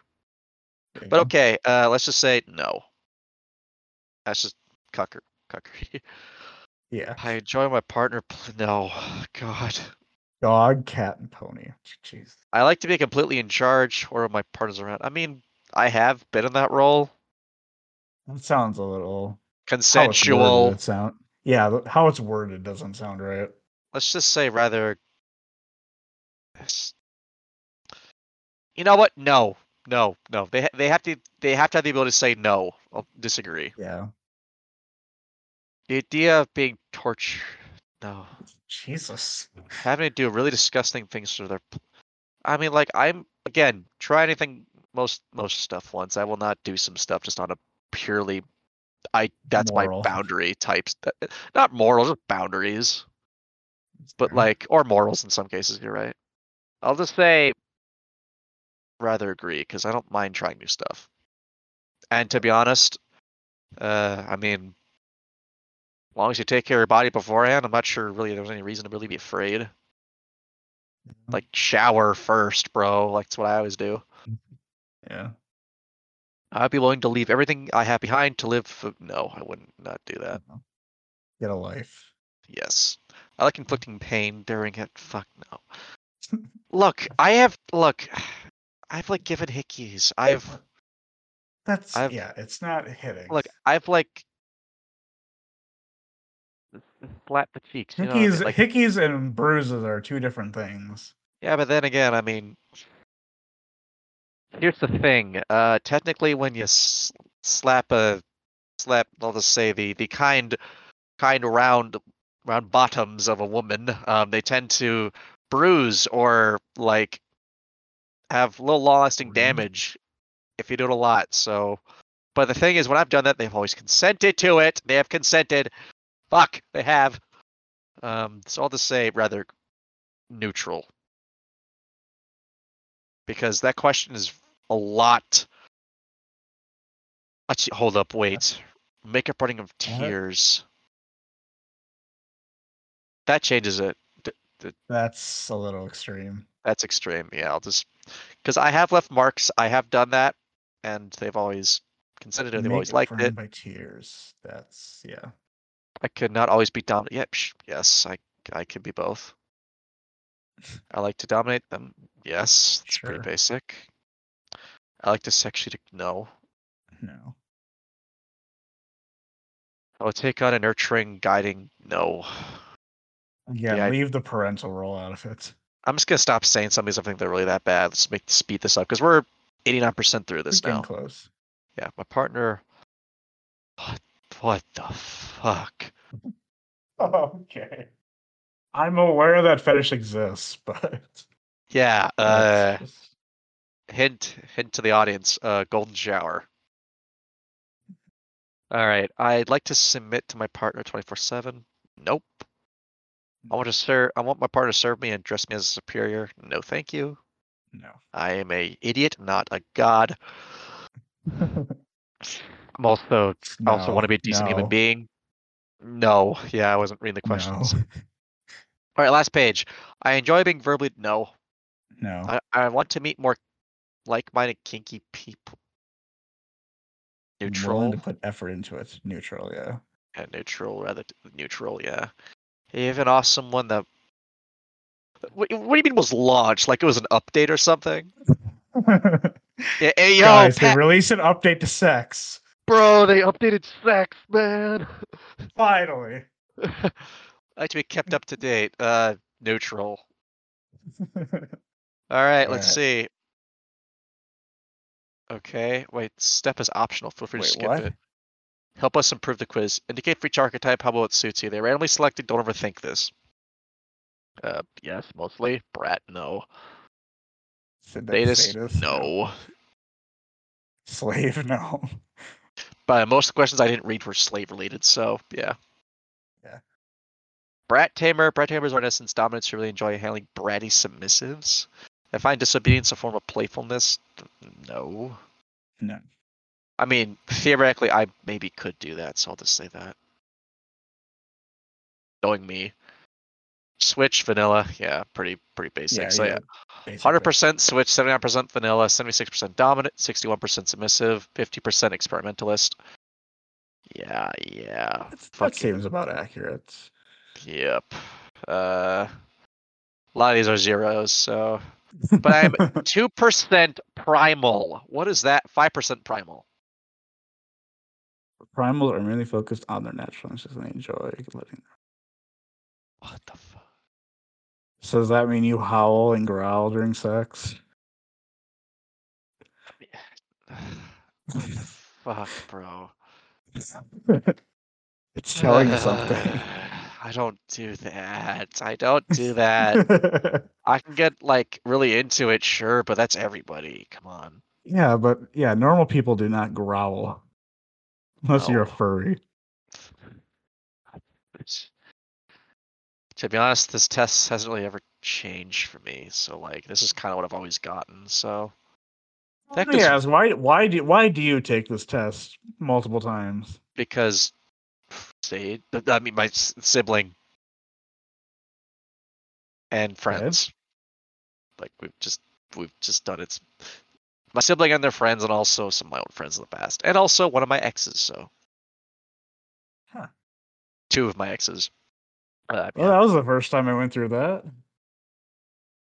There you
But
go.
okay, uh, let's just say no. That's just cucker [laughs] cuckery.
Yeah.
I enjoy my partner. Pl- no, God.
Dog, cat, and pony. Jeez.
I like to be completely in charge or my partner's around. I mean, I have been in that role.
That sounds a little how it's worded,
Consensual.
It sound yeah, th- how it's worded doesn't sound right.
let's just say rather Yes. you know what no no no they ha- they have to they have to have the ability to say no I'll disagree
Yeah.
the idea of being tortured no
Jesus.
having to do really disgusting things to their p- i mean like i'm again try anything most most stuff once i will not do some stuff just on a purely i that's
Moral.
my boundary types that- not moral just boundaries but
Fair.
like or morals in some cases you're right i'll just say rather agree because i don't mind trying new stuff and to be honest uh i mean as long as you take care of your body beforehand i'm not sure really there's any reason to really be afraid like shower first bro like that's what i always do
yeah.
i'd be willing to leave everything i have behind to live for... no i wouldn't not do that
Get a life.
Yes. I like inflicting pain during it. Fuck no. look, I have look. I've like given hickeys. I've
That's
I've-
yeah, it's not hitting.
look. I've like slapped the cheeks. You know what I mean?
hickeys
Like,
hickeys and bruises are two different things.
yeah, but then again, I mean, here's the thing. Uh, technically, when you s- slap a slap, I'll just say the the kind, kind round round bottoms of a woman, um, they tend to bruise or like have little long-lasting
Really?
damage if you do it a lot. So, but the thing is, when I've done that, they've always consented to it. They have consented. Fuck, they have. Um, it's all to say rather neutral because that question is a lot. Actually, hold up, wait. Makeup running of tears. That changes it.
That's a little extreme.
That's extreme. Yeah, I'll just because I have left marks. I have done that, and they've always considered it. They've
Make
always liked
burn
it.
By tears. That's yeah.
I could not always be dominant. Yep. sh yes, I I can be both. I like to dominate them. Yes, it's
Sure.
pretty basic. I like to sexually to no.
No.
I would take on a nurturing, guiding. No,
Again,
Yeah, I-
leave the parental role out of
[laughs]
it.
I'm just gonna stop saying some of these. I think they're really that bad. Let's make speed this up because we're 89% through
We're
this
getting
now.
close. [laughs]
Yeah, my partner. What, what the fuck?
Okay. I'm aware that fetish exists, [laughs] but
Yeah. Uh,
that's just-
hint hint to the audience uh golden shower all right i'd like to submit to my partner 24 7 nope i want to serve i want my partner to serve me and dress me as a superior no thank you
no. [laughs]
i am a idiot not a god i'm also also want to be a decent human being no yeah i wasn't reading the questions all right last page i enjoy being verbally no
[laughs] No.
I, I want to meet more like-minded kinky people.
I'm
Neutral
willing to put effort into it. Neutral, yeah. [laughs]
and neutral rather t- neutral, yeah. Even off someone that. What, what do you mean was launched? Like it was an update or something? Yeah, hey, yo,
Guys, they
Pat-
released an update to sex.
bro, they updated sex, man. [laughs]
Finally. [laughs]
I like to be
Mm.
kept up to date. Uh, neutral. All right,
All
let's
right.
see. Okay, wait. Step is optional. Feel free
Wait,
to skip
what?
it. Help us improve the quiz. Indicate for each archetype how well it suits you. They randomly selected. Don't overthink this. Uh, yes, mostly. Brat, no.
Sadist,
Sadist,
sadist,
no.
Slave, [laughs] no.
But most of the questions I didn't read were slave related, so yeah.
Yeah.
Brat tamer. Brat tamers are in essence dominants who really enjoy handling bratty submissives. I find disobedience a form of playfulness. No.
No.
I mean, theoretically, I maybe could do that, so I'll just say that. Knowing me, switch vanilla, yeah, pretty pretty basic. so yeah, hundred percent switch, seventy nine percent vanilla, seventy six percent dominant, sixty one percent submissive, fifty percent experimentalist. Yeah, yeah,
That
fuck it.
seems about accurate.
yep. Uh, a lot of these are zeros, [laughs] so but I'm
[laughs]
two percent primal. What is that? Five percent primal.
Primal are merely focused on their natural instincts and they enjoy living.
What the fuck?
So does that mean you howl and growl during
[laughs]
sex?
[sighs] Fuck, bro.
it's telling
[laughs]
us something.
I don't do that. I don't do that. I can get like really into it, sure, but that's everybody. Come on.
[laughs] yeah, but yeah, normal people do not growl unless you're a
No.
furry.
It's- To be honest, this test hasn't really ever changed for me. So like, this is kind of what I've always gotten. So That
Let me
does-
ask, why why do why do you take this test multiple times?
because, say, I mean, my s- sibling and friends, like we've just we've just done it. My sibling and their friends, and also some of my old friends in the past, and also one of my exes. So,
Huh.
two of my exes. Uh,
Well, Oh, that was the first time I went through that.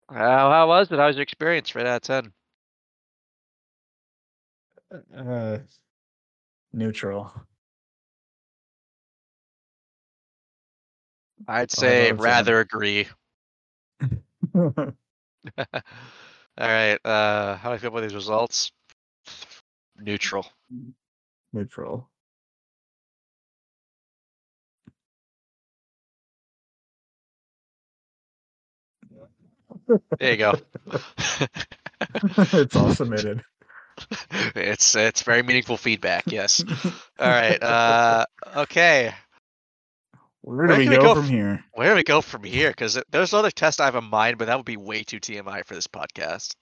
How how was it? How was your experience? Right out of ten.
Uh, [laughs] neutral.
I'd
Oh, I thought
say
it was, uh,
rather agree. [laughs] All right. Uh, how do I feel about these results? Neutral. [laughs]
neutral.
There you
[laughs]
go.
[laughs] it's all
[laughs]
submitted.
it's it's very meaningful feedback. Yes. All right. Uh, okay.
Where
where
do we
can we
go,
go
from
f-
here?
Where do we go from here? Because there's other tests I have in mind, but that would be way too TMI for this podcast.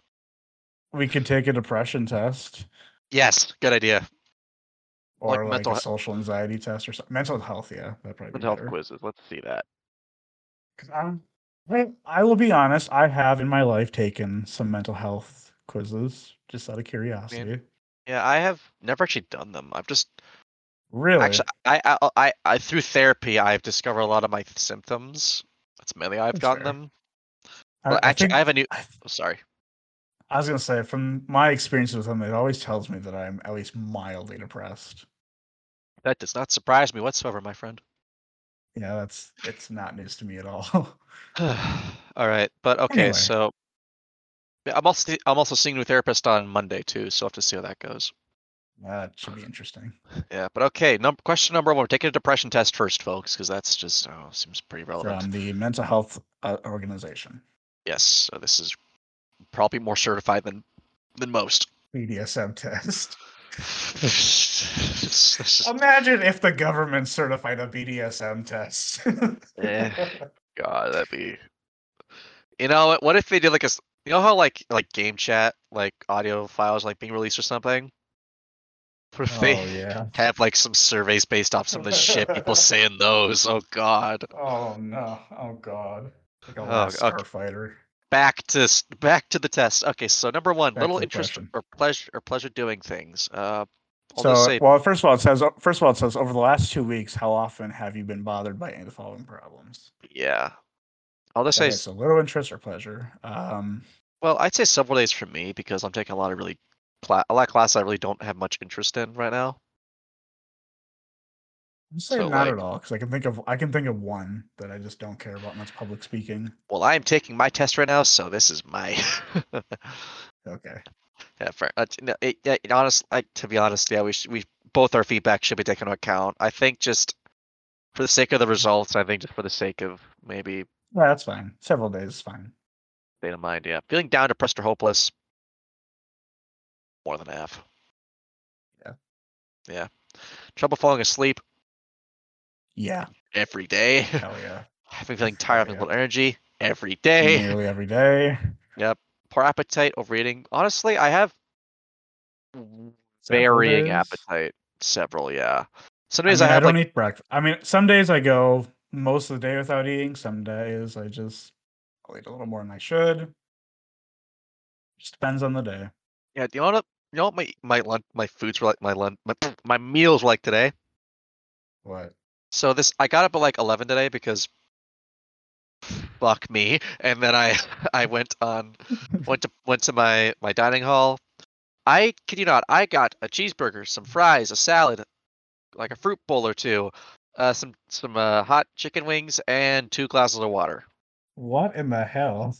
We could take a depression test
Yes. Good idea. Like
or like,
mental
a
he-
social anxiety test or something. Mental health, yeah, that probably.
Mental health
better.
quizzes. Let's see that.
'Cause I'm- I, I will be honest. I have in my life taken some mental health quizzes just out of curiosity.
Yeah, I have never actually done them. I've just
Really?
Actually, I, I, I, I, through therapy, I've discovered a lot of my symptoms. That's mainly I've
That's
gotten
fair.
them.
I-
Well,
I
actually,
think-
I have a new.
I-
oh, sorry.
I was gonna say, from my experience with them, it always tells me that I'm at least mildly depressed.
That does not surprise me whatsoever, my friend.
Yeah, that's it's not news to me at all. [laughs]
[sighs] All right, but okay.
Anyway.
So Yeah, I'm also I'm also seeing a new therapist on Monday too, so I will have to see how that goes.
that should be interesting.
Yeah, but okay. Number question number one. We're taking a depression test first, folks, because that's just oh, seems pretty relevant.
From the mental health uh, organization,
Yes, so this is probably more certified than than
[laughs]
most. [laughs]
BDSM test.
This is-
Imagine if the government certified a BDSM test. [laughs]
Eh. God, that'd be. You know what? What if they did like a? s- You know how like like game chat, like audio files, like being released or something. What if
oh
they
yeah.
have like some surveys based off some of the shit
[laughs]
people say in those? Oh God.
Oh no. Oh god. Like a
Oh,
last
okay.
starfighter.
Back to s- back to the test. Okay, so number one,
Back to
little
the
interest
question.
or pleasure or pleasure doing things. Uh, I'll
So,
just say
well, first of all, it says first of all, it says over the last two weeks, how often have you been bothered by any of the following problems?
yeah. I'll just
That
say
is a little interest or pleasure. Um,
Well, I'd say several days for me because I'm taking a lot of really cla- a lot of classes I really don't have much interest in right now.
I'm saying
So,
not
like-
at all because I can think of I can think of one that I just don't care about, and that's public speaking.
Well, I'm taking my test right now, so this is my. [laughs]
Okay,
yeah, for, uh, t- no, it, yeah, it honest, like to be honest, yeah, we should, we both our feedback should be taken into account. I think just for the sake of the results, I think just for the sake of maybe
yeah, that's fine. Several days is fine.
state of mind, yeah, feeling down, depressed, or hopeless, more than half.
Yeah.
Yeah. Trouble falling asleep
Yeah,
every day. [laughs]
hell yeah,
I've been feeling tired,
Yeah.
of energy every day.
nearly every day.
Poor appetite, overeating. Honestly, I have w-
several
varying
days.
appetite. Several, yeah. Some
I, mean,
days I,
I,
have
don't
like
eat breakfast. I mean, some days I go most of the day without eating. Some days I just I'll eat a little more than I should. Just depends on the day.
yeah. Do you know what? You know what my my lunch my foods were like my lunch my, [sniffs] my meals were like today.
What?
So this I got up at like eleven today because fuck me, and then I [laughs] I went on went to went to my my dining hall. I kid you not, I got a cheeseburger, some fries, a salad, like a fruit bowl or two, uh, some some uh, hot chicken wings, and two glasses of water.
What in the hell?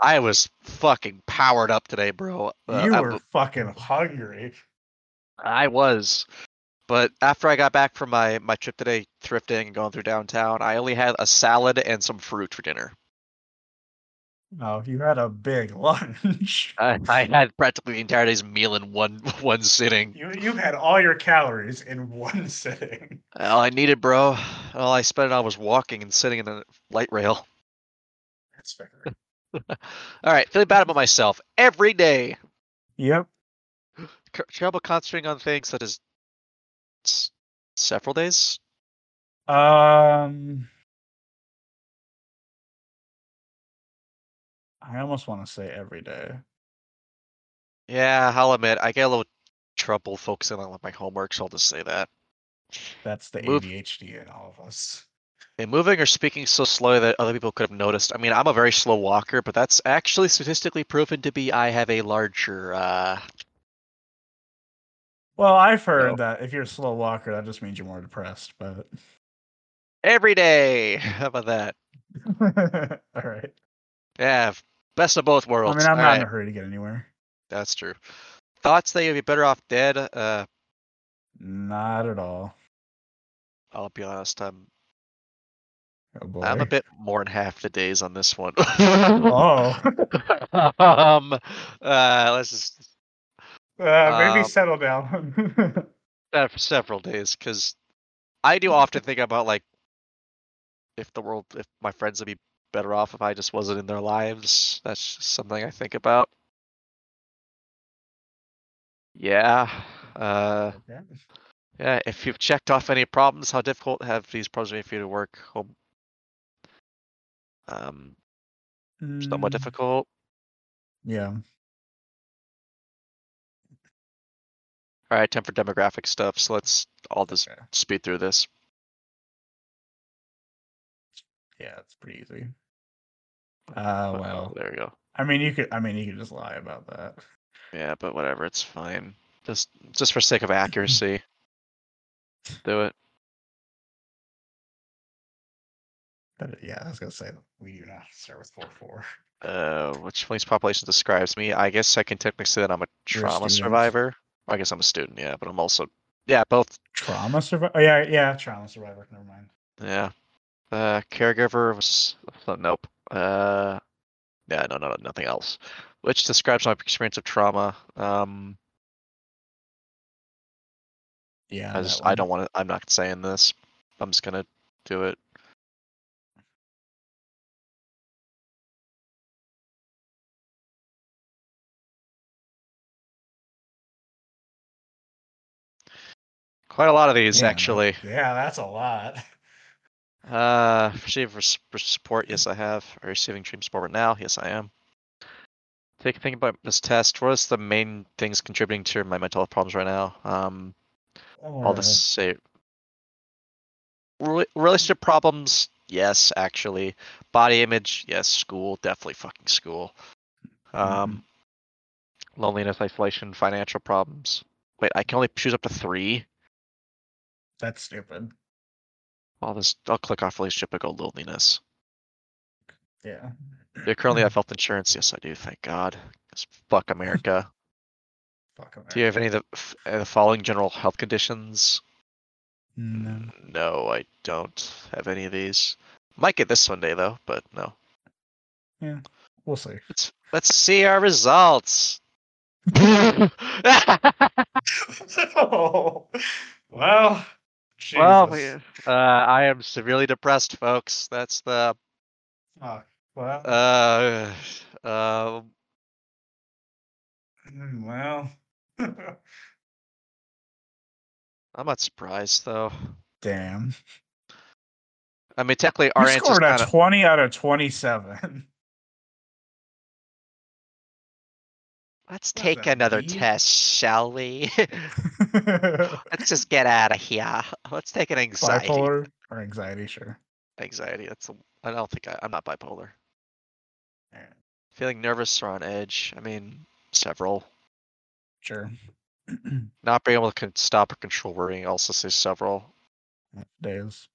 I was fucking powered up today, bro. Uh,
you
I,
were fucking hungry.
I was. But after I got back from my, my trip today, thrifting and going through downtown, I only had a salad and some fruit for dinner.
No, you had a big [laughs] lunch.
I, I had practically the entire day's meal in one [laughs] one sitting.
You you had all your calories in one [laughs] sitting.
All I needed, bro. All I spent it on was walking and sitting in the light rail. [laughs]
That's fair.
All right, feeling bad about myself every day.
Yep.
C- trouble concentrating on things such as s- several days.
Um I almost want to say every day.
Yeah, I'll admit I get a little trouble focusing on like, my homework, so I'll just say that.
That's the
Move-
ADHD in all of us.
And moving or speaking so slowly that other people could have noticed. I mean, I'm a very slow walker, but that's actually statistically proven to be I have a larger. uh
Well, I've heard
No.
that if you're a slow walker, that just means you're more depressed, but [laughs]
Every day, [laughs] how about that?
all right.
Yeah, f- best of both
I
worlds.
mean, I'm
All
not in a
right,
hurry to get anywhere.
That's true. Thoughts that you'd be better off dead. Uh,
Not at all.
I'll be honest, I'm
Oh boy.
I'm a bit more than half the days on this one.
[laughs]
[laughs]
Oh, [laughs] uh,
um, uh, let's just
maybe
Um,
settle down. [laughs]
uh, for several days because I do often think about like if the world, if my friends would be better off if I just wasn't in their lives. That's just something I think about. Yeah. Uh,
Okay.
yeah. If you've checked off any problems, how difficult have these problems been for you to work home? Um, somewhat
Mm,
difficult.
Yeah.
All right, time for demographic stuff. So let's all just
okay.
speed through this.
Yeah, it's pretty easy. Uh,
Uh,
well,
there you go.
I mean, you could. I mean, you could just lie about that.
Yeah, but whatever, it's fine. Just just for
[clears throat]
sake of accuracy. Do it.
But yeah, I was gonna say we do not start with four four.
Uh, which police population describes me? I guess I can technically say that I'm a
You're a
trauma
student.
survivor. I guess I'm a student, yeah, but I'm also yeah, both
Trauma survivor. Oh, yeah, yeah, trauma survivor. Never mind.
yeah. Uh, caregiver was oh, nope. Uh, yeah, no, no, nothing else. Which describes my experience of trauma. Um,
Yeah,
I
that
just I
one.
don't want to. I'm not saying this. I'm just gonna do it. Quite a lot of these,
Damn, that-
actually.
Yeah, that's a lot. [laughs]
Uh, receive res- res- support. Yes, I have. Are you receiving dream support right now? Yes, I am. Take a think about this test. What is the main things contributing to my mental health problems right now? Um, all the same. Rel- relationship problems, yes, actually. Body image, yes. School, definitely fucking school. Um, loneliness, isolation, financial problems. Wait, I can only choose up to three.
That's stupid.
I'll just I'll click off relationship and go loneliness.
Yeah.
Do you currently have health insurance? Yes, I do. Thank God. 'Cause Fuck America.
Fuck
Do you have any of the, f- uh, the following general health conditions?
No.
No, I don't have any of these. Might get this one day though, but no.
We'll see. [laughs]
Let's let's see our results. well,
oh, well.
we- uh,
Jesus.
I am severely depressed, folks. That's the
Fuck. Well,
uh, uh,
mm, well. [laughs]
I'm not surprised though.
Damn.
I mean, technically,
You
our answer
scored a 20 out of 27. [laughs]
Let's
What
take
the
another
beep?
test, shall we? [laughs] Let's just get out of here. Let's take an anxiety.
Bipolar or anxiety, sure.
Anxiety. That's. A, I don't think I, I'm not bipolar.
Alright,
Feeling nervous or on edge. I mean, several.
Sure. [clears throat]
Not being able to con- stop or control worrying. Also, say several.
Days.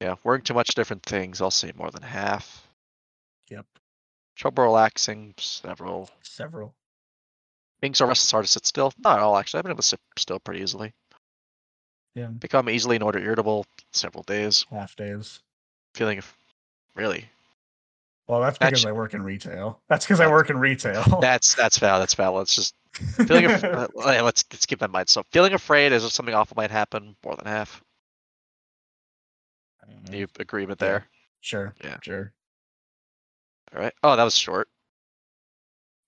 Yeah, worrying too much different things. I'll say more than half.
Yep.
Trouble relaxing, several.
Several.
Being so restless, hard to sit still. Not at all, actually. I've been able to sit still pretty easily.
Yeah.
Become easily annoyed or irritable, several days.
Half days.
Feeling, really.
Well, that's
That's-
because I work in retail. That's because I
That's-
work in retail. [laughs]
That's that's valid. That's valid. Let's just feeling. Af- uh, well, yeah, let's let's keep that in mind. So, feeling afraid is if something awful might happen. More than half.
Mm,
You agreement
Yeah.
there?
Sure.
Yeah.
Sure.
All right. Oh, that was short.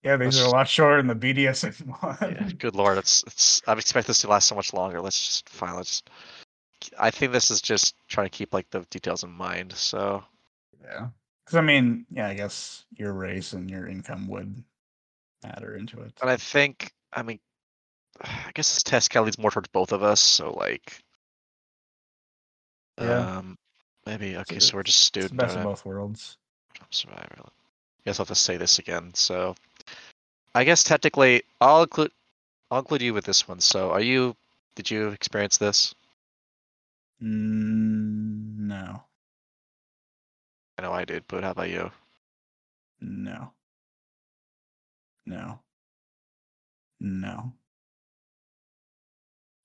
Yeah, these are a
Let's-
lot shorter than the BDSM
Yeah,
[laughs] one.
[laughs] good lord, it's it's. I expect this to last so much longer. Let's just finally just. I think this is just trying to keep like the details in mind. So
Yeah. Because, I mean, yeah, I guess your race and your income would matter into it.
And I think, I mean, [sighs] I guess this test kind of leads more towards both of us. So like,
Yeah.
um, maybe okay.
it's-
So we're just
It's the
student
best of
uh,
both worlds.
survivor. Guess I'll have to say this again. So, I guess technically, I'll include, I'll include you with this one. So, are you? Did you experience this?
Mm, no.
I know I did, but how about you?
No. No. No.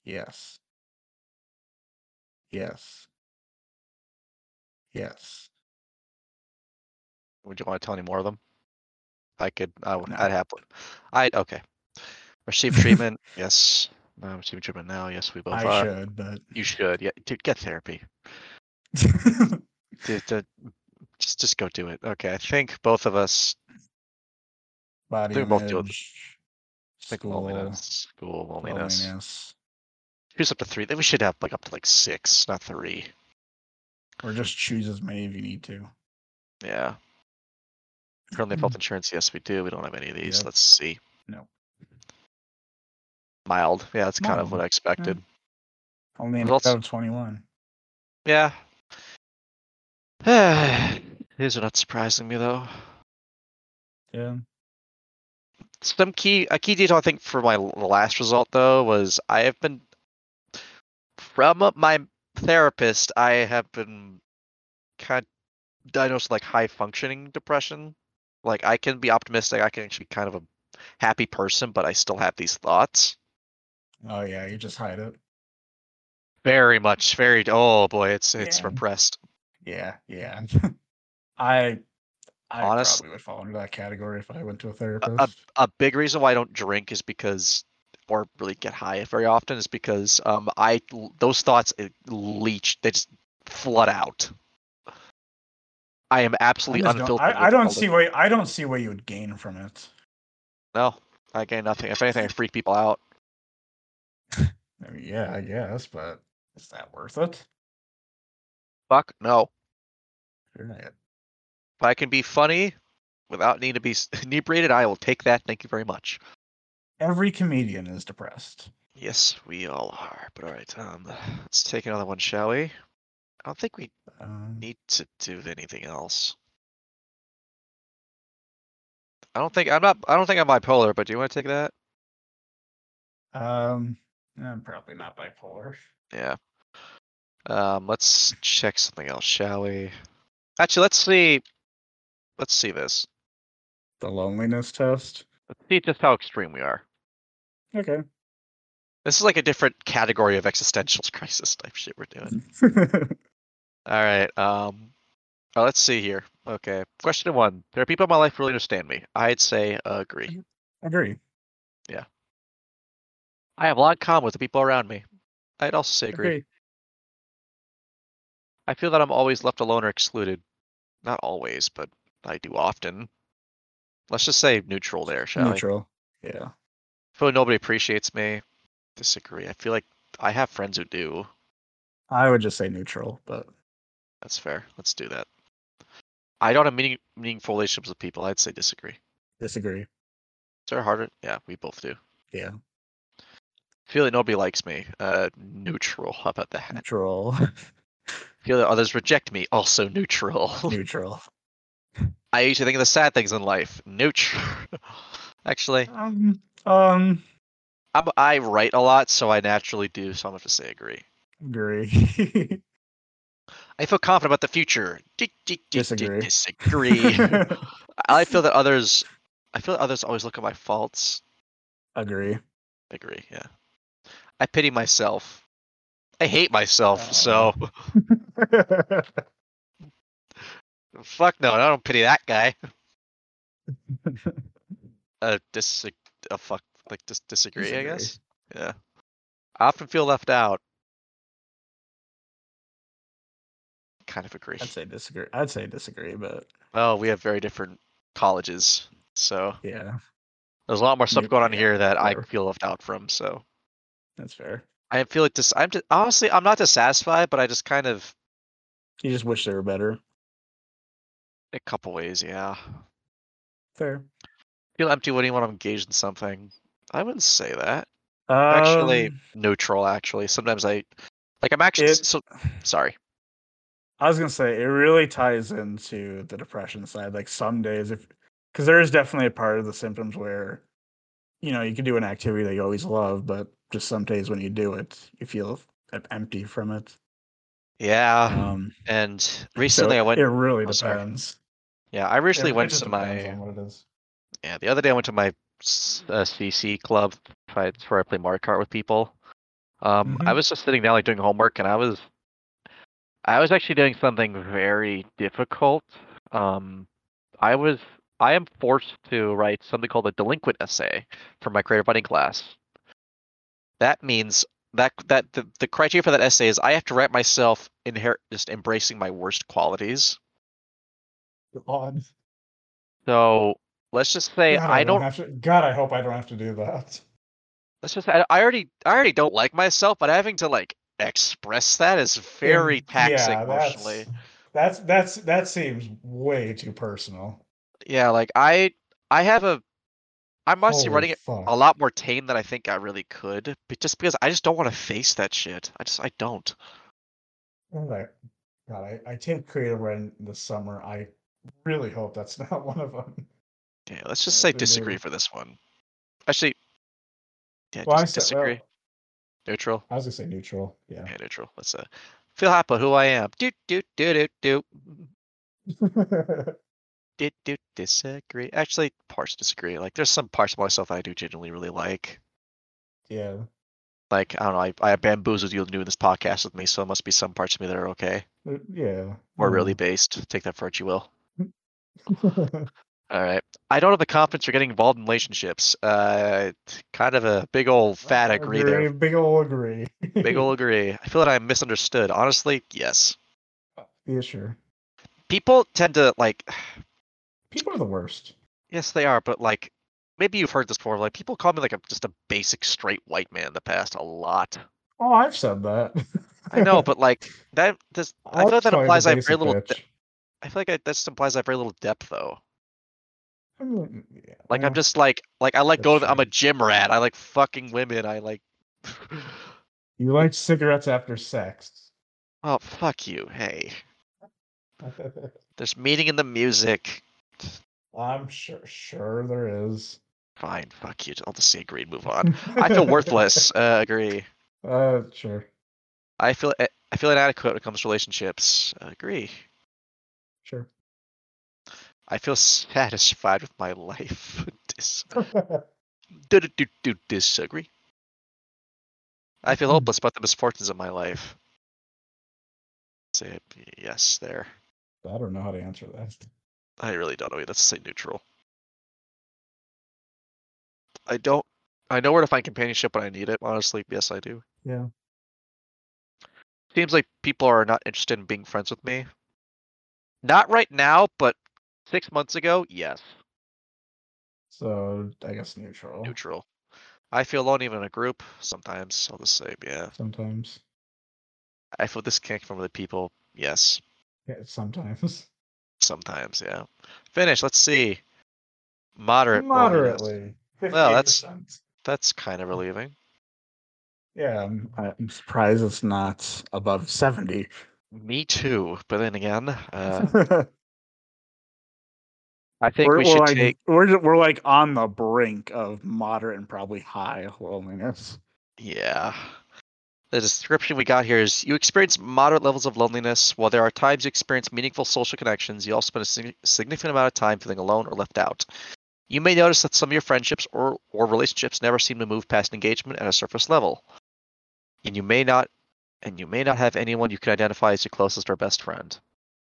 Yes. Yes. Yes.
Would you want to tell any more of them? I could. I would.
No.
I'd happily. I okay.
[laughs]
Receive treatment. yes. No, I'm receiving treatment now. Yes, we both
I
are.
should, but [laughs]
You should. Yeah, dude, get therapy. D- d- just, just go do it. Okay. I think both of us
body
Think we'll both do it.
image,
think
school,
loneliness, school loneliness.
loneliness,
Here's up to three. Then we should have like up to like six, not three.
or just choose as many if you need to.
Yeah. Currently have
[clears throat]
health insurance. Yes, we do. We don't have any of these.
Yep.
Let's see.
No.
Mild. Yeah, that's kind of what
Mild,
I expected.
Only
There's
in
also-
also... 21.
Yeah. [sighs] These are not surprising me though.
Yeah.
Some key a key detail I think for my l- last result though was I have been from my therapist I have been kind of diagnosed with like high functioning depression. Like I can be optimistic, I can actually be kind of a happy person, but I still have these thoughts.
Oh yeah, you just hide it.
Very much, very oh boy, it's it's
Yeah.
repressed.
Yeah, yeah. [laughs] I, I
Honest- Uh,
probably would fall into that category if I went to a therapist.
a big reason why I don't drink is because, or really get high very often, is because um I those thoughts uh, leach, they just flood out. I am
I,
absolutely
just don't,
unfiltered.
I, I
with
don't
all the-
see what I don't see what you would gain from it.
No, I gain nothing. If anything, I freak people out.
I mean, yeah, I guess, but is that worth it?
Fuck no.
You're not-
If I can be funny without need to be s- [laughs] inebriated, I will take that. Thank you very much.
Every comedian is depressed.
Yes, we all are. But all right, um, let's take another one, shall we? I don't think we
Um,
need to do anything else. I don't think I'm not. I don't think I'm bipolar. But do you want to take that?
um, I'm probably not bipolar.
Yeah. Um, let's check something else, shall we? Actually, let's see. Let's see this.
The loneliness test.
Let's see just how extreme we are.
Okay. [laughs]
This is like a different category of existential [laughs] crisis type shit we're doing. All right. Um, oh, let's see here. Okay. Question one: There are people in my life who really understand me. I'd say agree.
Agree.
I have a lot in common with the people around me. I'd also say agree. I feel that I'm always left alone or excluded. Not always, but I do often. Let's just say neutral there, shall we?
Neutral. Yeah.
I feel nobody appreciates me. Disagree. I feel like I have friends who do.
I would just say neutral, but
That's fair. Let's do that. I don't have meaning, meaningful relationships with people. I'd say disagree. Is
disagree.
there a harder? Yeah, we both do.
Yeah.
Feel that nobody likes me. Uh, neutral. How about that?
Neutral. [laughs]
Feel that others reject me. Also neutral. [laughs]
neutral.
I usually think of the sad things in life. Neutral. [laughs] Actually,
Um. Um.
I'm, I write a lot, so I naturally do. So I'm gonna have to say agree.
Agree. [laughs]
I feel confident about the future. Di- di- di- di-
Disagree. [laughs]
disagree. I feel that others. I feel that others always look at my faults.
[laughs] Agree.
Agree. Yeah. I pity myself. I hate myself. so [laughs] fuck no. I don't pity that
[laughs]
guy. uh, dis. Uh, fuck. Like dis- disagree, I
Disagree.
guess. Yeah. I often feel left out. Kind of agree.
I'd say disagree. I'd say disagree, but
Well, we have very different colleges, so
yeah,
there's a lot more stuff
Yep,
going on
yeah,
here that I
sure.
feel left out from. So
that's fair.
I feel like dis- I'm just, honestly I'm not dissatisfied, but I just kind of
You just wish they were better.
a couple ways, yeah.
Fair.
Feel empty when I'm engaged in something. I wouldn't say that.
Um,
Actually, neutral. Actually, sometimes I like I'm actually
It-
so sorry.
I was gonna say it really ties into the depression side. Like some days, if because there is definitely a part of the symptoms where, you know, you can do an activity that you always love, but just some days when you do it, you feel em- empty from it.
Yeah,
Um,
and
so
recently I went.
It really
oh, sorry.
depends.
Yeah, I recently
It- it
went
just
to
depends
my.
on what it is.
Yeah, the other day I went to my s- uh, CC club I- it's where I play Mario Kart with people. Um, I
Mhm.
was just sitting down, like doing homework, and I was
I was actually doing something very difficult. Um, I was I am forced to write something called a delinquent essay for my creative writing class.
That means that that the, the criteria for that essay is I have to write myself inherit just embracing my worst qualities.
God,
So
Let's just
say
God,
I
don't
don't.
have to, God, I hope I don't have to do that.
let's just I, I already I already don't like myself, but having to like express that is [laughs] very
And-
taxing
yeah, that's-
emotionally.
That's that's that seems way too personal.
Yeah, like I I have a I'm honestly
Holy
running it
fuck.
a lot more tame than I think I really could, but just because I just don't want to face that shit. I just I don't.
I'm like, God, I, I take creative writing this summer. I really hope that's [laughs] not one of them.
Yeah, let's just
Yeah,
say
me
disagree
neither.
for this one. Actually, yeah,
Well, I
just
said- well,
disagree. Neutral.
I was gonna say neutral. Yeah.
Yeah, neutral. Let's uh, feel happy about who I am. Do do do do do do do disagree. Actually, parts disagree. Like there's some parts of myself that I do genuinely really like.
[laughs] yeah.
Like I don't know, I, I bamboozled you doing this podcast with me, so there must be some parts of me that are okay
Uh, Yeah.
or really
[laughs] mm.
based. Take that for what you will. All right. I don't have the confidence for getting involved in relationships. Uh, t- kind of a big old fat agree there.
Big ol' agree.
Big old agree. I feel that I'm misunderstood. Honestly, yes.
[laughs] Yeah, sure.
People tend to like. [sighs]
People are the worst.
Yes, they are, but like, maybe you've heard this before. Like, people call me like a just a basic straight white man in the past a lot.
Oh, I've said that.
I know,
[laughs]
but like that. This I feel like that implies I have very little. de- I feel like I, that implies I have very little depth, though. Like I'm just like like I like
That's
going. I'm
true.
a gym rat. I like fucking women. I like. [sighs]
You like cigarettes after sex. [laughs]
Oh fuck you! Hey, there's meaning in the music.
I'm sure sure there is.
Fine, fuck you. I'll just say agree and move on. I feel worthless. Uh, agree.
[laughs] Uh sure.
I feel I I feel inadequate when it comes to relationships. Agree.
Sure.
I feel satisfied with my [laughs] life. Dis-
[laughs]
do, do, do, do, disagree. I feel
Hmm.
hopeless about the misfortunes of my life. Say yes there.
I don't know how to answer that.
I really don't know. Let's say neutral. I don't. I know where to find companionship when I need it. Honestly, yes, I do.
Yeah.
Seems like people are not interested in being friends with me. Not right now, but six months ago, yes,
So I guess neutral.
neutral. I feel alone even in a group sometimes. I'll just say, yeah.
Sometimes.
I feel disconnected from other people. Yes,
Yeah,
[laughs]
sometimes.
sometimes, yeah. Finish. Let's see. Moderate. loneliness.
Moderately.
Well, that's-
50%.
That's kind of relieving.
yeah. I'm, I'm surprised it's not above seventy.
Me too. But then again, uh, [laughs]
[laughs]
I think
we're,
we
we're
should
like,
take-
We're ju- we're like on the brink of moderate and probably high loneliness.
Yeah. The description we got here is you experience moderate levels of loneliness. While there are times you experience meaningful social connections, you also spend a sig- significant amount of time feeling alone or left out. You may notice that some of your friendships or, or relationships never seem to move past engagement at a surface level. And you may not and you may not have anyone you can identify as your closest or best friend.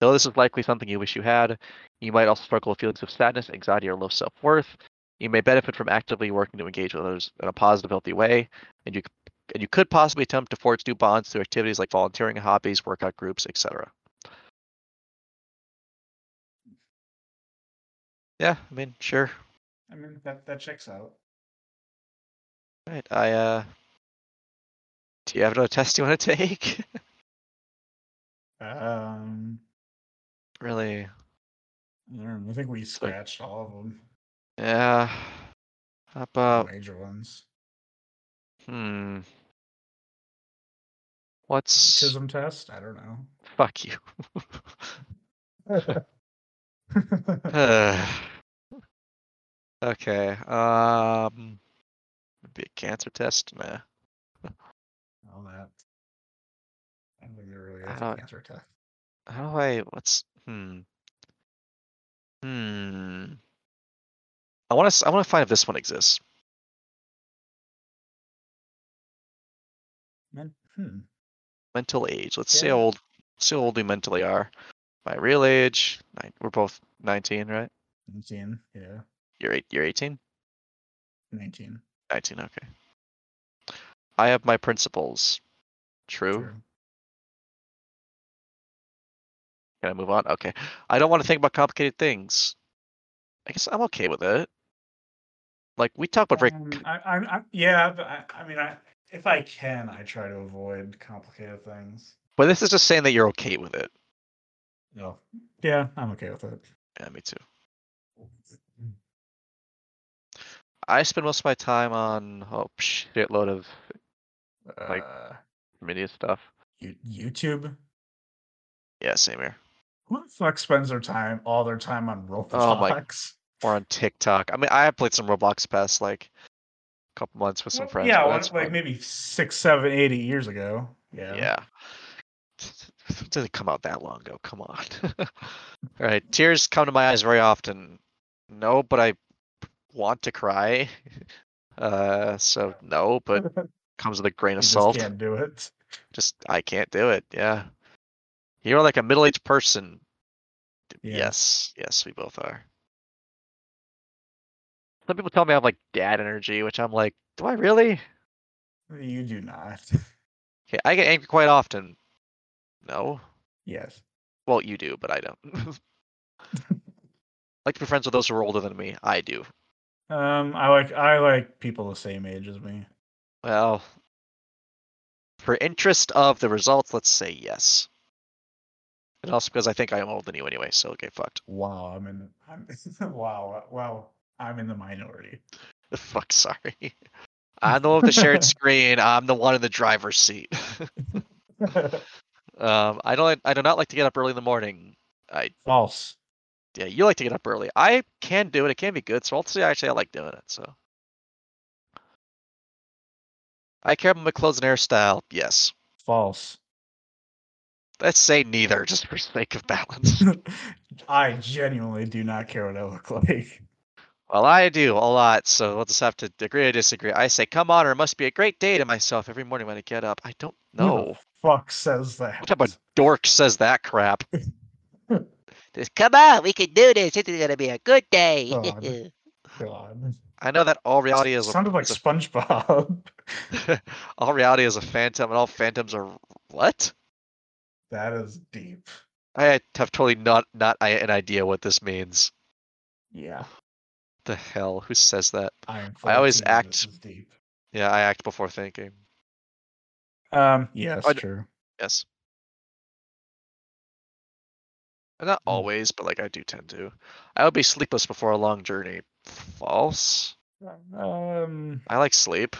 Though this is likely something you wish you had, you might also struggle with feelings of sadness, anxiety, or low self-worth. You may benefit from actively working to engage with others in a positive, healthy way, and you and you could possibly attempt to forge new bonds through activities like volunteering, hobbies, workout groups, etc. Yeah, I mean, sure.
I mean that that checks out.
Right. I uh Do you have another test you want to [laughs] take?
Um,
really?
I, don't know, I think we
Sorry.
scratched all of them,
Yeah. How
the
about
major ones.
hmm. What's
Tism test. I don't know.
fuck you. [sighs] [laughs]
[laughs]
Ugh. okay. Um be a cancer test? Nah.
all that. I don't think there really
I
is
don't-
an answer to.
How do I? What's hmm? Hmm. I want to. I want to find if this one exists.
Man, hmm. hmm,
Mental age. Let's see
Yeah.
how old. see how old we mentally are. My real age, nine, we're both 19, right?
19, yeah.
You're eight, you're 18,
19.
19. Okay. I have my principles. True.
True.
Can I move on? Okay. I don't want to think about complicated things. I guess I'm okay with it. Like we talk about very
Um, I, I, I, yeah, but I, I mean, I, if I can, I try to avoid complicated things.
But this is just saying that you're okay with it.
No. Yeah, I'm okay with it.
Yeah, me too. I spend most of my time on oh shitload of
Like
Like- media stuff.
Uh, YouTube.
yeah, same here.
Who the fuck spends their time, all their time on Roblox?
Oh my-
[laughs]
Or on TikTok. I mean, I have played some Roblox past like a couple months with some
Well,
friends.
Yeah,
but
well,
that's
like
fun.
maybe six, seven, eight, eight years ago. Yeah.
yeah. It didn't come out that long ago. Come on. [laughs] All right, tears come to my eyes very often. No, but I want to cry. [laughs] Uh, so no,
[laughs]
but comes with a grain
You
of
just
salt.
can't do it.
just I can't do it. Yeah. You're like a middle aged person. D-
Yeah.
Yes. Yes, we both are.
Some people tell me I have like dad energy, which I'm like, do I really?
You do not. [laughs]
Okay, I get angry quite often. No.
yes.
Well, you do, but I don't. [laughs] like to be friends with those who are older than me. I do.
Um, I like I like people the same age as me.
Well, for interest of the results, let's say yes. And also because I think I am older than you anyway, so get fucked. [laughs]
Wow, I'm in. I'm [laughs] wow. Wow, I'm in the minority. [laughs]
Fuck, sorry. [laughs] I'm the one with the shared screen. I'm the one in the driver's seat. Um, I don't. I do not like to get up early in the morning. I
False.
yeah, you like to get up early. I can do it. It can be good. So I'll say actually I like doing it. So I care about my clothes and hairstyle. Yes,
False.
let's say neither, just for [laughs] sake of balance.
[laughs] I genuinely do not care what I look like.
well, I do a lot, so we'll just have to agree or disagree. I say, come on, or it must be a great day to myself every morning when I get up. I don't know.
Who the fuck says that?
What type of dork says that crap?
Just, Come on, we can do this. It's gonna be a good day.
God. God.
[laughs] I know that all reality is a
Sounded like
is a
SpongeBob. [laughs]
[laughs] all reality is a phantom, and all phantoms are what?
that is deep.
I have totally not not I, an idea what this means.
Yeah.
The hell? Who says that?
I'm
I always
14 and this
act-
is deep.
Yeah, I act before thinking.
Um. Yes.
I d-
true.
Yes. Uh, Not
Hmm.
always, but like I do tend to. I would be sleepless before a long journey. False.
Um.
I like sleep.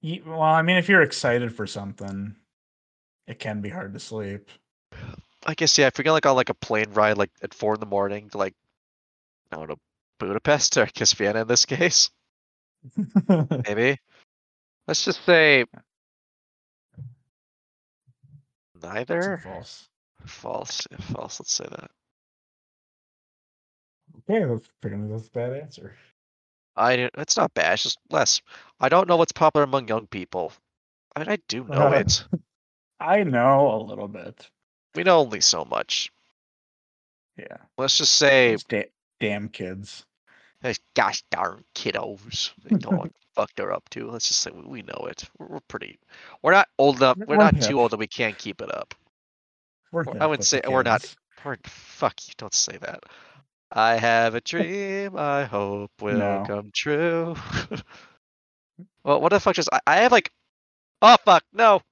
ye- Well, I mean, if you're excited for something, it can be hard to sleep.
I guess yeah. If we go like on like a plane ride like at four in the morning to like I don't know Budapest [laughs] or I guess Vienna in this case
[laughs]
maybe
Let's just say
neither.
false.
False. yeah, False. Let's say that.
Okay, that's pretty much that's a bad answer.
I don't- it's not bad. It's just less. I don't know what's popular among young people. I mean, I do know it.
I know a little bit.
We know only so much.
Yeah.
Let's just say,
It's da- damn kids.
"Hey, gosh darn kiddos. They don't know what the fuck they're up to. Let's just say we, we know it. We're, we're pretty. We're not old enough.
We're-
We're
we're
not
hip.
too old that we can't keep it up.
We're
Well, I
hip
would
with
say
the
we're not-
kids.
Or, fuck you. Don't say that. I have a dream. I hope will
No.
come true. well, what the fuck just? I, I have like, oh fuck no.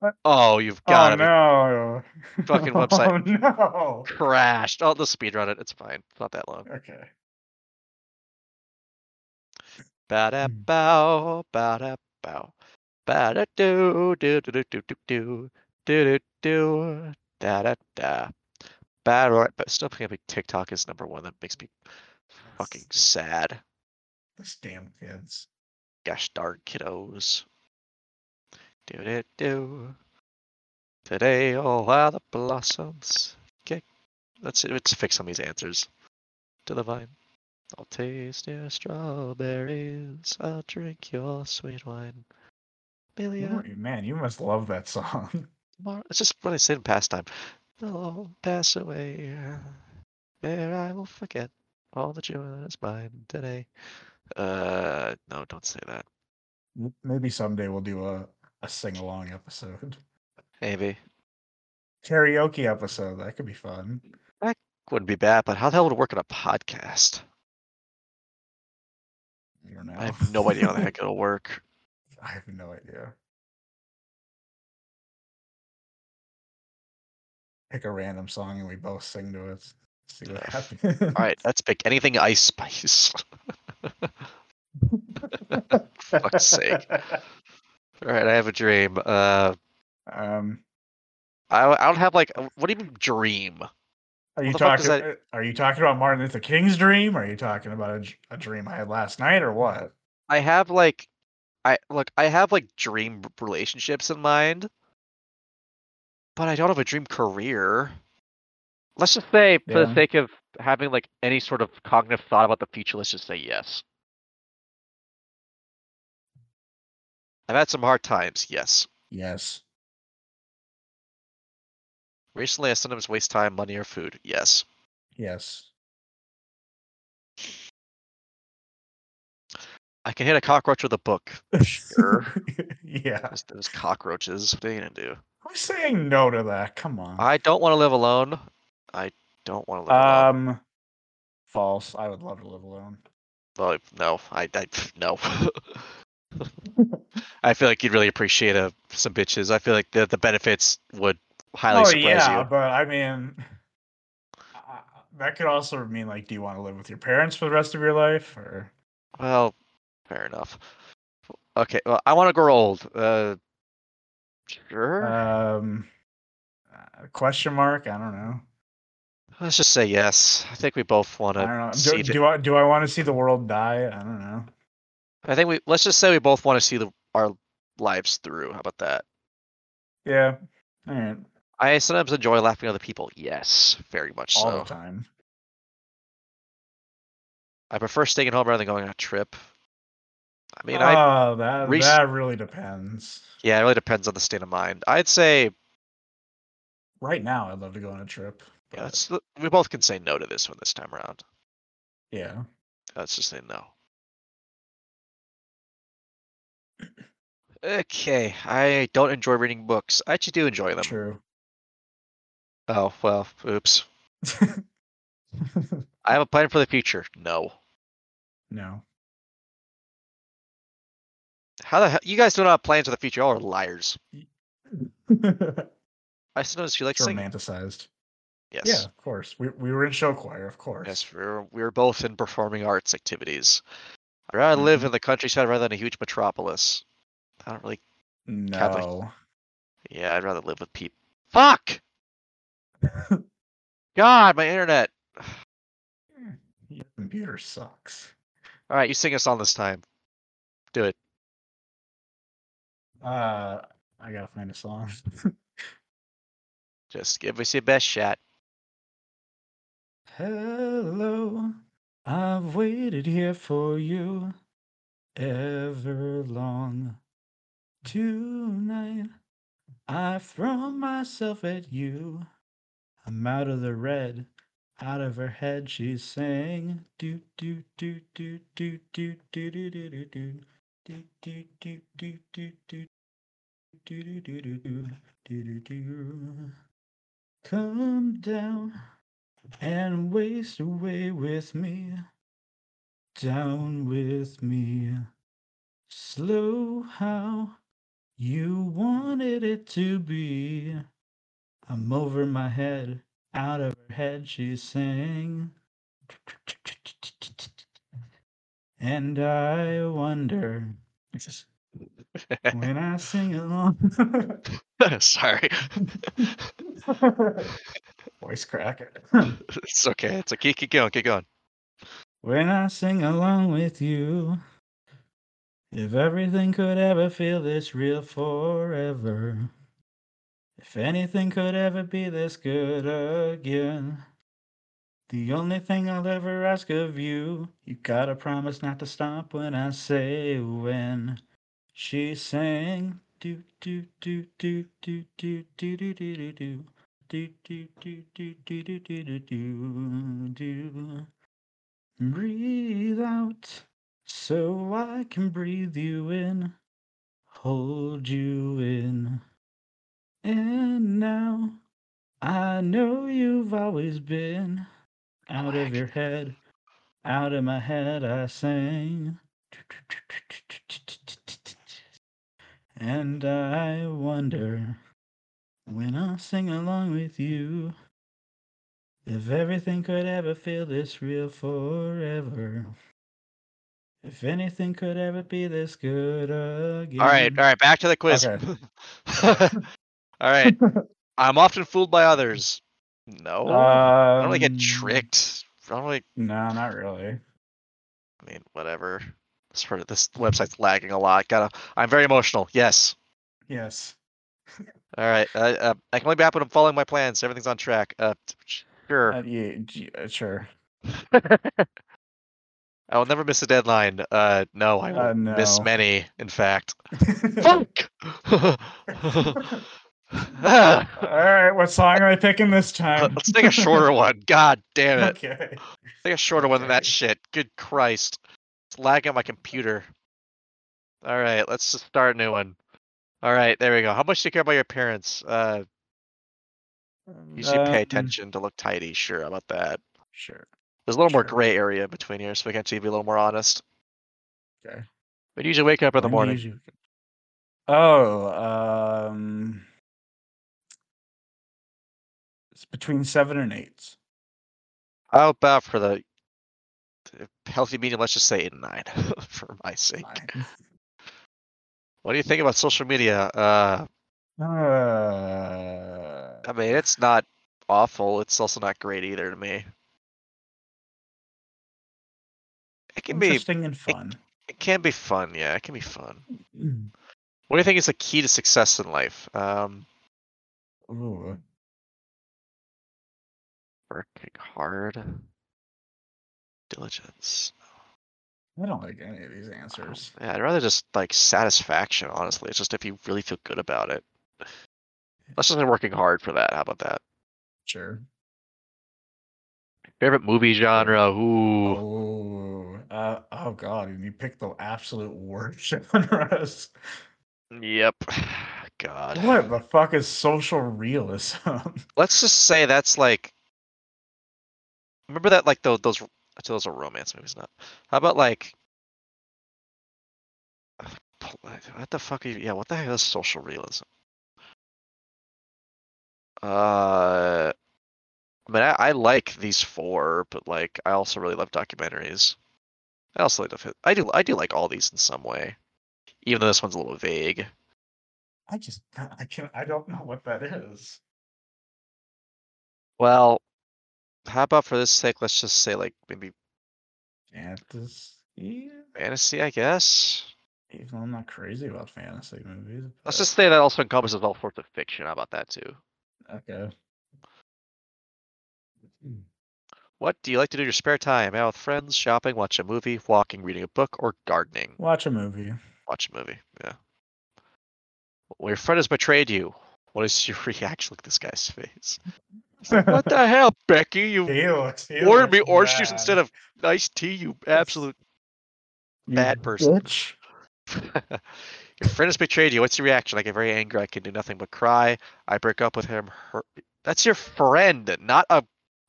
What?
Oh, you've [laughs] got
Oh
to be
no! [laughs]
Fucking website.
Oh no!
crashed. I'll just speedrun it. It's fine. It's not that long.
Okay.
Ba da
Hmm.
bow, ba da bow, ba da do, do do do do do do, do do do, da da da. Bad right, but still can't be TikTok is number one. That makes me fucking sad.
These damn kids.
Gosh darn kiddos. Do do do. Today all are the blossoms. Okay, let's let's fix some of these answers. To the vine. I'll taste your strawberries. I'll drink your sweet wine.
You
Billy,
weren't- Man, you must love that song. [laughs]
tomorrow. It's just what I said in past time. They'll all pass away. There I will forget all the joy that is mine today. Uh, no, don't say that.
M- Maybe someday we'll do a, a sing along episode,
Maybe
karaoke episode. That could be fun.
wouldn't be bad, but how the hell would it work in a podcast?
You don't know.
I have no idea how the heck it'll work.
I have no idea. Pick a random song and we both sing to it. See what
Yeah.
happens.
All right, let's pick anything Ice Spice. [laughs] fuck's sake. All right, I have a dream. Uh,
[laughs] Um,
I I don't have like a- what do you mean dream?
are you
the fuck
talking?
does
Are you talking about Martin Luther King's dream? Are you talking about a, dr- a dream I had last night, or what?
I have like, I look, I have like dream r- relationships in mind, but I don't have a dream career. Let's just
Just say, for
Yeah.
the sake of having like any sort of cognitive thought about the future, let's just say yes.
I've had some hard times. Yes,
Yes.
recently I sometimes waste time, money, or food. Yes,
Yes.
I can hit a cockroach with a book. Sure.
[laughs] yeah.
Those, those cockroaches. What are you gonna do?
Who's saying no to that? Come on.
I don't want to live alone. I don't want to live alone.
Um, false. I would love to live alone.
Well, no, I, I [laughs]
[laughs]
no. I feel like you'd really appreciate uh, some bitches. I feel like the the benefits would highly
oh
surprise
yeah,
you.
but I mean, uh, that could also mean like, do you want to live with your parents for the rest of your life, or
Well, fair enough. Okay, well, I want to grow old. Uh, sure.
um, uh, question mark? I don't know.
Let's just say yes. I think we both want
I don't know.
to see.
Do,
the-
do I do I want to see the world die? I don't know.
I think we. Let's just say we both want to see the our lives through. How about that?
Yeah. All right.
I sometimes enjoy laughing at other people. Yes, very much
All
so.
the time.
I prefer staying at home rather than going on a trip. I mean, I
oh, that
rec-
that really depends.
Yeah, it really depends on the state of mind. I'd say
Right now, I'd love to go on a trip.
yeah,
but-
let's- uh, we both can say no to this one this time around.
yeah.
Let's just say no. Okay, I don't enjoy reading books. I actually do enjoy them.
True. [laughs]
Oh well, oops. I have a plan for the future. No.
no.
How the hell you guys don't have plans for the future? Y'all are liars.
it's
I sometimes feel like singing.
romanticized.
Yes.
Yeah, of course. We we were in show choir, of course.
Yes, we're we're both in performing arts activities. I'd rather live in the countryside rather than a huge metropolis. I don't really
No.
Yeah, I'd rather live with people.
[laughs]
Fuck! God, my internet.
Your computer sucks.
All right, you sing a song this time. Do it.
Uh, I gotta find a song. [laughs]
Just give us your best shot. [laughs]
Hello, I've waited here for you ever long. Tonight, I throw myself at you. I'm out of the red, out of her head. She sang, do do do do do do do do do do do do do do do do do do do do do do do do do. Come down and waste away with me. Down with me. Slow how you wanted it to be. I'm over my head, out of her head, she sang. And I wonder when I sing along. [laughs]
Sorry. [laughs]
Voice crack. [laughs]
it's okay. It's okay. Keep going. Keep going.
When I sing along with you, if everything could ever feel this real forever, if anything could ever be this good again, the only thing I'll ever ask of you, you gotta promise not to stop when I say when. She sang. do do do do do do do do do do do. Do do do do do do do do do do. Breathe out so I can breathe you in, hold you in. And now I know you've always been out of your head, out of my head. I sing, and I wonder when I sing along with you if everything could ever feel this real forever. If anything could ever be this good again.
All right, all right, back to the quiz.
Okay.
[laughs] all
[laughs]
right. I'm often fooled by others. No. I don't really
Um,
get tricked. I don't really
No, not really.
I mean, whatever. This part- this website's lagging a lot. Gotta I'm very emotional. Yes.
Yes.
All right. Uh, uh, I can only be happy when I'm following my plans. Everything's on track. Uh, t- sure.
Uh, yeah, g- uh, sure.
I will never miss a deadline. Uh, no, I will
Uh,
miss
no.
many. In
[laughs]
fact, [laughs] fuck. Ah,
All right, what song are I picking
[laughs]
this time?
Let's take a
[laughs]
shorter one. God damn it.
okay.
Take a shorter one than that
Okay.
shit. Good Christ. It's lagging on my computer. All right, let's just start a new one. All right, there we go. How much do you care about your appearance? Uh, you should pay
Um,
attention to look tidy. Sure, how about that.
Sure.
There's a little more
Sure.
gray area between here, so we can actually be a little more honest.
Okay.
We usually wake up in the
When do
morning.
you usually wake up? Oh, um, it's between seven and eight.
How about for the the healthy medium? Let's just say eight and nine, [laughs] for my sake.
Fine.
What do you think about social media? Uh,
Uh,
I mean, it's not awful. It's also not great either to me. It can be.
interesting and fun.
It can be fun. Yeah, it can be fun.
Mm.
What do you think is the key to success in life? Um,
Ooh.
working hard, diligence.
I don't like any of these answers.
Yeah, I'd rather just like satisfaction, honestly. It's just if you really feel good about it. Let's just say working hard for that. How about that?
Sure.
Favorite movie genre? Ooh.
Oh, uh, oh God! And you picked the absolute worst [laughs] genres.
Yep. [sighs] God.
What the fuck is social realism? [laughs]
Let's just say that's like. Remember that like those those actually, those are romance movies, not. How about like. [sighs] pol- What the fuck? Are you, yeah, what the heck is social realism? Uh, I mean, I, I like these four, but like I also really love documentaries. I also like the, I do I do like all these in some way, even though this one's a little vague.
I just I can I don't know what that is.
Well, how about for this sake, let's just say like maybe
Fantasy?
fantasy, I guess.
Even though I'm not crazy about fantasy movies.
Let's
but-
just say that also encompasses all sorts of fiction. How about that too?
okay. Hmm.
What do you like to do in your spare time? Out with friends, shopping, watch a movie, walking, reading a book, or gardening?
Watch a movie.
Watch a movie. Yeah. Well, your friend has betrayed you. What is your [laughs] reaction? Look at this guy's face. It's like, what the hell, Becky? You
[laughs] He looks- [laughs] he
ordered
looks
me orange juice
bad.
instead of iced tea. You absolute.
You
bad person.
bitch.
your friend has betrayed you. What's your reaction? I get very angry. I can do nothing but cry. I break up with him. Her... That's your friend, not a
Not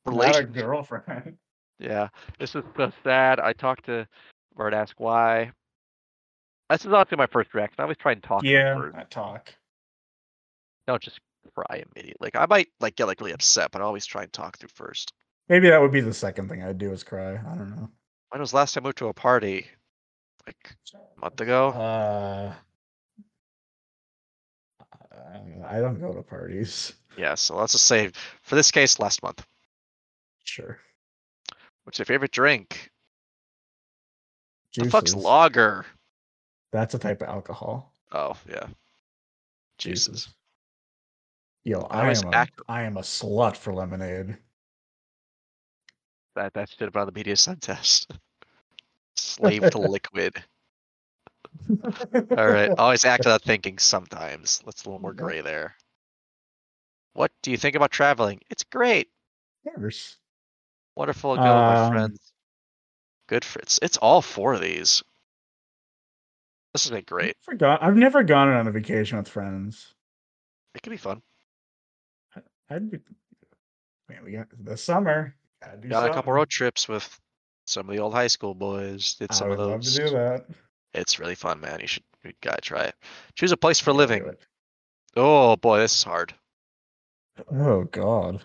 a
relationship. [laughs]
girlfriend.
Yeah.
This is so sad. I talked to or I'd ask why. This is honestly my first reaction. I always try and talk to them
Yeah,
first.
I talk.
Don't just
cry immediately. Like I might like get like really upset, but I always try and talk through first.
Maybe that would be the second thing I'd do is cry. I don't know.
When was the last time I moved to a party? Like a month ago.
Uh, uh, I don't go to parties.
Yeah. So let's just say for this case, last month.
Sure.
What's your favorite drink? The fuck's
Juices.
lager?
That's a type of alcohol.
Oh yeah. Juices.
Yo,
I
I
was
am a,
act-
I am a slut for lemonade.
[laughs]
[laughs]
That that should have been on the BDSM test. Slave to liquid. All [laughs] right. Always act without thinking sometimes. Let's a little more
Mm-hmm.
gray there. What do you think about traveling? It's great.
There's-
Wonderful to go, my
Um,
friends. Good for it's, it's all four of these. This has been great.
I've forgot- I've never gone on a vacation with friends.
It could be fun.
I'd be. Man, we got the summer. Gotta do
Got a couple
something.
road trips with some of the old high school boys. Did
I
some
would
of
love to
those.
do that.
It's really fun, man. You should you gotta try it. Choose a place for
Gotta do
living.
it.
Oh boy, this is hard.
Oh God.
This-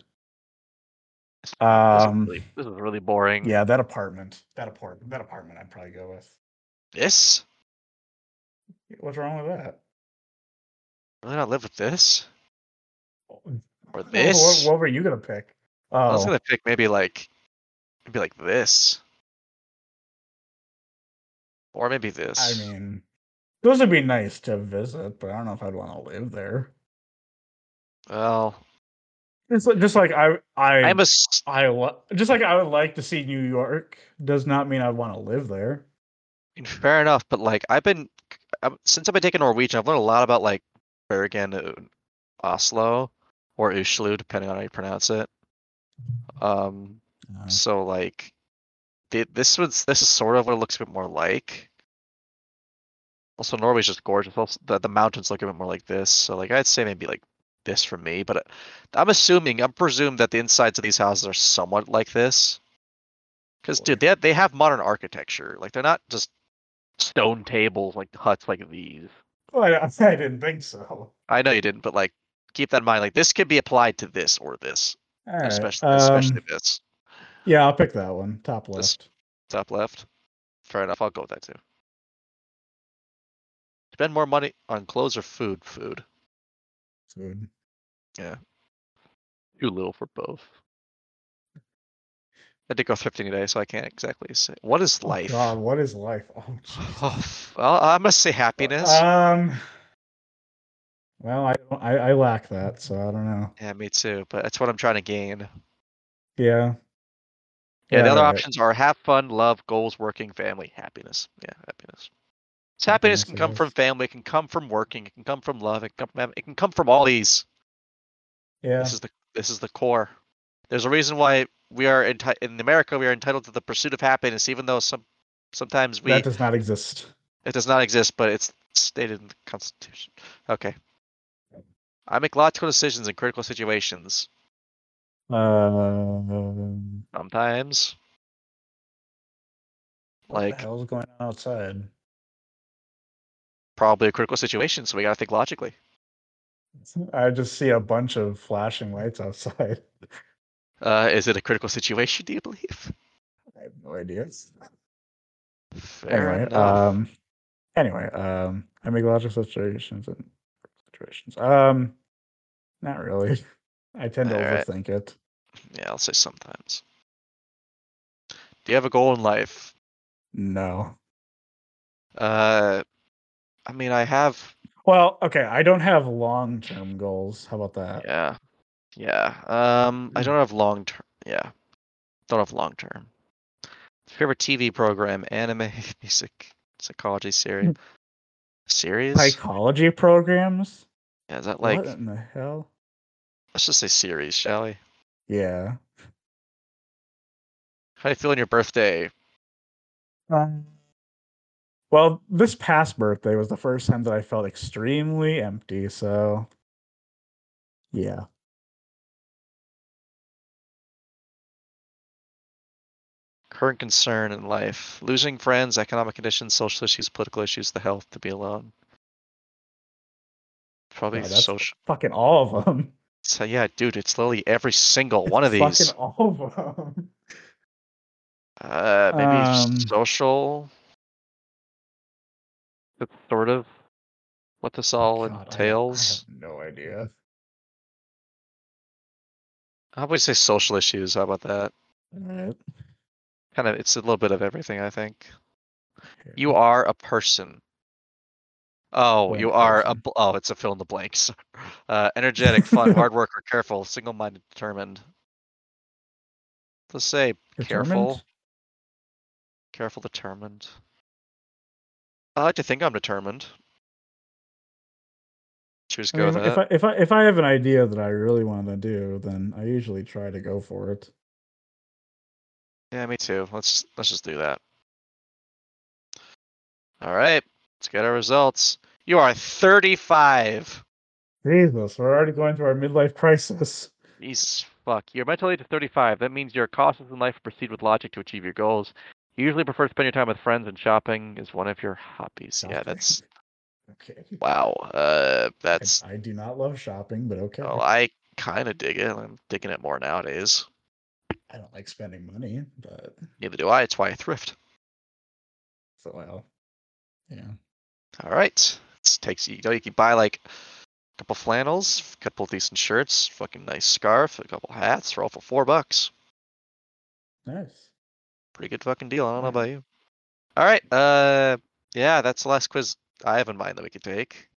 This, is
Um.
really, this is really boring.
Yeah, that apartment. That apartment. That apartment. I'd probably go with.
This?
What's wrong with that?
Really not live with this? Or
Well,
this?
Oh, What, what were you gonna pick? Oh,
I was gonna pick maybe like maybe like this. Or maybe
I
this.
mean, those would be nice to visit, but I don't know if I'd want to live there.
well,
It's like, just like I, I,
I'm a s-
I lo- just like I would like to see New York. Does not mean I want to live there.
fair enough, but like I've been I've, since I've been taking Norwegian, I've learned a lot about like Bergen, uh, Oslo, or Oslo, depending on how you pronounce it. Um,
Mm-hmm.
So like, thi- this was this is sort of what it looks a bit more like. Also, Norway's just gorgeous. Also, the the mountains look a bit more like this. So like, I'd say maybe like this for me. But uh, I'm assuming I'm presumed that the insides of these houses are somewhat like this. Because dude, they have, they have modern architecture. Like they're not just
Stone tables like huts like these.
Well, I, I [laughs] didn't think so.
I know you didn't, but like keep that in mind. Like this could be applied to this or this,
All right,
especially especially
um,
this
yeah, I'll pick that one. Top
This-
left.
top left. Fair enough. I'll go with that too. Spend more money on clothes or food. Food.
Food.
Too little for both.
I did go 15 today, so I can't exactly say. What is
Oh,
life?
God, what is life? Oh, Jesus.
[sighs] Oh, well, I'm gonna say happiness.
Um. Well, I, don't- I I lack that, so I don't know.
yeah, me too. But that's what I'm trying to gain. Yeah,
Yeah.
the other
right.
options are have fun, love, goals, working, family, happiness. Yeah, happiness. So happiness
Happiness,
can come
yes.
from family, it can come from working, it can come from love, it can come from, hav- it can come from all these.
Yeah.
This is the this is the core. There's a reason why we are enti- in America we are entitled to the pursuit of happiness, even though some sometimes we
that does not exist.
it does not exist, but it's stated in the Constitution. Okay. I make logical decisions in critical situations.
Um,
Sometimes,
what
like
the hell's going on outside? [laughs]
probably a critical situation, so we gotta think logically.
I just see a bunch of flashing lights outside. [laughs]
Uh, is it a critical situation? Do you believe?
I have no idea.
Fair
anyway,
enough.
um, anyway, um, I make logical situations and situations. Um, not really. [laughs] I tend to
Alright.
overthink it.
yeah, I'll say sometimes. Do you have a goal in life?
No.
Uh, I mean, I have.
Well, okay. I don't have long-term goals. How about that?
Yeah, yeah. Um,
Hmm.
I don't have long term. Yeah, don't have long term. Favorite TV program, anime, [laughs] music, psychology
Hmm.
series. Series?
Psychology programs?
Yeah, is that like?
what in the hell?
Let's just say series, shall we?
Yeah.
How do you feel on your birthday?
Um, well, this past birthday was the first time that I felt extremely empty. So, yeah.
Current concern in life: losing friends, economic conditions, social issues, political issues, the health, to be alone. Probably
Yeah, that's
social.
Fucking all of them.
So yeah, dude, it's literally every single one of these.
[laughs] Fucking all of them.
Uh, maybe s-
Um,
social.
That's sort of
What this all
Oh God, I have-
entails.
I have no idea.
I, would say social issues. How about that?
All right.
Kind of, it's a little bit of everything. I think
here.
you are a person. Oh,
What
you are a.
person?
bl- Oh, it's a fill in the blanks. [laughs] Uh, energetic,
[laughs]
fun, hard worker, careful, single-minded, determined. Let's say
Determined?
careful. Careful, determined. I like to think I'm determined. Should we just
I
go
mean,
with
if
that?
I if I if I have an idea that I really want to do, then I usually try to go for it.
Yeah, me too. Let's let's just do that. All right, let's get our results. You are 35.
Jesus, we're already going through our midlife crisis.
Jesus.
Fuck, your mental age is 35. That means your costs in life proceed with logic to achieve your goals. You usually prefer to spend your time with friends, and shopping is one of your hobbies. Yeah,
Shopping.
that's
Okay.
wow.
[laughs]
Uh, that's
I do not love shopping, but okay.
oh, I kind of dig it. I'm digging it more nowadays.
I don't like spending money, but
Neither do I. It's why I thrift.
so well. Yeah.
All right. It takes you know you can buy like a couple flannels, a couple decent shirts, fucking nice scarf, a couple hats. They're all for four bucks.
Nice.
pretty good fucking deal. I don't know
Yeah.
about you. All right. Uh, yeah, that's the last quiz I have in mind that we could take. [sighs]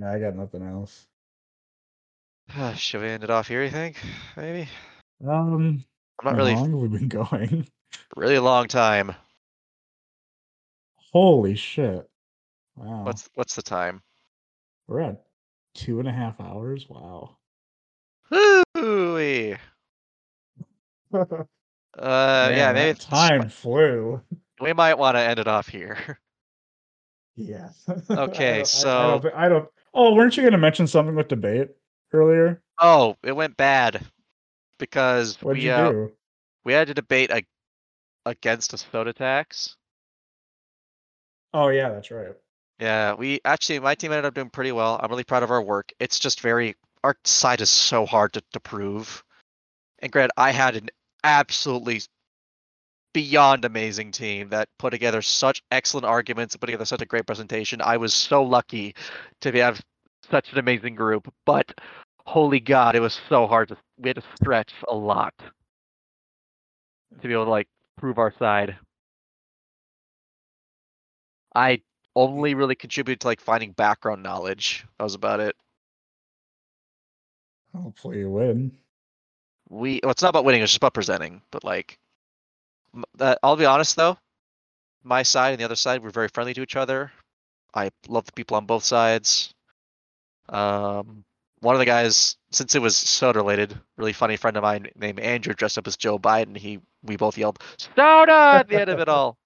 No, I got nothing else.
Should we end it off here? You think? Maybe.
Um
I'm not
how
really
long have we been [laughs] going?
really long time.
Uh-huh. Holy shit. Wow.
What's what's the time?
We're at two and a half hours. Wow. [laughs]
Hoo-wee. Uh, yeah,
Man,
maybe
that
it's-
time flew. [laughs]
we might want to end it off here. [laughs]
Yeah.
Okay,
[laughs] I don't- I- I,
so-
don't, thi- I don't. Oh, weren't you going to mention something with debate earlier?
Oh, it went bad because
What'd
we
you
uh,
do?
we had to debate a, against a soda tax.
Oh yeah, that's right.
Yeah, we actually my team ended up doing pretty well. I'm really proud of our work. It's just very our side is so hard to, to prove. And Grant, I had an absolutely beyond amazing team that put together such excellent arguments and put together such a great presentation. I was so lucky to be have
Such an amazing group, but holy god, it was so hard. To, we had to stretch a lot to be able to like prove our side. I
only really contributed to like finding background knowledge. That was about it.
Hopefully you win. [laughs]
we well, it's not about winning it's just about presenting but like m- uh, i'll be honest though my side and the other side were very friendly to each other i love the people on both sides um one of the guys since it was soda related really funny friend of mine named andrew dressed up as joe biden he we both yelled soda at the end of it all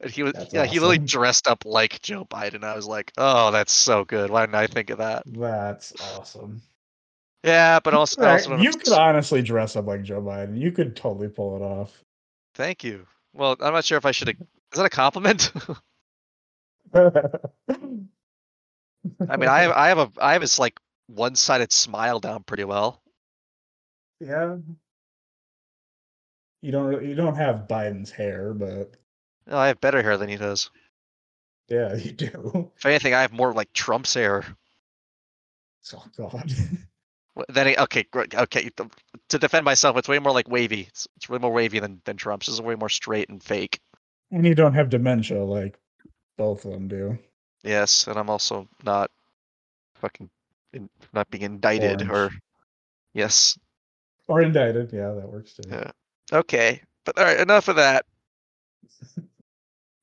and he was
That's
yeah he really
awesome.
dressed up like joe biden i was like oh that's so good why didn't i think of that
that's awesome.
yeah but also, I
Right,
also don't
you
have-
could honestly dress up like Joe Biden. You could totally pull it off.
Thank you. Well, I'm not sure if I should. Is that a compliment? [laughs] I mean, I have, I have a, I have this like one-sided smile down pretty well.
[laughs] yeah. You don't really, you don't have Biden's hair, but
No, I have better hair than he does.
yeah, [laughs] you do.
If anything, I have more like Trump's hair.
Oh God. [laughs]
Wh- Then I- okay, gr- okay. th- To defend myself, it's way more like wavy. It's, it's way more wavy than than Trump's. This is way more straight and fake.
and you don't have dementia like both of them do.
Yes, and I'm also not fucking in, not being indicted or
Orange.
yes.
Or indicted. Yeah, that works too.
Yeah. Okay, but all right, enough of
[laughs]
that.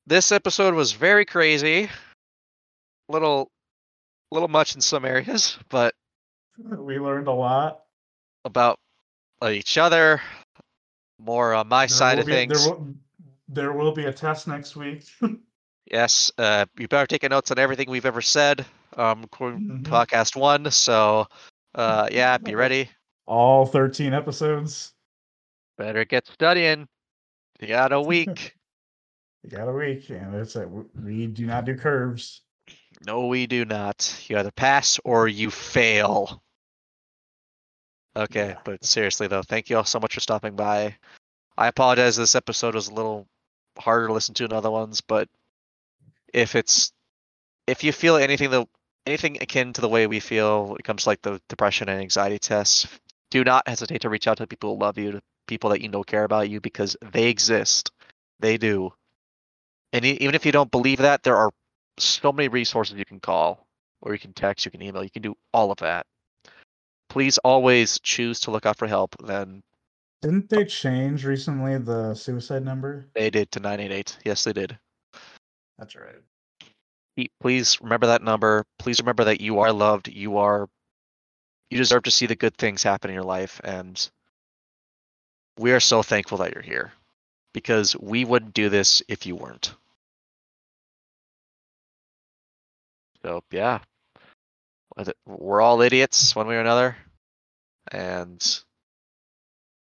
this episode was very crazy little little much in some areas [laughs] but
We learned a lot.
about uh, each other more on my
There
side
will
of
be- there
things
will- There will be a test next week. [laughs]
yes uh you better take notes on everything we've ever said um according to
Mhm.
podcast one so
[laughs]
uh yeah be ready
All 13 episodes.
better get studying.
you got a
[laughs]
week
You got a week, and it's like w- we do not do curves.
no we do not you either pass or you fail Okay,
Yeah.
but seriously though, thank you all so much for stopping by. I apologize this episode was a little harder to listen to than other ones, but if it's if you feel anything the anything akin to the way we feel when it comes to like the depression and anxiety tests, do not hesitate to reach out to people who love you, to people that you know care about you because they exist. They do. And e- even if you don't believe that, there are so many resources you can call or you can text, you can email, you can do all of that please always choose to look out for help than
Didn't they change recently the suicide number?
They did to 988. Yes, they did.
That's right.
Pe- Please remember that number. Please remember that you are loved. You are, you deserve to see the good things happen in your life. And we are so thankful that you're here because we wouldn't do this if you weren't. So, yeah. Was it- We're all idiots one way or another. And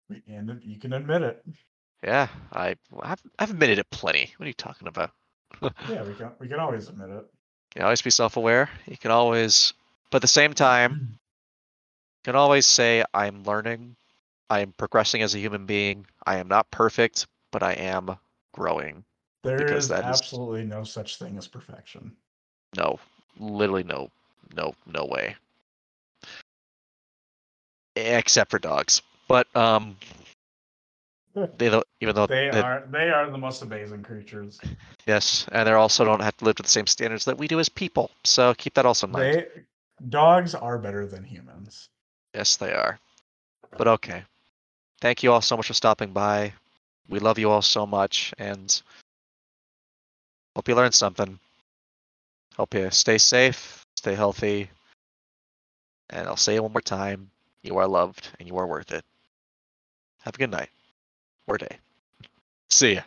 We can, you can admit it.
yeah, I, I've, I've admitted it plenty. What are you talking about? [laughs]
Yeah, we can. We can always admit it.
You can always be self-aware. You can always, but at the same time, you can always say, "I'm learning. I am progressing as a human being. I am not perfect, but I am growing."
There
Because
is
that is-
absolutely no such thing as perfection.
No, literally no, no, no way. Except for dogs, but
[laughs]
um, they don't. Even though
They
they-
are. They are the most amazing creatures.
yes, and they also don't have to live to the same standards that we do as people. So keep that also in mind.
They dogs are better than humans.
Yes, they are. But okay. Thank you all so much for stopping by. We love you all so much and hope you learned something. Hope you stay safe, stay healthy. And I'll say it one more time you are loved and you are worth it. Have a good night or day. See ya.